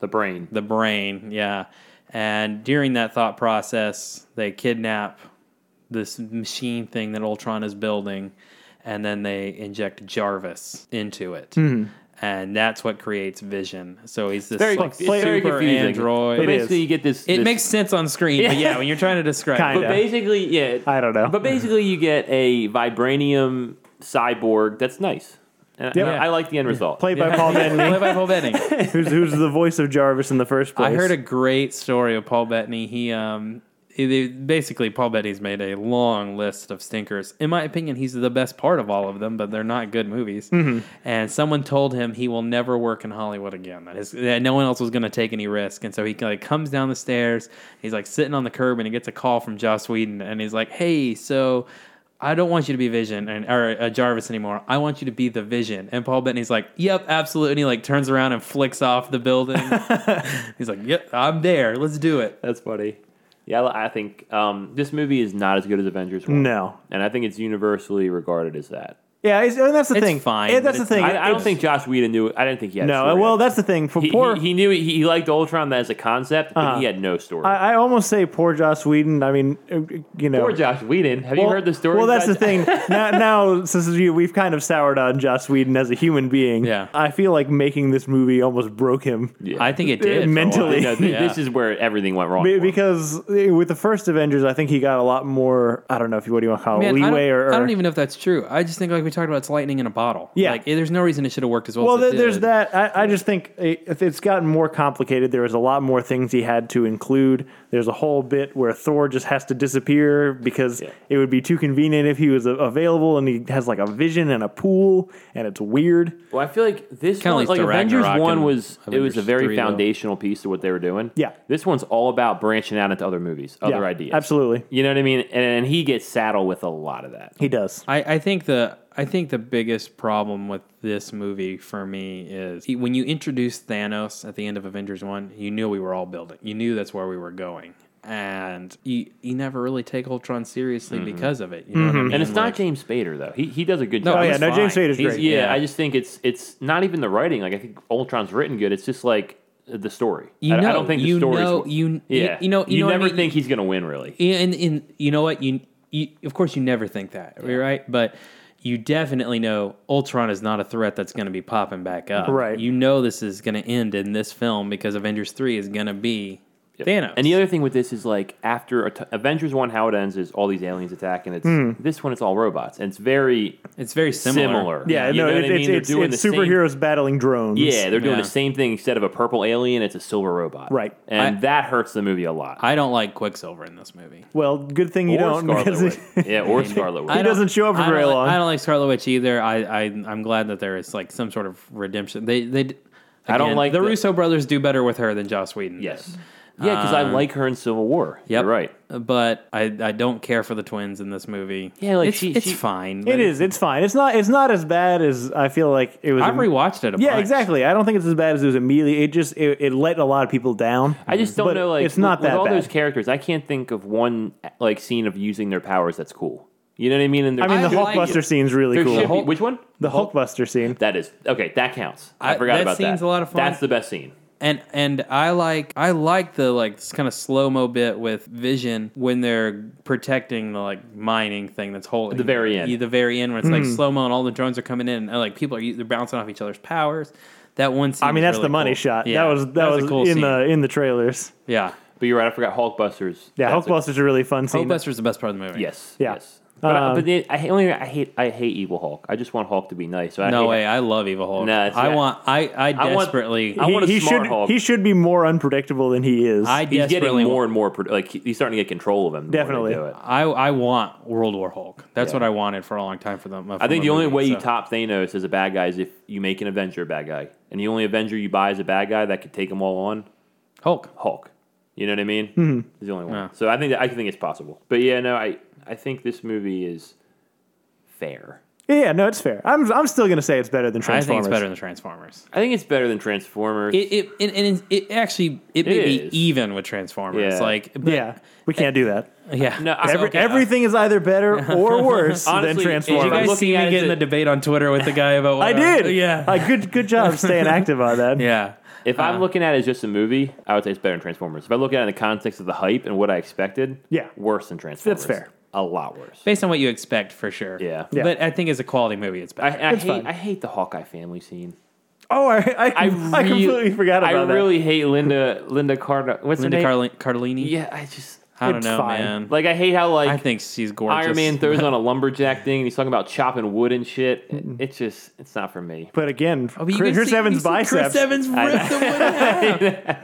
Speaker 2: The brain.
Speaker 3: the brain. Yeah, and during that thought process, they kidnap this machine thing that Ultron is building, and then they inject Jarvis into it.
Speaker 1: Mm-hmm.
Speaker 3: And that's what creates Vision. So he's this
Speaker 2: Very,
Speaker 3: like,
Speaker 2: it's very
Speaker 3: super
Speaker 2: confusing.
Speaker 3: android.
Speaker 2: But
Speaker 1: It is.
Speaker 2: basically, you get this.
Speaker 3: It
Speaker 2: this-
Speaker 3: makes sense on screen, but
Speaker 2: Yeah.
Speaker 3: yeah, when you're trying to describe
Speaker 2: But
Speaker 1: Kinda.
Speaker 3: it.
Speaker 1: Yeah.
Speaker 2: basically, yeah.
Speaker 1: I don't know.
Speaker 2: But basically, you get a vibranium cyborg. That's nice. And
Speaker 1: Yep.
Speaker 2: I- I like the end result.
Speaker 1: Played by Paul Bettany,
Speaker 3: Play by Paul Bettany.
Speaker 1: who's who's the voice of Jarvis in the first place.
Speaker 3: I heard a great story of Paul Bettany. He um he- basically Paul Bettany's made a long list of stinkers. In my opinion, he's the best part of all of them, but they're not good movies. And someone told him he will never work in Hollywood again. That is that no one else was going to take any risk. And so he like comes down the stairs. He's like sitting on the curb and he gets a call from Joss Whedon and he's like, "Hey, so I don't want you to be Vision and or uh, Jarvis anymore. I want you to be the Vision. And Paul Bettany's like, "Yep, absolutely." And he like turns around and flicks off the building. He's like, "Yep, I'm there. Let's do it."
Speaker 2: That's funny. Yeah, I I think um, this movie is not as good as Avengers 1.
Speaker 1: no.
Speaker 2: And I think it's universally regarded as that.
Speaker 1: Yeah, it's, and that's the
Speaker 3: It's
Speaker 1: thing.
Speaker 3: fine,
Speaker 1: Yeah, that's the
Speaker 3: but
Speaker 1: thing.
Speaker 3: it's-
Speaker 2: I, I don't
Speaker 1: It's-
Speaker 2: think Josh Whedon knew. I didn't think he had a
Speaker 1: No,
Speaker 2: story.
Speaker 1: well, that's the thing. For
Speaker 2: he,
Speaker 1: poor, Uh-huh.
Speaker 2: he, he knew he, he liked Ultron as a concept, but he had no story.
Speaker 1: I, I almost say poor Joss Whedon. I mean, uh, you know,
Speaker 2: Poor Josh Whedon. Have you
Speaker 1: Well-
Speaker 2: heard the story?
Speaker 1: Well, that's the
Speaker 2: about-
Speaker 1: thing. now, now since you, we've kind of soured on Joss Whedon as a human being.
Speaker 3: Yeah.
Speaker 1: I feel like making this movie almost broke him.
Speaker 2: Yeah.
Speaker 3: I think it did for a while.
Speaker 1: Mentally.
Speaker 2: No, th-
Speaker 3: Yeah.
Speaker 2: This is where everything went wrong.
Speaker 1: Be-
Speaker 2: for him.
Speaker 1: Because uh, with the first Avengers, I think he got a lot more. I don't know if you what do you want to call it,
Speaker 3: Man, I,
Speaker 1: leeway
Speaker 3: don't,
Speaker 1: or, or
Speaker 3: I don't even know if that's true. I just think like we talked about, it's lightning in a bottle.
Speaker 1: Yeah.
Speaker 3: like eh, there's no reason it should have worked as well.
Speaker 1: Well,
Speaker 3: as it
Speaker 1: th- there's
Speaker 3: did.
Speaker 1: that. I, I just think it, if it's gotten more complicated. There was a lot more things he had to include. There's a whole bit where Thor just has to disappear because
Speaker 2: Yeah.
Speaker 1: it would be too convenient if he was a- available, and he has like a vision and a pool, and it's weird.
Speaker 2: Well, I feel like this
Speaker 3: Kinda
Speaker 2: one,
Speaker 3: leads
Speaker 2: like
Speaker 3: to
Speaker 2: Avengers
Speaker 3: Ragnarok
Speaker 2: one
Speaker 3: and
Speaker 2: was it
Speaker 3: Avengers
Speaker 2: was a very
Speaker 3: 3, though.
Speaker 2: foundational piece to what they were doing.
Speaker 1: Yeah.
Speaker 2: this one's all about branching out into other movies, other
Speaker 1: Yeah,
Speaker 2: ideas.
Speaker 1: Absolutely,
Speaker 2: You know what I mean? And, and he gets saddled with a lot of that.
Speaker 1: he does.
Speaker 3: I, I think the I think the biggest problem with this movie for me is he- when you introduced Thanos at the end of Avengers One, you knew we were all building. You knew that's where we were going, and you you never really take Ultron seriously because of it. You know
Speaker 1: Mm-hmm.
Speaker 3: what I mean?
Speaker 2: And it's not
Speaker 3: Like,
Speaker 2: James Spader though. He he does a good
Speaker 3: No,
Speaker 1: Oh
Speaker 2: job.
Speaker 3: it
Speaker 1: yeah,
Speaker 3: was
Speaker 1: no, James
Speaker 3: fine.
Speaker 1: Spader's
Speaker 2: He's-
Speaker 1: great.
Speaker 2: yeah, I just think it's it's not even the writing. Like I think Ultron's written good. It's just like the story.
Speaker 3: you
Speaker 2: I,
Speaker 3: know,
Speaker 2: I don't think
Speaker 3: you
Speaker 2: the story.
Speaker 3: know, you
Speaker 2: yeah,
Speaker 3: you know you, know what I
Speaker 2: never
Speaker 3: mean?
Speaker 2: think he's gonna win really.
Speaker 3: and in you know what you, you of course you never think that right but you definitely know ultron is not a threat that's going to be popping back up
Speaker 1: Right.
Speaker 3: you know this is going to end in this film because avengers 3 is going to be Thanos.
Speaker 2: And the other thing with this is like after a t- Avengers one, how it ends is all these aliens attack, and it's
Speaker 3: Hmm.
Speaker 2: this one, it's all robots, and it's very
Speaker 3: it's very
Speaker 2: similar.
Speaker 3: similar.
Speaker 1: Yeah,
Speaker 2: you
Speaker 1: no,
Speaker 2: know
Speaker 1: it,
Speaker 2: what I mean?
Speaker 1: it's,
Speaker 2: They're
Speaker 1: it's,
Speaker 2: doing
Speaker 1: it's
Speaker 2: the same-
Speaker 1: superheroes battling drones.
Speaker 2: Yeah, they're doing
Speaker 3: Yeah.
Speaker 2: the same thing instead of a purple alien, it's a silver robot.
Speaker 1: Right.
Speaker 2: And
Speaker 3: I-
Speaker 2: that hurts the movie a lot.
Speaker 3: I don't like Quicksilver in this movie.
Speaker 1: Well, good thing you
Speaker 2: or
Speaker 1: don't.
Speaker 2: Scarlet
Speaker 1: because
Speaker 2: Witch.
Speaker 1: it-
Speaker 2: yeah, or Scarlet
Speaker 3: I
Speaker 2: Witch.
Speaker 1: He
Speaker 3: don't-
Speaker 1: doesn't show up for
Speaker 3: I don't
Speaker 1: very
Speaker 3: like-
Speaker 1: long.
Speaker 3: I don't like Scarlet Witch either. I, I I'm glad that there is like some sort of redemption. They they. d-
Speaker 2: I don't
Speaker 3: again,
Speaker 2: like
Speaker 3: the,
Speaker 2: the-
Speaker 3: Russo brothers do better with her than Joss Whedon. did.
Speaker 2: Yes. Yeah, because I like her in Civil War.
Speaker 3: Um, Yep. Uh,
Speaker 2: You're right.
Speaker 3: But I, I don't care for the twins in this movie.
Speaker 2: Yeah, like,
Speaker 3: it's,
Speaker 2: she-
Speaker 3: it's
Speaker 2: she-
Speaker 3: fine.
Speaker 1: It
Speaker 3: but
Speaker 1: is. It's fine. It's not. It's not as bad as I feel like it was.
Speaker 3: I've rewatched it. A
Speaker 1: yeah,
Speaker 3: bunch.
Speaker 1: exactly. I don't think it's as bad as it was immediately. It just it, it let a lot of people down.
Speaker 2: I just don't
Speaker 1: But
Speaker 2: know. Like,
Speaker 1: it's not
Speaker 2: with, with
Speaker 1: that
Speaker 2: all
Speaker 1: bad.
Speaker 2: those characters, I can't think of one like scene of using their powers that's cool. You know what I mean? And
Speaker 1: I mean, the
Speaker 3: like
Speaker 1: Hulkbuster
Speaker 3: it.
Speaker 1: scene's really
Speaker 2: There
Speaker 1: cool.
Speaker 2: should be-
Speaker 3: Hulk-
Speaker 2: which one?
Speaker 1: the Hulkbuster scene.
Speaker 2: That is okay. That counts. I,
Speaker 3: I-
Speaker 2: forgot
Speaker 3: that
Speaker 2: about that.
Speaker 3: scene's a lot of fun.
Speaker 2: That's the best scene.
Speaker 3: And and I like I like the like kind of slow mo bit with Vision when they're protecting the like mining thing that's holding
Speaker 2: the very end.
Speaker 3: Yeah, the very end when it's like slow mo and all the drones are coming in and like people are they're bouncing off each other's powers. That one scene.
Speaker 1: I mean,
Speaker 3: was
Speaker 1: that's
Speaker 3: really
Speaker 1: the money
Speaker 3: cool.
Speaker 1: shot.
Speaker 3: Yeah,
Speaker 1: that was that, was,
Speaker 3: a cool
Speaker 1: in
Speaker 3: scene.
Speaker 1: the in the trailers.
Speaker 3: yeah.
Speaker 2: But you're right. I forgot Hulkbusters.
Speaker 1: Yeah,
Speaker 2: That's a-
Speaker 1: Hulkbuster's a really fun scene.
Speaker 3: Hulkbuster's the best part of the movie.
Speaker 2: Yes.
Speaker 1: Yeah.
Speaker 2: Yes. But, I-
Speaker 1: Um,
Speaker 2: but the, I only I hate I hate evil Hulk. I just want Hulk to be nice. So I
Speaker 3: No
Speaker 2: hate-
Speaker 3: way. I love Evil Hulk.
Speaker 2: No, it's-
Speaker 3: I
Speaker 2: yeah.
Speaker 3: want. I I
Speaker 2: I want-
Speaker 3: desperately.
Speaker 2: I
Speaker 1: He-
Speaker 2: want a
Speaker 1: he should
Speaker 2: smart Hulk.
Speaker 1: he should be more unpredictable than he is.
Speaker 3: I
Speaker 2: He's
Speaker 3: desperately
Speaker 2: getting
Speaker 3: want-
Speaker 2: more and more. pro- Like he- he's starting to get control of him. the more they
Speaker 1: Definitely.
Speaker 2: do it.
Speaker 3: I, I want World War Hulk. That's
Speaker 2: Yeah.
Speaker 3: what I wanted for a long time for them.
Speaker 2: I think the only way you top Thanos as a bad guy is if you make an Avenger a bad guy, and the only Avenger you buy is a bad guy that could take them all on
Speaker 3: Hulk.
Speaker 2: Hulk. You know what I mean? Mm-hmm. He's the only one.
Speaker 3: Yeah.
Speaker 2: So I think that, I think it's possible. But yeah, no, I I think this movie is fair.
Speaker 1: yeah, no, it's fair. I'm I'm still gonna say it's better than
Speaker 3: I
Speaker 1: Transformers.
Speaker 3: think it's better than Transformers.
Speaker 2: I think it's better than Transformers.
Speaker 3: It it and, and it actually it may
Speaker 2: It
Speaker 3: be
Speaker 2: is.
Speaker 3: even with Transformers.
Speaker 2: Yeah.
Speaker 3: Like but,
Speaker 1: yeah, we can't do that.
Speaker 3: yeah.
Speaker 2: No, I-
Speaker 3: So,
Speaker 1: Every,
Speaker 3: okay, uh,
Speaker 1: everything is either better or worse
Speaker 2: Honestly,
Speaker 1: than
Speaker 3: Did you
Speaker 2: if I'm
Speaker 1: Transformers.
Speaker 3: guys
Speaker 2: looking
Speaker 3: see me
Speaker 2: at
Speaker 3: get
Speaker 2: it-
Speaker 3: in the debate on Twitter with the guy about? What
Speaker 1: I did.
Speaker 3: Yeah.
Speaker 1: Uh, good good job staying active on that.
Speaker 3: yeah.
Speaker 2: if
Speaker 3: uh,
Speaker 2: I'm looking at it as just a movie, I would say it's better than Transformers. If I look at it in the context of the hype and what I expected,
Speaker 1: Yeah.
Speaker 2: worse than Transformers.
Speaker 1: fair.
Speaker 2: A lot worse.
Speaker 3: Based on what you expect, for sure.
Speaker 2: Yeah.
Speaker 1: Yeah.
Speaker 3: But I think as a quality movie, it's better.
Speaker 2: I, I
Speaker 1: It's fine.
Speaker 2: hate I hate the Hawkeye family scene.
Speaker 1: Oh, I I, I,
Speaker 2: really-
Speaker 1: completely forgot
Speaker 2: I
Speaker 1: about
Speaker 2: really hate Linda Linda Carter. What's
Speaker 3: Linda
Speaker 2: her name?
Speaker 3: Carli- Cardellini.
Speaker 2: yeah, I just
Speaker 3: I don't
Speaker 1: it's
Speaker 3: know,
Speaker 1: fine.
Speaker 3: man.
Speaker 2: like I hate how like
Speaker 3: I think she's gorgeous.
Speaker 2: Iron Man throws on a lumberjack thing and he's talking about chopping wood and shit. It-
Speaker 3: Mm-hmm.
Speaker 2: It's just it's not for me.
Speaker 1: that. But again,
Speaker 3: Oh, but you
Speaker 1: Chris,
Speaker 3: can
Speaker 1: Chris
Speaker 3: see- you
Speaker 1: Evans'
Speaker 3: see
Speaker 1: biceps.
Speaker 3: Chris Evans ripped the wood in half.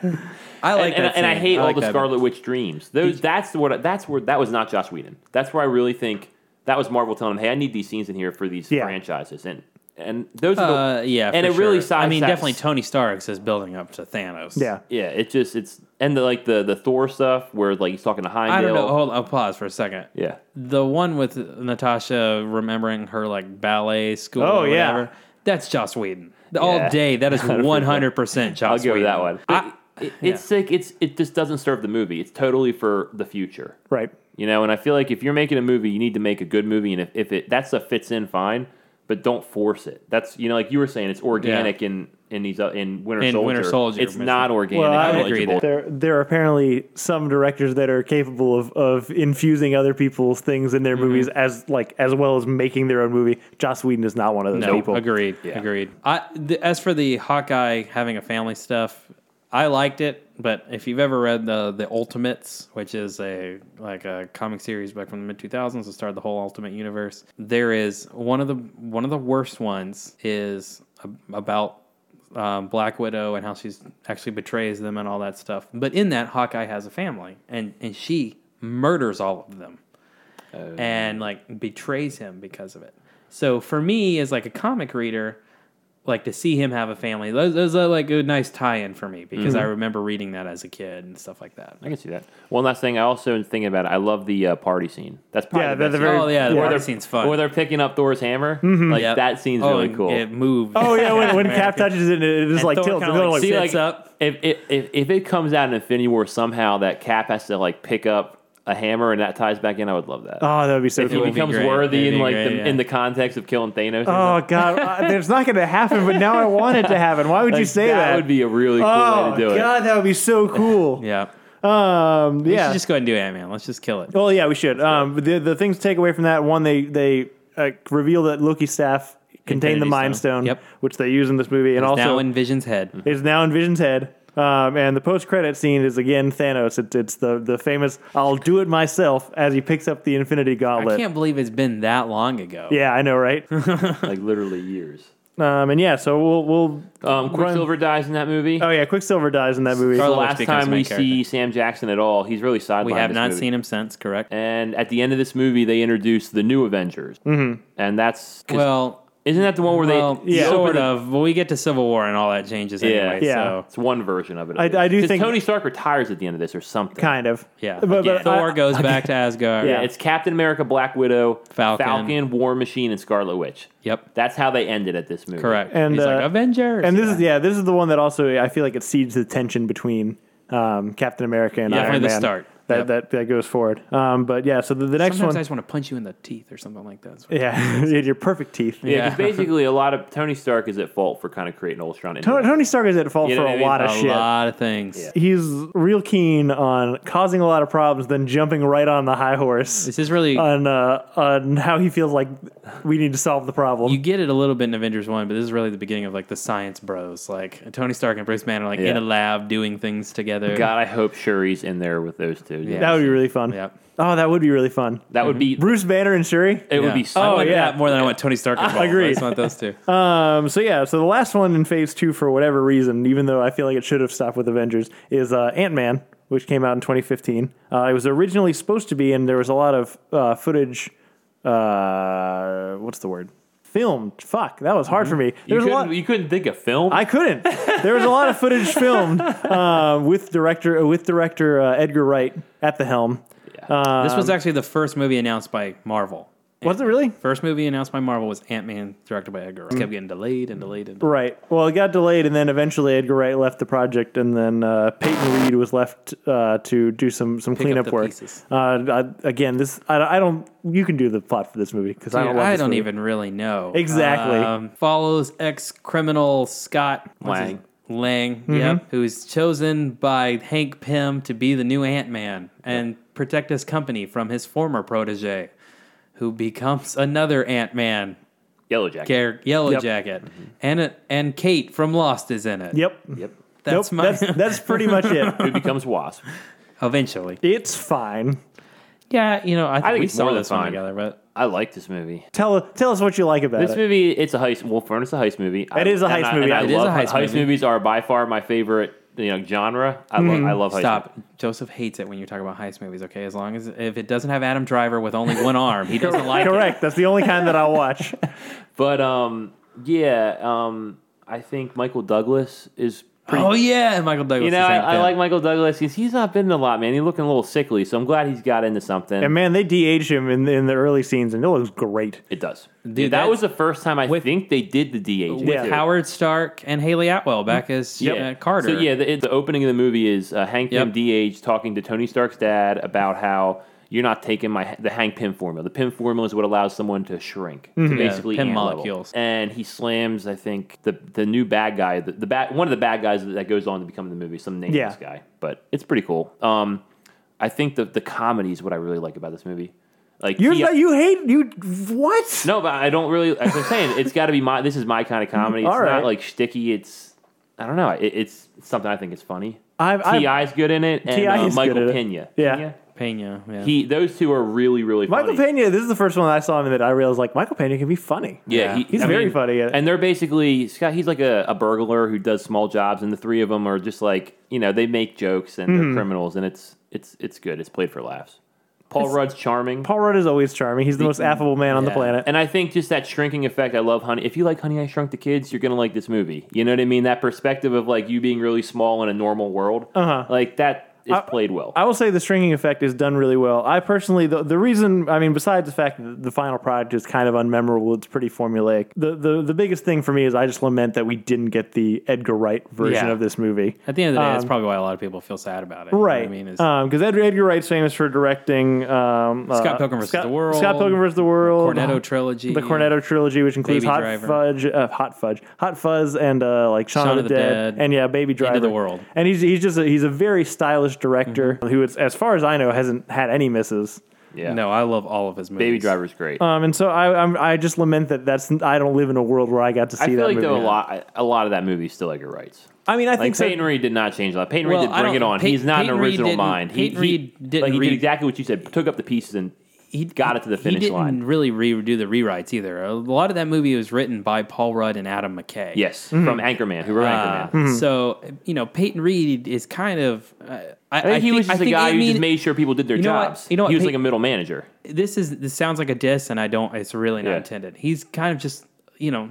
Speaker 3: I like
Speaker 2: And, and,
Speaker 3: that,
Speaker 2: and I
Speaker 3: scene.
Speaker 2: hate all
Speaker 3: like
Speaker 2: the
Speaker 3: that.
Speaker 2: Scarlet Witch dreams. Those that's what that's where that was not Josh Whedon. That's where I really think that was Marvel telling him, "Hey, I need these scenes in here for these
Speaker 1: Yeah.
Speaker 2: franchises." And and those are
Speaker 3: Uh,
Speaker 2: the,
Speaker 3: yeah,
Speaker 2: and
Speaker 3: for
Speaker 2: it really
Speaker 3: sure. I mean,
Speaker 2: sidesteps-
Speaker 3: definitely Tony Stark's is building up to Thanos.
Speaker 1: Yeah,
Speaker 2: yeah. It just it's and the like the the Thor stuff where like he's talking to Heimdall.
Speaker 3: I don't know. Hold on, pause for a second.
Speaker 2: Yeah,
Speaker 3: The one with Natasha remembering her like ballet school.
Speaker 1: Oh,
Speaker 3: or
Speaker 1: yeah.
Speaker 3: whatever, that's Joss Whedon. All
Speaker 2: Yeah.
Speaker 3: day, that is one hundred percent Joss.
Speaker 2: I'll give
Speaker 3: Whedon.
Speaker 2: you that one.
Speaker 3: I,
Speaker 2: It- it's like it's it just doesn't serve the movie. It's totally for the future.
Speaker 1: right.
Speaker 2: You know, and I feel like if you're making a movie, you need to make a good movie, and if, if it that stuff fits in, fine, but don't force it. That's you know, like you were saying, it's organic in in these uh, in Winter
Speaker 3: In
Speaker 2: Soldier.
Speaker 3: Winter Soldier,
Speaker 2: it's
Speaker 3: Mr.
Speaker 2: not organic.
Speaker 1: Well, I
Speaker 2: and
Speaker 3: agree
Speaker 2: legible.
Speaker 1: There, there are apparently some directors that are capable of, of infusing other people's things in
Speaker 3: Mm-hmm.
Speaker 1: their movies as like as well as making their own movie. Joss Whedon is not one of those
Speaker 3: no,
Speaker 1: people.
Speaker 3: agreed,
Speaker 2: Yeah.
Speaker 3: agreed. I, th- as for the Hawkeye having a family stuff, I liked it, but if you've ever read the the Ultimates, which is a like a comic series back from the mid two thousands that started the whole Ultimate universe, there is one of the one of the worst ones is a- about um, Black Widow and how she's actually betrays them and all that stuff. But in that, Hawkeye has a family, and and she murders all of them and like betrays him because of it. So for me, as like a comic reader, like to see him have a family, those, those are like a nice tie-in for me because
Speaker 2: Mm-hmm.
Speaker 3: I remember reading that as a kid and stuff like that.
Speaker 2: I can see that. One last thing, I also am thinking about it. I love the uh, party scene. That's probably
Speaker 1: Yeah,
Speaker 2: the
Speaker 1: they're
Speaker 2: best
Speaker 1: the
Speaker 2: scene.
Speaker 1: very- Mm-hmm.
Speaker 3: oh yeah, the
Speaker 1: yeah.
Speaker 3: yeah.
Speaker 1: Where
Speaker 3: scene's fun.
Speaker 2: Where they're picking up Thor's hammer, like
Speaker 3: Yep.
Speaker 2: that scene's
Speaker 3: Oh,
Speaker 2: really
Speaker 3: and
Speaker 2: cool.
Speaker 3: It moved.
Speaker 1: Oh yeah, when, when Cap touches it, it just like
Speaker 3: Thor
Speaker 1: tilts.
Speaker 3: kinda,
Speaker 1: It's
Speaker 3: like,
Speaker 1: like-
Speaker 2: See,
Speaker 3: sits
Speaker 2: like,
Speaker 3: up.
Speaker 2: If, if, if, if it comes out in Infinity War somehow that Cap has to like pick up a hammer and that ties back in, I would love that.
Speaker 1: oh, that would be so
Speaker 2: if he
Speaker 1: cool.
Speaker 3: would be
Speaker 2: becomes
Speaker 3: great.
Speaker 2: worthy
Speaker 3: That'd
Speaker 2: in
Speaker 3: be
Speaker 2: like
Speaker 3: great,
Speaker 2: the,
Speaker 3: yeah.
Speaker 2: in the context of killing Thanos,
Speaker 1: Oh god, uh, there's not going to happen. But now I want it to happen. Why would you say that?
Speaker 2: would be a really cool
Speaker 1: oh
Speaker 2: way to do
Speaker 1: god, that would be so cool.
Speaker 3: Yeah,
Speaker 1: Um,
Speaker 3: yeah.
Speaker 1: yeah.
Speaker 3: Should just go ahead and do Ant Man. Let's just kill it.
Speaker 1: Well, yeah, we should. Um, the the things to take away from that one, they they uh, reveal that Loki's staff contained the
Speaker 3: Infinity
Speaker 1: Mind
Speaker 3: Stone.
Speaker 1: Stone,
Speaker 3: Yep.
Speaker 1: which they use in this movie, and
Speaker 3: now
Speaker 1: also
Speaker 2: Mm-hmm.
Speaker 3: in Vision's head.
Speaker 1: is now in Vision's head. Um, and the post-credit scene is again Thanos. It's, it's the the famous "I'll do it myself" as he picks up the Infinity
Speaker 3: I
Speaker 1: Gauntlet.
Speaker 3: can't believe it's been that long ago.
Speaker 1: yeah, I know, right?
Speaker 2: like literally years.
Speaker 1: um, and yeah, so we'll we'll.
Speaker 2: Um, Quicksilver dies in that movie.
Speaker 1: Oh yeah, Quicksilver dies in that movie.
Speaker 2: the
Speaker 3: Scarlet Witch
Speaker 2: last
Speaker 3: becomes
Speaker 2: time
Speaker 3: main
Speaker 2: we
Speaker 3: character.
Speaker 2: see Sam Jackson at all, he's really sidelined.
Speaker 3: We have
Speaker 2: this
Speaker 3: not
Speaker 2: movie.
Speaker 3: seen him since, correct?
Speaker 2: And at the end of this movie, they introduce the new Avengers, mm-hmm. and that's 'cause-
Speaker 3: Well,
Speaker 2: isn't that the one where
Speaker 3: well,
Speaker 2: they you
Speaker 3: sort
Speaker 2: open the-
Speaker 3: of. But we get to Civil War and all that changes anyway.
Speaker 1: Yeah.
Speaker 3: So
Speaker 2: It's one version of it.
Speaker 1: I- I do
Speaker 2: 'Cause
Speaker 1: think-
Speaker 2: Tony Stark retires at the end of this or something.
Speaker 1: kind of.
Speaker 3: yeah,
Speaker 1: but, but
Speaker 3: Again, Thor
Speaker 1: I-
Speaker 3: goes back to Asgard.
Speaker 1: Yeah.
Speaker 2: It's Captain America, Black Widow,
Speaker 3: Falcon.
Speaker 2: War Machine, and Scarlet Witch.
Speaker 3: Yep.
Speaker 2: That's how they ended at this movie.
Speaker 3: Correct.
Speaker 1: And,
Speaker 3: And he's
Speaker 1: uh,
Speaker 3: like Avengers.
Speaker 1: And this is yeah, this is the one that also I feel like it seeds the tension between um, Captain America and
Speaker 3: Yeah,
Speaker 1: Iron
Speaker 3: from the
Speaker 1: Man.
Speaker 3: start.
Speaker 1: That,
Speaker 3: Yep.
Speaker 1: that that goes forward. Um, but yeah, so the, the next
Speaker 3: Sometimes I
Speaker 1: one,
Speaker 3: just want to punch you in the teeth or something like that.
Speaker 1: yeah, your perfect teeth.
Speaker 2: Yeah, 'cause
Speaker 3: Yeah.
Speaker 2: basically, a lot of Tony Stark is at fault for kind of creating Ultron.
Speaker 1: Tony, Tony Stark is at fault
Speaker 2: You know
Speaker 1: for
Speaker 2: what
Speaker 1: a
Speaker 2: I mean?
Speaker 1: lot of
Speaker 3: A
Speaker 1: shit.
Speaker 3: lot of things.
Speaker 1: He's real keen on causing a lot of problems, then jumping right on the high horse
Speaker 3: This is really
Speaker 1: on uh, on how he feels like we need to solve the problem.
Speaker 3: you get it a little bit in Avengers One, but this is really the beginning of like the science bros. Like Tony Stark and Bruce Banner, are, like in
Speaker 2: Yeah.
Speaker 3: a lab doing things together.
Speaker 2: God, I hope Shuri's in there with those two. dude.
Speaker 1: that would be really fun.
Speaker 3: Yep.
Speaker 1: Oh, that would be really fun.
Speaker 2: That would be.
Speaker 1: Bruce Banner and Shuri.
Speaker 2: It would
Speaker 3: Yeah.
Speaker 2: be.
Speaker 3: I
Speaker 2: So,
Speaker 3: want
Speaker 1: yeah.
Speaker 3: that more than I want Tony Stark involved. I
Speaker 1: Agreed.
Speaker 3: just want those two.
Speaker 1: Um, so yeah, so the last one in Phase Two, for whatever reason, even though I feel like it should have stopped with Avengers, is uh, Ant Man, which came out in 2015. Uh, it was originally supposed to be, and there was a lot of uh, footage. Uh, what's the word? Filmed. Fuck, that was hard for me.
Speaker 2: Mm-hmm. you,
Speaker 1: There was a
Speaker 2: couldn't,
Speaker 1: lot.
Speaker 2: you couldn't think of film.
Speaker 1: I couldn't. There was a lot of footage filmed uh, with director uh, with director uh, Edgar Wright at the helm.
Speaker 3: this
Speaker 1: Um,
Speaker 3: was actually the first movie announced by Marvel.
Speaker 1: Was it really?
Speaker 3: First movie announced by Marvel was Ant Man, directed by Edgar. Wright. Kept getting delayed and delayed and delayed.
Speaker 1: Right. Well, it got delayed, and then eventually Edgar Wright left the project, and then uh, Peyton Reed was left uh, to do some some
Speaker 3: up
Speaker 1: cleanup
Speaker 3: the
Speaker 1: work.
Speaker 3: pieces.
Speaker 1: Uh, I, again, this I, I don't. You can do the plot for this movie because I
Speaker 3: Dude,
Speaker 1: don't. Love
Speaker 3: I
Speaker 1: this
Speaker 3: don't
Speaker 1: movie.
Speaker 3: even really know.
Speaker 1: Exactly.
Speaker 3: Um, follows ex criminal Scott what's his-
Speaker 2: Lang.
Speaker 3: Lang,
Speaker 1: Mm-hmm.
Speaker 3: yep, who's chosen by Hank Pym to be the new Ant Man and protect his company from his former protege, who becomes another Ant Man,
Speaker 2: Yellow Jacket.
Speaker 3: Yellow
Speaker 1: Yep.
Speaker 3: Jacket, and it, and Kate from Lost is in it.
Speaker 1: Yep.
Speaker 2: Yep.
Speaker 3: that's
Speaker 1: nope,
Speaker 3: my
Speaker 1: that's, that's pretty much it.
Speaker 2: Who becomes Wasp?
Speaker 3: eventually.
Speaker 1: It's fine.
Speaker 3: Yeah, you know, I think,
Speaker 2: think
Speaker 3: we
Speaker 2: it's more
Speaker 3: saw
Speaker 2: than
Speaker 3: this one
Speaker 2: fine.
Speaker 3: together, but
Speaker 2: I like this movie.
Speaker 1: Tell tell us what you like about
Speaker 2: This
Speaker 1: it.
Speaker 2: movie, it's a heist. Well, Furnace, a heist movie. I-
Speaker 1: It is a
Speaker 2: and
Speaker 1: heist
Speaker 2: I-
Speaker 1: movie,
Speaker 2: and I
Speaker 1: yeah. It
Speaker 3: is a
Speaker 2: love
Speaker 3: heist
Speaker 2: heist
Speaker 3: movie.
Speaker 2: movies. Are by far my favorite, you know, genre. I love.
Speaker 1: Mm-hmm.
Speaker 2: I love heist. movies.
Speaker 3: Stop. Joseph hates it when you talk about heist movies, okay? As long as if it doesn't have Adam Driver with only one arm, he doesn't like it.
Speaker 1: Correct. That's the only kind that I'll watch.
Speaker 2: But um, yeah, um, I think Michael Douglas is. Pretty,
Speaker 3: Oh yeah, and Michael Douglas.
Speaker 2: you know,
Speaker 3: is
Speaker 2: I,
Speaker 3: Hank
Speaker 2: I
Speaker 3: Pym.
Speaker 2: like Michael Douglas. He's he's not been in a lot, man. He's looking a little sickly, so I'm glad he's got into something.
Speaker 1: And man, they de-aged him in in the early scenes, and it looks great.
Speaker 2: it does.
Speaker 3: Dude,
Speaker 2: that
Speaker 3: that-
Speaker 2: was the first time I think they did the de aging.
Speaker 3: with
Speaker 1: Yeah.
Speaker 3: Howard Stark and Haley Atwell back as uh, Carter.
Speaker 2: So yeah, the, it- the opening of the movie is uh, Hank Pym
Speaker 3: Yep.
Speaker 2: DH talking to Tony Stark's dad about how you're not taking my the Hank Pym formula. The Pym formula is what allows someone to shrink to
Speaker 3: Mm-hmm. Yeah,
Speaker 2: basically
Speaker 3: Pym
Speaker 2: ant level.
Speaker 3: molecules.
Speaker 2: And he slams, I think the the new bad guy, the, the bad one of the bad guys that goes on to become in the movie, some nameless
Speaker 1: Yeah.
Speaker 2: guy. But it's pretty cool. Um, I think the the comedy is what I really like about this movie. Like
Speaker 1: You're
Speaker 2: he-
Speaker 1: not- you hate you what?
Speaker 2: no, but I don't really. As I'm saying, it's got to be my. This is my kind of comedy. It's
Speaker 1: All right.
Speaker 2: not like sticky. It's I don't know. It, it's something I think is funny.
Speaker 1: I've, I've,
Speaker 2: Ti's good in it, and
Speaker 1: T.I.
Speaker 2: uh,
Speaker 1: is good
Speaker 2: Michael
Speaker 1: in it.
Speaker 2: Pena.
Speaker 1: Yeah.
Speaker 2: Pena?
Speaker 3: Pena. Yeah.
Speaker 2: he. Those two are really really funny.
Speaker 1: Michael Pena. This is the first one I saw him that I realized like Michael Pena can be funny.
Speaker 3: Yeah.
Speaker 2: Yeah, he-
Speaker 1: He's
Speaker 2: I
Speaker 1: very
Speaker 2: mean,
Speaker 1: funny. yeah.
Speaker 2: And they're basically Scott. He's like a, a burglar who does small jobs, and the three of them are just like you know they make jokes and
Speaker 1: Mm-hmm.
Speaker 2: they're criminals, and it's it's it's good. It's played for laughs. Paul Rudd's charming,
Speaker 1: Paul Rudd is always charming. He's the most affable man on the
Speaker 3: yeah.
Speaker 1: planet.
Speaker 2: and I think just that shrinking effect. I love Honey. If you like Honey I Shrunk the Kids, you're gonna like this movie. You know what I mean? That perspective of like you being really small in a normal world,
Speaker 1: Uh-huh.
Speaker 2: like that is
Speaker 1: I-
Speaker 2: played well.
Speaker 1: I will say the stringing effect is done really well. I personally, the, the reason, I mean, besides the fact that the final product is kind of unmemorable, it's pretty formulaic. The, the the biggest thing for me is I just lament that we didn't get the Edgar Wright version
Speaker 3: Yeah.
Speaker 1: of this movie.
Speaker 3: At the end of the day,
Speaker 2: um,
Speaker 3: that's probably why a lot of people feel sad about it. You know what
Speaker 1: Right.
Speaker 3: I mean, It's-
Speaker 1: Because Edgar, Edgar Wright's famous for directing um,
Speaker 3: Scott
Speaker 1: uh,
Speaker 3: Pilgrim versus
Speaker 1: Scott-
Speaker 3: the World,
Speaker 1: Scott Pilgrim versus the World.
Speaker 3: Cornetto trilogy,
Speaker 1: The Cornetto trilogy, which includes
Speaker 3: Baby
Speaker 1: Hot
Speaker 3: Driver.
Speaker 1: Fudge, uh, Hot Fudge, Hot Fuzz, and uh, like Shaun, of the, Dead, and yeah, Baby Driver,
Speaker 3: the World. Mm-hmm.
Speaker 1: and he's he's just a, he's a very stylish director who, is, as far as I know, hasn't had any misses.
Speaker 2: yeah,
Speaker 3: No, I love all of his movies.
Speaker 2: Baby Driver's great.
Speaker 1: Um, and so I I'm, I just lament that that's I don't live in a world where I got to see
Speaker 2: I feel
Speaker 1: that
Speaker 2: like
Speaker 1: movie.
Speaker 2: though a lot, a lot of that movie is still Edgar Wright's.
Speaker 1: I mean, I think
Speaker 2: Like
Speaker 1: so.
Speaker 2: Peyton Reed did not change a lot. Peyton Reed
Speaker 3: Well,
Speaker 2: did
Speaker 3: I
Speaker 2: bring
Speaker 3: don't-
Speaker 2: it on.
Speaker 3: Pey-
Speaker 2: He's not
Speaker 3: Peyton
Speaker 2: an
Speaker 3: Reed
Speaker 2: original
Speaker 3: didn't-
Speaker 2: mind. He,
Speaker 3: Peyton
Speaker 2: he-
Speaker 3: Reed didn't
Speaker 2: like he did
Speaker 3: re-
Speaker 2: exactly what you said. Took up the pieces and
Speaker 3: he
Speaker 2: got it to the
Speaker 3: he
Speaker 2: finish
Speaker 3: didn't
Speaker 2: line.
Speaker 3: really redo the rewrites either. A lot of that movie was written by Paul Rudd and Adam McKay.
Speaker 2: Yes,
Speaker 1: Mm-hmm.
Speaker 2: from Anchorman, Mm-hmm. who wrote
Speaker 3: Uh,
Speaker 2: Anchorman.
Speaker 3: So you know, Peyton Reed is kind of. Uh, I, I
Speaker 2: I think he was
Speaker 3: I
Speaker 2: just a
Speaker 3: think
Speaker 2: guy who
Speaker 3: Amy-
Speaker 2: just made sure people did their
Speaker 3: You know what-
Speaker 2: jobs.
Speaker 3: you know what,
Speaker 2: he was
Speaker 3: Pey-
Speaker 2: like a middle manager.
Speaker 3: This is this sounds like a diss, and I don't. It's really not
Speaker 2: Yeah.
Speaker 3: intended. He's kind of just you know.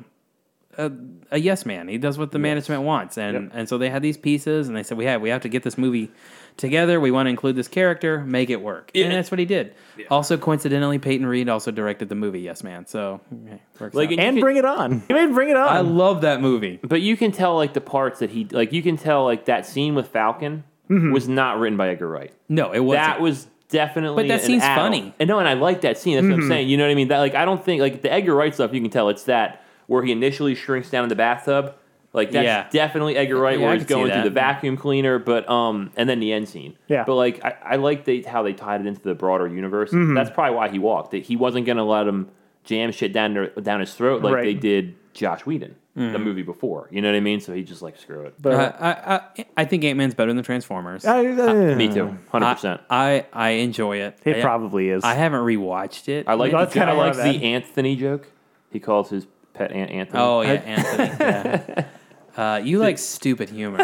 Speaker 3: A, a yes man. He does what the management wants, and and so they had these pieces, and they said we have we have to get this movie together. We want to include this character, make it work, and that's what he did. Also, coincidentally, Peyton Reed also directed the movie Yes Man, so okay, works
Speaker 2: Like,
Speaker 3: out.
Speaker 1: and bring it on. You mean bring it
Speaker 3: I
Speaker 1: on?
Speaker 3: love that movie.
Speaker 2: But you can tell like the parts that he like. You can tell like that scene with Falcon was not written by Edgar Wright.
Speaker 3: No, it wasn't.
Speaker 2: That was definitely.
Speaker 3: But that
Speaker 2: an
Speaker 3: scene's
Speaker 2: add-on.
Speaker 3: funny. Mm-hmm.
Speaker 2: And no, and I like that scene. That's what I'm saying. You know what I mean? That like I don't think like the Edgar Wright stuff. You can tell it's that where he initially shrinks down in the bathtub. Like that's
Speaker 3: Yeah.
Speaker 2: definitely Edgar Wright
Speaker 3: Yeah, I
Speaker 2: where he's
Speaker 3: can see
Speaker 2: going
Speaker 3: that.
Speaker 2: through the vacuum cleaner. But um, and then the end scene.
Speaker 1: Yeah.
Speaker 2: But like I, I like they how they tied it into the broader universe.
Speaker 3: Mm-hmm.
Speaker 2: That's probably why he walked. That he wasn't gonna let him jam shit down their, down his throat like
Speaker 1: Right.
Speaker 2: they did Josh Whedon. The
Speaker 3: Mm-hmm.
Speaker 2: movie before, you know what I mean, so he just like screw it.
Speaker 1: But,
Speaker 3: Uh, I, I I think Ant Man's better than Transformers.
Speaker 1: I, uh,
Speaker 2: Me too, hundred percent.
Speaker 3: um, I, I enjoy it.
Speaker 1: It
Speaker 3: I,
Speaker 1: probably is.
Speaker 3: I haven't rewatched it.
Speaker 2: I like
Speaker 1: Well, that's
Speaker 2: the,
Speaker 1: kinda
Speaker 2: I
Speaker 1: where
Speaker 2: like
Speaker 1: I'm at.
Speaker 2: the Anthony joke. He calls his pet Aunt Anthony.
Speaker 3: Oh yeah, Anthony. yeah. Uh, you like stupid humor.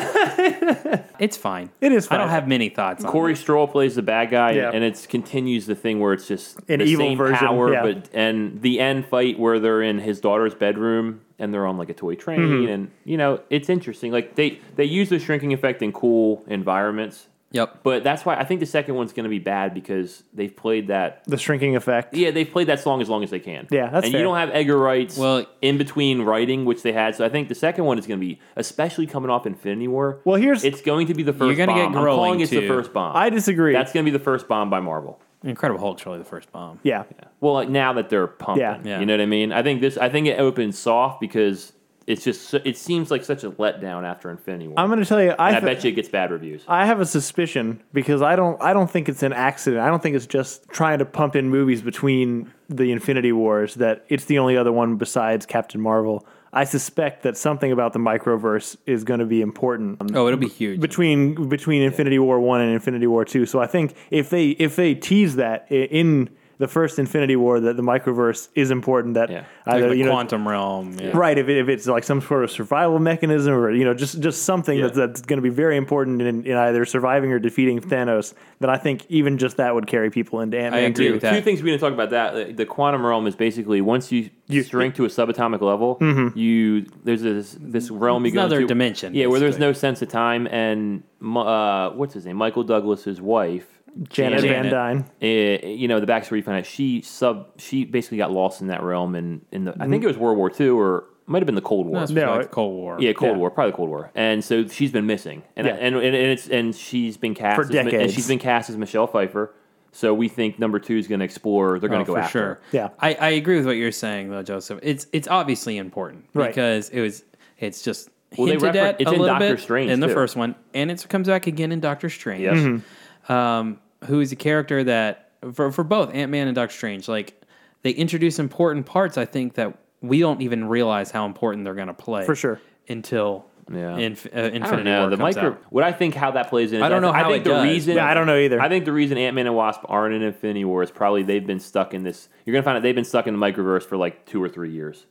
Speaker 3: it's fine.
Speaker 1: It is
Speaker 3: I
Speaker 1: fine.
Speaker 3: don't have many thoughts on
Speaker 2: Corey Stroll plays the bad guy,
Speaker 1: Yeah.
Speaker 2: and it continues the thing where it's just
Speaker 1: An
Speaker 2: the
Speaker 1: evil
Speaker 2: same
Speaker 1: version,
Speaker 2: power,
Speaker 1: yeah.
Speaker 2: but and the end fight where they're in his daughter's bedroom and they're on like a toy train,
Speaker 1: Mm-hmm.
Speaker 2: and you know it's interesting. Like they they use the shrinking effect in cool environments,
Speaker 3: it. Yep.
Speaker 2: but that's why I think the second one's going to be bad because they've played that.
Speaker 1: the shrinking effect.
Speaker 2: Yeah, they've played that song as long as they can.
Speaker 1: Yeah, that's
Speaker 2: and
Speaker 1: fair.
Speaker 2: you don't have Edgar Wright's
Speaker 3: Well-
Speaker 2: in between writing, which they had. So I think the second one is going to be, especially coming off Infinity War.
Speaker 1: Well, here's-
Speaker 2: it's going to be the 1st
Speaker 3: You're gonna
Speaker 2: bomb.
Speaker 3: get
Speaker 2: I'm
Speaker 3: growing,
Speaker 2: calling it's
Speaker 3: too.
Speaker 2: the first bomb.
Speaker 1: I disagree.
Speaker 2: That's going to be the first bomb by Marvel.
Speaker 3: Incredible Hulk's really the first bomb.
Speaker 1: yeah.
Speaker 2: Well, like now that they're pumping,
Speaker 1: Yeah.
Speaker 3: Yeah.
Speaker 2: you know what I mean. I think this. I think it opens soft because it's just. so- It seems like such a letdown after Infinity War.
Speaker 1: I'm going to tell you. I,
Speaker 2: and I
Speaker 1: thi-
Speaker 2: bet you it gets bad reviews.
Speaker 1: I have a suspicion because I don't. I don't think it's an accident. I don't think it's just trying to pump in movies between the Infinity Wars. That it's the only other one besides Captain Marvel. I suspect that something about the microverse is going to be important.
Speaker 3: Oh, it'll be huge.
Speaker 1: between between Infinity War One and Infinity War Two. So I think if they if they tease that i- in the first Infinity War that the microverse is important, that
Speaker 2: Yeah.
Speaker 1: either
Speaker 3: like the
Speaker 1: you know.
Speaker 3: quantum realm. Yeah.
Speaker 1: Right, if, it, if it's like some sort of survival mechanism, or you know, just just something
Speaker 2: Yeah.
Speaker 1: that, that's going to be very important in, in either surviving or defeating Thanos, then I think even just that would carry people into Ant Man.
Speaker 3: I agree
Speaker 2: Two-
Speaker 3: with that.
Speaker 2: Two things we didn't talk about that. The- The quantum realm is basically once you,
Speaker 1: You-
Speaker 2: shrink to a subatomic level, you there's this this realm you
Speaker 3: It's
Speaker 2: go
Speaker 3: another
Speaker 2: into-
Speaker 3: dimension,
Speaker 2: Yeah, where there's
Speaker 3: basically.
Speaker 2: no sense of time. And mu- uh, what's his name? Michael Douglas's wife,
Speaker 1: Janet, Van
Speaker 2: Janet
Speaker 1: Dyne.
Speaker 2: uh, you know the backstory you find out she sub she basically got lost in that realm and in the I think it was World War II or might have been the Cold War.
Speaker 3: That's
Speaker 1: No,
Speaker 3: like
Speaker 1: it-
Speaker 3: the Cold War.
Speaker 2: yeah, Cold
Speaker 1: yeah.
Speaker 2: War, probably the Cold War, and so she's been missing, and
Speaker 1: Yeah.
Speaker 2: and, and and it's and she's been cast
Speaker 1: For
Speaker 2: as Mi- and
Speaker 1: decades.
Speaker 2: she's been cast as Michelle Pfeiffer. So we think number two is going to explore. They're going
Speaker 3: Oh,
Speaker 2: to go
Speaker 3: for
Speaker 2: after. her.
Speaker 3: sure.
Speaker 1: Yeah.
Speaker 3: I, I agree with what you're saying though, Joseph. It's it's obviously important
Speaker 1: Right.
Speaker 3: because it was it's just
Speaker 2: Well, they
Speaker 3: hinted
Speaker 2: refer-
Speaker 3: at
Speaker 2: it's
Speaker 3: a
Speaker 2: in
Speaker 3: little
Speaker 2: Doctor
Speaker 3: bit
Speaker 2: Strange,
Speaker 3: in the
Speaker 2: too.
Speaker 3: first one, and it comes back again in Doctor Strange,
Speaker 2: Yes.
Speaker 1: Mm-hmm.
Speaker 3: um, who is a character that for for both Ant Man and Doctor Strange, like they introduce important parts. I think that we don't even realize how important they're going to play
Speaker 1: For sure.
Speaker 3: until
Speaker 2: Yeah.
Speaker 3: Inf- uh, Infinity
Speaker 2: I don't know
Speaker 3: War
Speaker 2: the
Speaker 3: comes
Speaker 2: micro.
Speaker 3: out.
Speaker 2: What I think how that plays in. Is
Speaker 3: I don't know
Speaker 2: th-
Speaker 3: how
Speaker 2: I think
Speaker 3: it
Speaker 2: the
Speaker 3: does.
Speaker 2: reason.
Speaker 1: Yeah, I don't know either.
Speaker 2: I think the reason Ant Man and Wasp aren't in Infinity War is probably they've been stuck in this. You're going to find out they've been stuck in the microverse for like two or three years.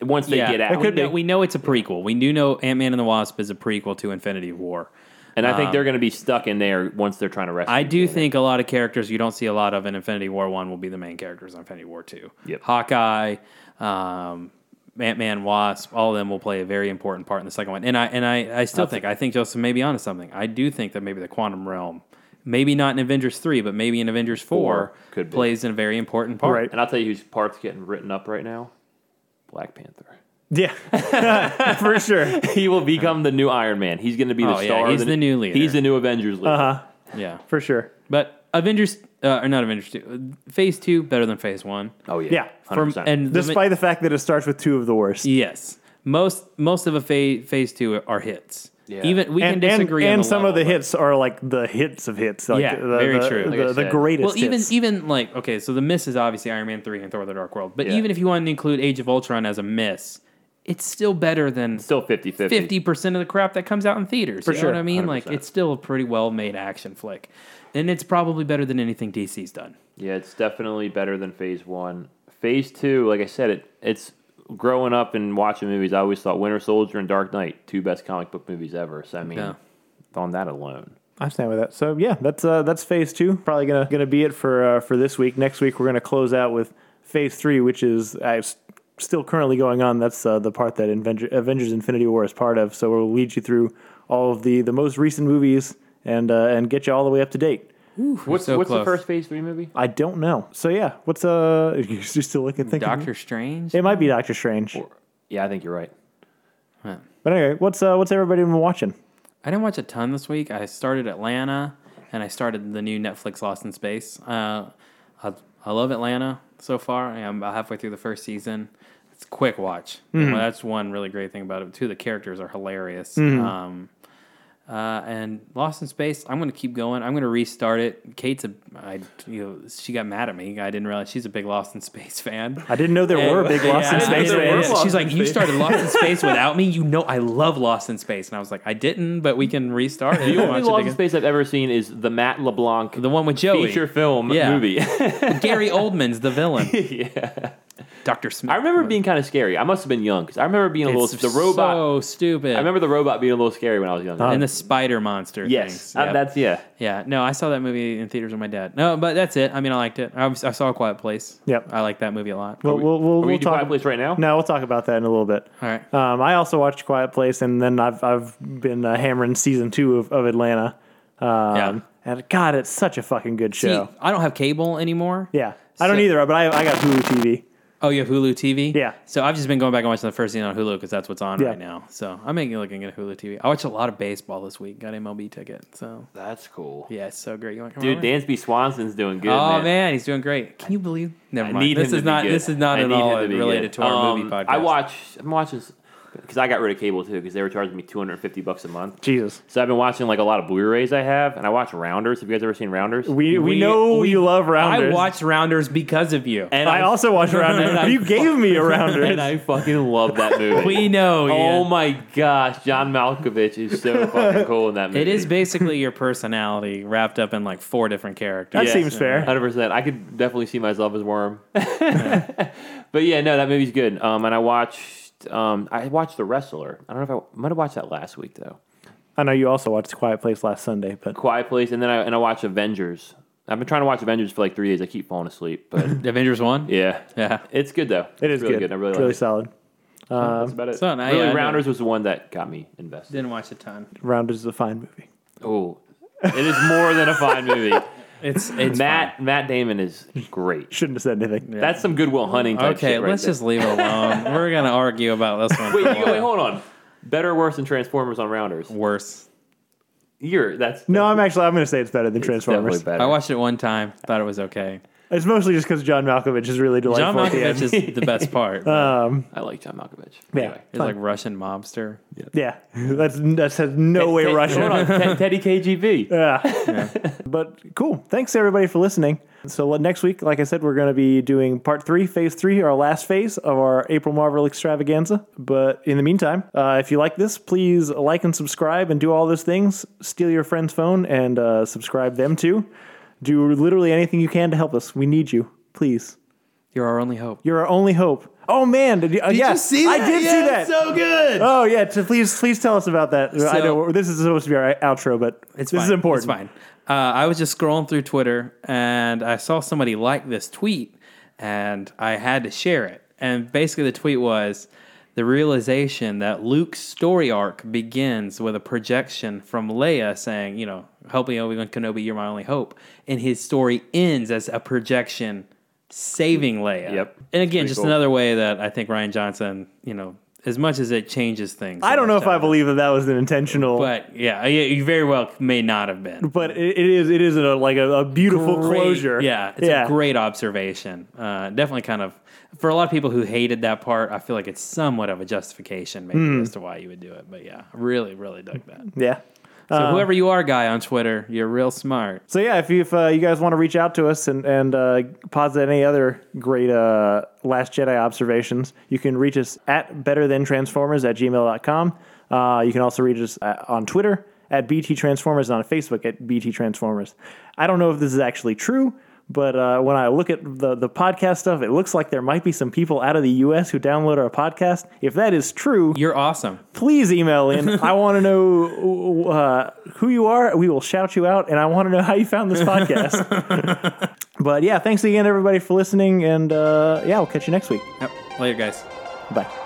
Speaker 2: Once they
Speaker 3: yeah,
Speaker 2: get out,
Speaker 3: we, know, we know it's a prequel. We do know Ant Man and the Wasp is a prequel to Infinity War.
Speaker 2: and I think they're going to be stuck in there once they're trying to rescue.
Speaker 3: Um, I do
Speaker 2: Janet.
Speaker 3: think a lot of characters you don't see a lot of in Infinity War One will be the main characters in Infinity War Two.
Speaker 2: Yep.
Speaker 3: Hawkeye, um, Ant Man, Wasp, all of them will play a very important part in the second one. And I and I, I still think I think Joseph may be onto something. I do think that maybe the quantum realm, maybe not in Avengers three, but maybe in Avengers four,
Speaker 2: Four, could be.
Speaker 3: plays a very important part.
Speaker 1: Right.
Speaker 2: And I'll tell you whose part's getting written up right now. Black Panther.
Speaker 1: Yeah, for sure.
Speaker 2: He will become the new Iron Man. He's going to be the
Speaker 3: Oh, yeah,
Speaker 2: star. of
Speaker 3: he's the new leader.
Speaker 2: He's the new Avengers leader.
Speaker 3: Yeah.
Speaker 1: For sure.
Speaker 3: But Avengers uh, or not Avengers two, Phase two better than Phase one.
Speaker 2: Oh yeah,
Speaker 1: Yeah.
Speaker 3: From
Speaker 2: 100%.
Speaker 3: and the-
Speaker 1: Despite the fact that it starts with two of the worst.
Speaker 3: yes, most most of a phase phase two are hits.
Speaker 2: Yeah.
Speaker 3: Even we
Speaker 1: and,
Speaker 3: can
Speaker 1: and-
Speaker 3: disagree. on
Speaker 1: and
Speaker 3: the
Speaker 1: some of
Speaker 3: level,
Speaker 1: the
Speaker 3: but-
Speaker 1: hits are like the hits of hits. Like
Speaker 3: Yeah,
Speaker 1: the, the-
Speaker 3: very true.
Speaker 1: The,
Speaker 2: Like I
Speaker 1: the
Speaker 2: said.
Speaker 1: greatest.
Speaker 3: Well, even
Speaker 1: hits.
Speaker 3: even like okay, so the miss is obviously Iron Man three and Thor: The Dark World, but
Speaker 2: Yeah.
Speaker 3: even if you wanted to include Age of Ultron as a miss, it's still better than
Speaker 2: Still 50 50.
Speaker 3: fifty percent of the crap that comes out in theaters. you know
Speaker 1: sure,
Speaker 3: what I mean? Like
Speaker 2: 100%.
Speaker 3: it's still a pretty well made action flick, and it's probably better than anything DC's done.
Speaker 2: Yeah, it's definitely better than phase one. Phase two, like I said, it it's growing up and watching movies. I always thought Winter Soldier and Dark Knight, two best comic book movies ever. So I mean,
Speaker 3: Yeah.
Speaker 2: on that alone,
Speaker 1: I stand with that. So yeah, that's uh, that's phase two. Probably gonna gonna be it for uh, for this week. Next week we're gonna close out with phase three, which is I s- still currently going on. That's uh, the part that Avenger, Avengers: Infinity War is part of. So we'll lead you through all of the the most recent movies and uh, and get you all the way up to date.
Speaker 2: what's
Speaker 3: so
Speaker 2: what's the
Speaker 3: close.
Speaker 2: first phase three movie?
Speaker 1: I don't know. So yeah, what's uh? You're still looking thinking.
Speaker 3: Doctor Strange.
Speaker 1: It might be Doctor Strange.
Speaker 2: Yeah, I think you're right.
Speaker 1: But anyway, what's uh? What's everybody been watching?
Speaker 3: I didn't watch a ton this week. I started Atlanta, and I started the new Netflix Lost in Space. Uh, I, I love Atlanta so far. I'm about halfway through the first season. It's a quick watch. Well, that's one really great thing about it. Two, the characters are hilarious. Um, uh, and Lost in Space, I'm going to keep going. I'm going to restart it. Kate's a, I, you know, she got mad at me. I didn't realize she's a big Lost in Space fan.
Speaker 1: I didn't know there
Speaker 3: Eh, Yeah,
Speaker 1: were big Lost in
Speaker 3: I didn't
Speaker 1: Space
Speaker 3: know there were
Speaker 1: fans.
Speaker 3: Lost She's like, you started Lost in Space without me. You know, I love Lost in Space, and I was like, I didn't, but we can restart it.
Speaker 2: The
Speaker 3: and
Speaker 2: only
Speaker 3: watch it
Speaker 2: Lost in
Speaker 3: again.
Speaker 2: Space I've ever seen is the Matt LeBlanc
Speaker 3: The one with Joey,
Speaker 2: feature film
Speaker 3: Yeah.
Speaker 2: movie.
Speaker 3: Gary Oldman's the villain. Doctor Smith.
Speaker 2: I remember it being kind of scary. I must have been young because I remember being a
Speaker 3: it's
Speaker 2: little the robot.
Speaker 3: So stupid.
Speaker 2: I remember the robot being a little scary when I was young.
Speaker 3: and the spider monster.
Speaker 2: yes,
Speaker 3: things.
Speaker 2: uh,
Speaker 3: Yep.
Speaker 2: that's yeah.
Speaker 3: yeah. No, I saw that movie in theaters with my dad. No, but that's it. I mean, I liked it. I, was, I saw A Quiet Place.
Speaker 1: Yep.
Speaker 3: I like that movie a lot.
Speaker 1: We'll, we'll, we'll,
Speaker 2: Are we
Speaker 1: we'll
Speaker 2: in Quiet
Speaker 1: talk.
Speaker 2: Place right now?
Speaker 1: No, we'll talk about that in a little bit.
Speaker 3: All right.
Speaker 1: Um, I also watched Quiet Place, and then I've I've been uh, hammering season two of, of Atlanta. Um,
Speaker 3: Yeah.
Speaker 1: And God, it's such a fucking good
Speaker 3: See,
Speaker 1: show.
Speaker 3: I don't have cable anymore.
Speaker 1: yeah, I don't
Speaker 3: so-
Speaker 1: either, but I I got Hulu TV.
Speaker 3: Oh, you have Hulu TV?
Speaker 1: Yeah.
Speaker 3: So I've just been going back and watching the first season on Hulu because that's what's on
Speaker 1: Yeah.
Speaker 3: right now. So I'm making looking at Hulu TV. I watched a lot of baseball this week. Got MLB ticket. So
Speaker 2: That's cool.
Speaker 3: yeah, it's so great. You want to come
Speaker 2: Dude,
Speaker 3: over?
Speaker 2: Dansby Swanson's doing good.
Speaker 3: oh man.
Speaker 2: man.
Speaker 3: he's doing great. Can you believe? Never
Speaker 2: I
Speaker 3: mind.
Speaker 2: need
Speaker 3: this
Speaker 2: him to
Speaker 3: is
Speaker 2: be
Speaker 3: not.
Speaker 2: good.
Speaker 3: This is not
Speaker 2: I
Speaker 3: at
Speaker 2: need
Speaker 3: all
Speaker 2: him be
Speaker 3: related
Speaker 2: good.
Speaker 3: to our
Speaker 2: Um,
Speaker 3: movie podcast.
Speaker 2: I watch. I'm watching because I got rid of cable too because they were charging me 250 bucks a month.
Speaker 1: Jesus,
Speaker 2: So I've been watching like a lot of Blu-rays I have, and I watch Rounders. Have you guys ever seen Rounders?
Speaker 1: we we,
Speaker 3: We-
Speaker 1: know
Speaker 3: we-
Speaker 1: you love Rounders.
Speaker 3: I watched Rounders because of you.
Speaker 2: and
Speaker 1: I also watch
Speaker 2: and I-
Speaker 1: Rounders. you gave me a Rounders.
Speaker 2: and I fucking love that movie.
Speaker 3: we know.
Speaker 2: Oh
Speaker 3: Ian.
Speaker 2: my gosh, John Malkovich is so fucking cool in that movie.
Speaker 3: it is basically your personality wrapped up in like four different characters.
Speaker 1: That seems fair.
Speaker 2: Hundred percent. I could definitely see myself as Worm. but yeah, no, that movie's good. Um, and I watched, um, I watched The Wrestler. I don't know if I, I might have watched that last week though.
Speaker 1: I know you also watched Quiet Place last Sunday, but
Speaker 2: Quiet Place, and then I and I watch Avengers. I've been trying to watch Avengers for like three days. I keep falling asleep, but
Speaker 3: Avengers One.
Speaker 2: yeah,
Speaker 3: Yeah.
Speaker 2: it's good though.
Speaker 1: it is
Speaker 2: It's really
Speaker 1: good.
Speaker 2: I really
Speaker 1: really
Speaker 2: like it.
Speaker 1: solid.
Speaker 2: That's about it.
Speaker 3: So, now,
Speaker 2: really,
Speaker 3: yeah, I
Speaker 2: Rounders was the one that got me invested.
Speaker 3: Didn't watch a ton.
Speaker 1: Rounders is a fine movie.
Speaker 2: Oh, it is more than a fine movie.
Speaker 3: It's it's
Speaker 2: Matt Matt Damon is great.
Speaker 1: Shouldn't have said anything.
Speaker 2: That's some Goodwill Hunting. Type
Speaker 3: Okay,
Speaker 2: shit right
Speaker 3: let's
Speaker 2: there.
Speaker 3: just leave it alone. We're gonna argue about this one.
Speaker 2: wait,
Speaker 3: for a
Speaker 2: you- wait.
Speaker 3: while.
Speaker 2: Hold on. Better or worse than Transformers on Rounders?
Speaker 3: Worse.
Speaker 2: You're that's
Speaker 1: No, I'm actually I'm going to say it's better than
Speaker 2: It's
Speaker 1: Transformers.
Speaker 2: definitely better.
Speaker 3: I watched it one time. Thought it was okay.
Speaker 1: It's mostly just because John Malkovich is really delightful.
Speaker 3: John
Speaker 1: at the
Speaker 3: Malkovich
Speaker 1: end.
Speaker 3: is the best part. but
Speaker 2: I like John Malkovich.
Speaker 1: Yeah.
Speaker 2: Anyway.
Speaker 3: he's like Russian mobster.
Speaker 1: Yeah, that's that says no way
Speaker 2: Ted-
Speaker 1: Russian.
Speaker 2: Hold on, Ted- Teddy KGB.
Speaker 1: But cool. Thanks everybody for listening. So le- next week, like I said, we're going to be doing part three, phase three, our last phase of our April Marvel extravaganza. But in the meantime, uh, if you like this, please like and subscribe and do all those things. Steal your friend's phone and uh, subscribe them too. Do literally anything you can to help us. We need you. Please.
Speaker 3: You're our only hope.
Speaker 1: You're our only hope. Oh man, did you, uh, yes,
Speaker 3: see
Speaker 1: I
Speaker 3: that?
Speaker 1: did see
Speaker 3: Yeah,
Speaker 1: that.
Speaker 3: it's so good.
Speaker 1: Oh yeah, to please please tell us about that. I
Speaker 3: So-
Speaker 1: know this is supposed to be our outro, but
Speaker 3: It's
Speaker 1: this
Speaker 3: fine.
Speaker 1: is important.
Speaker 3: It's fine. Uh, I was just scrolling through Twitter and I saw somebody like this tweet and I had to share it. And basically, the tweet was the realization that Luke's story arc begins with a projection from Leia saying, you know, help me, Obi Wan Kenobi, you're my only hope. And his story ends as a projection saving Leia.
Speaker 2: Yep.
Speaker 3: And again,
Speaker 2: Pretty
Speaker 3: just
Speaker 2: cool.
Speaker 3: another way that I think Ryan Johnson, you know, as much as it changes things,
Speaker 1: I don't know if I believe
Speaker 3: believe.
Speaker 1: that that was an intentional, but,
Speaker 3: But yeah, yeah, you very well may not have been.
Speaker 1: it, it is it is a, like a, a beautiful
Speaker 3: Great-
Speaker 1: closure.
Speaker 3: Yeah, it's a great observation. Uh, definitely kind of for a lot of people who hated that part. I feel like it's somewhat of a justification maybe as to why you would do it. But yeah, really, really dug that.
Speaker 1: yeah.
Speaker 3: So whoever you are, guy on Twitter, you're real smart.
Speaker 1: So yeah, if you, if, uh, you guys want to reach out to us and and uh, posit any other great uh, Last Jedi observations, you can reach us at betterthantransformers at gmail.com. Uh, you can also reach us uh, on Twitter at BT Transformers and on Facebook at BT Transformers. I don't know if this is actually true, but uh, when I look at the, the podcast stuff, it looks like there might be some people out of the U.S. who download our podcast. If that is true,
Speaker 3: You're awesome.
Speaker 1: please email in. I want to know uh, who you are. We will shout you out, and I want to know how you found this podcast. but yeah, thanks again, everybody, for listening, and uh, yeah, we'll catch you next week.
Speaker 3: Yep. Later, Oh, guys.
Speaker 1: Bye.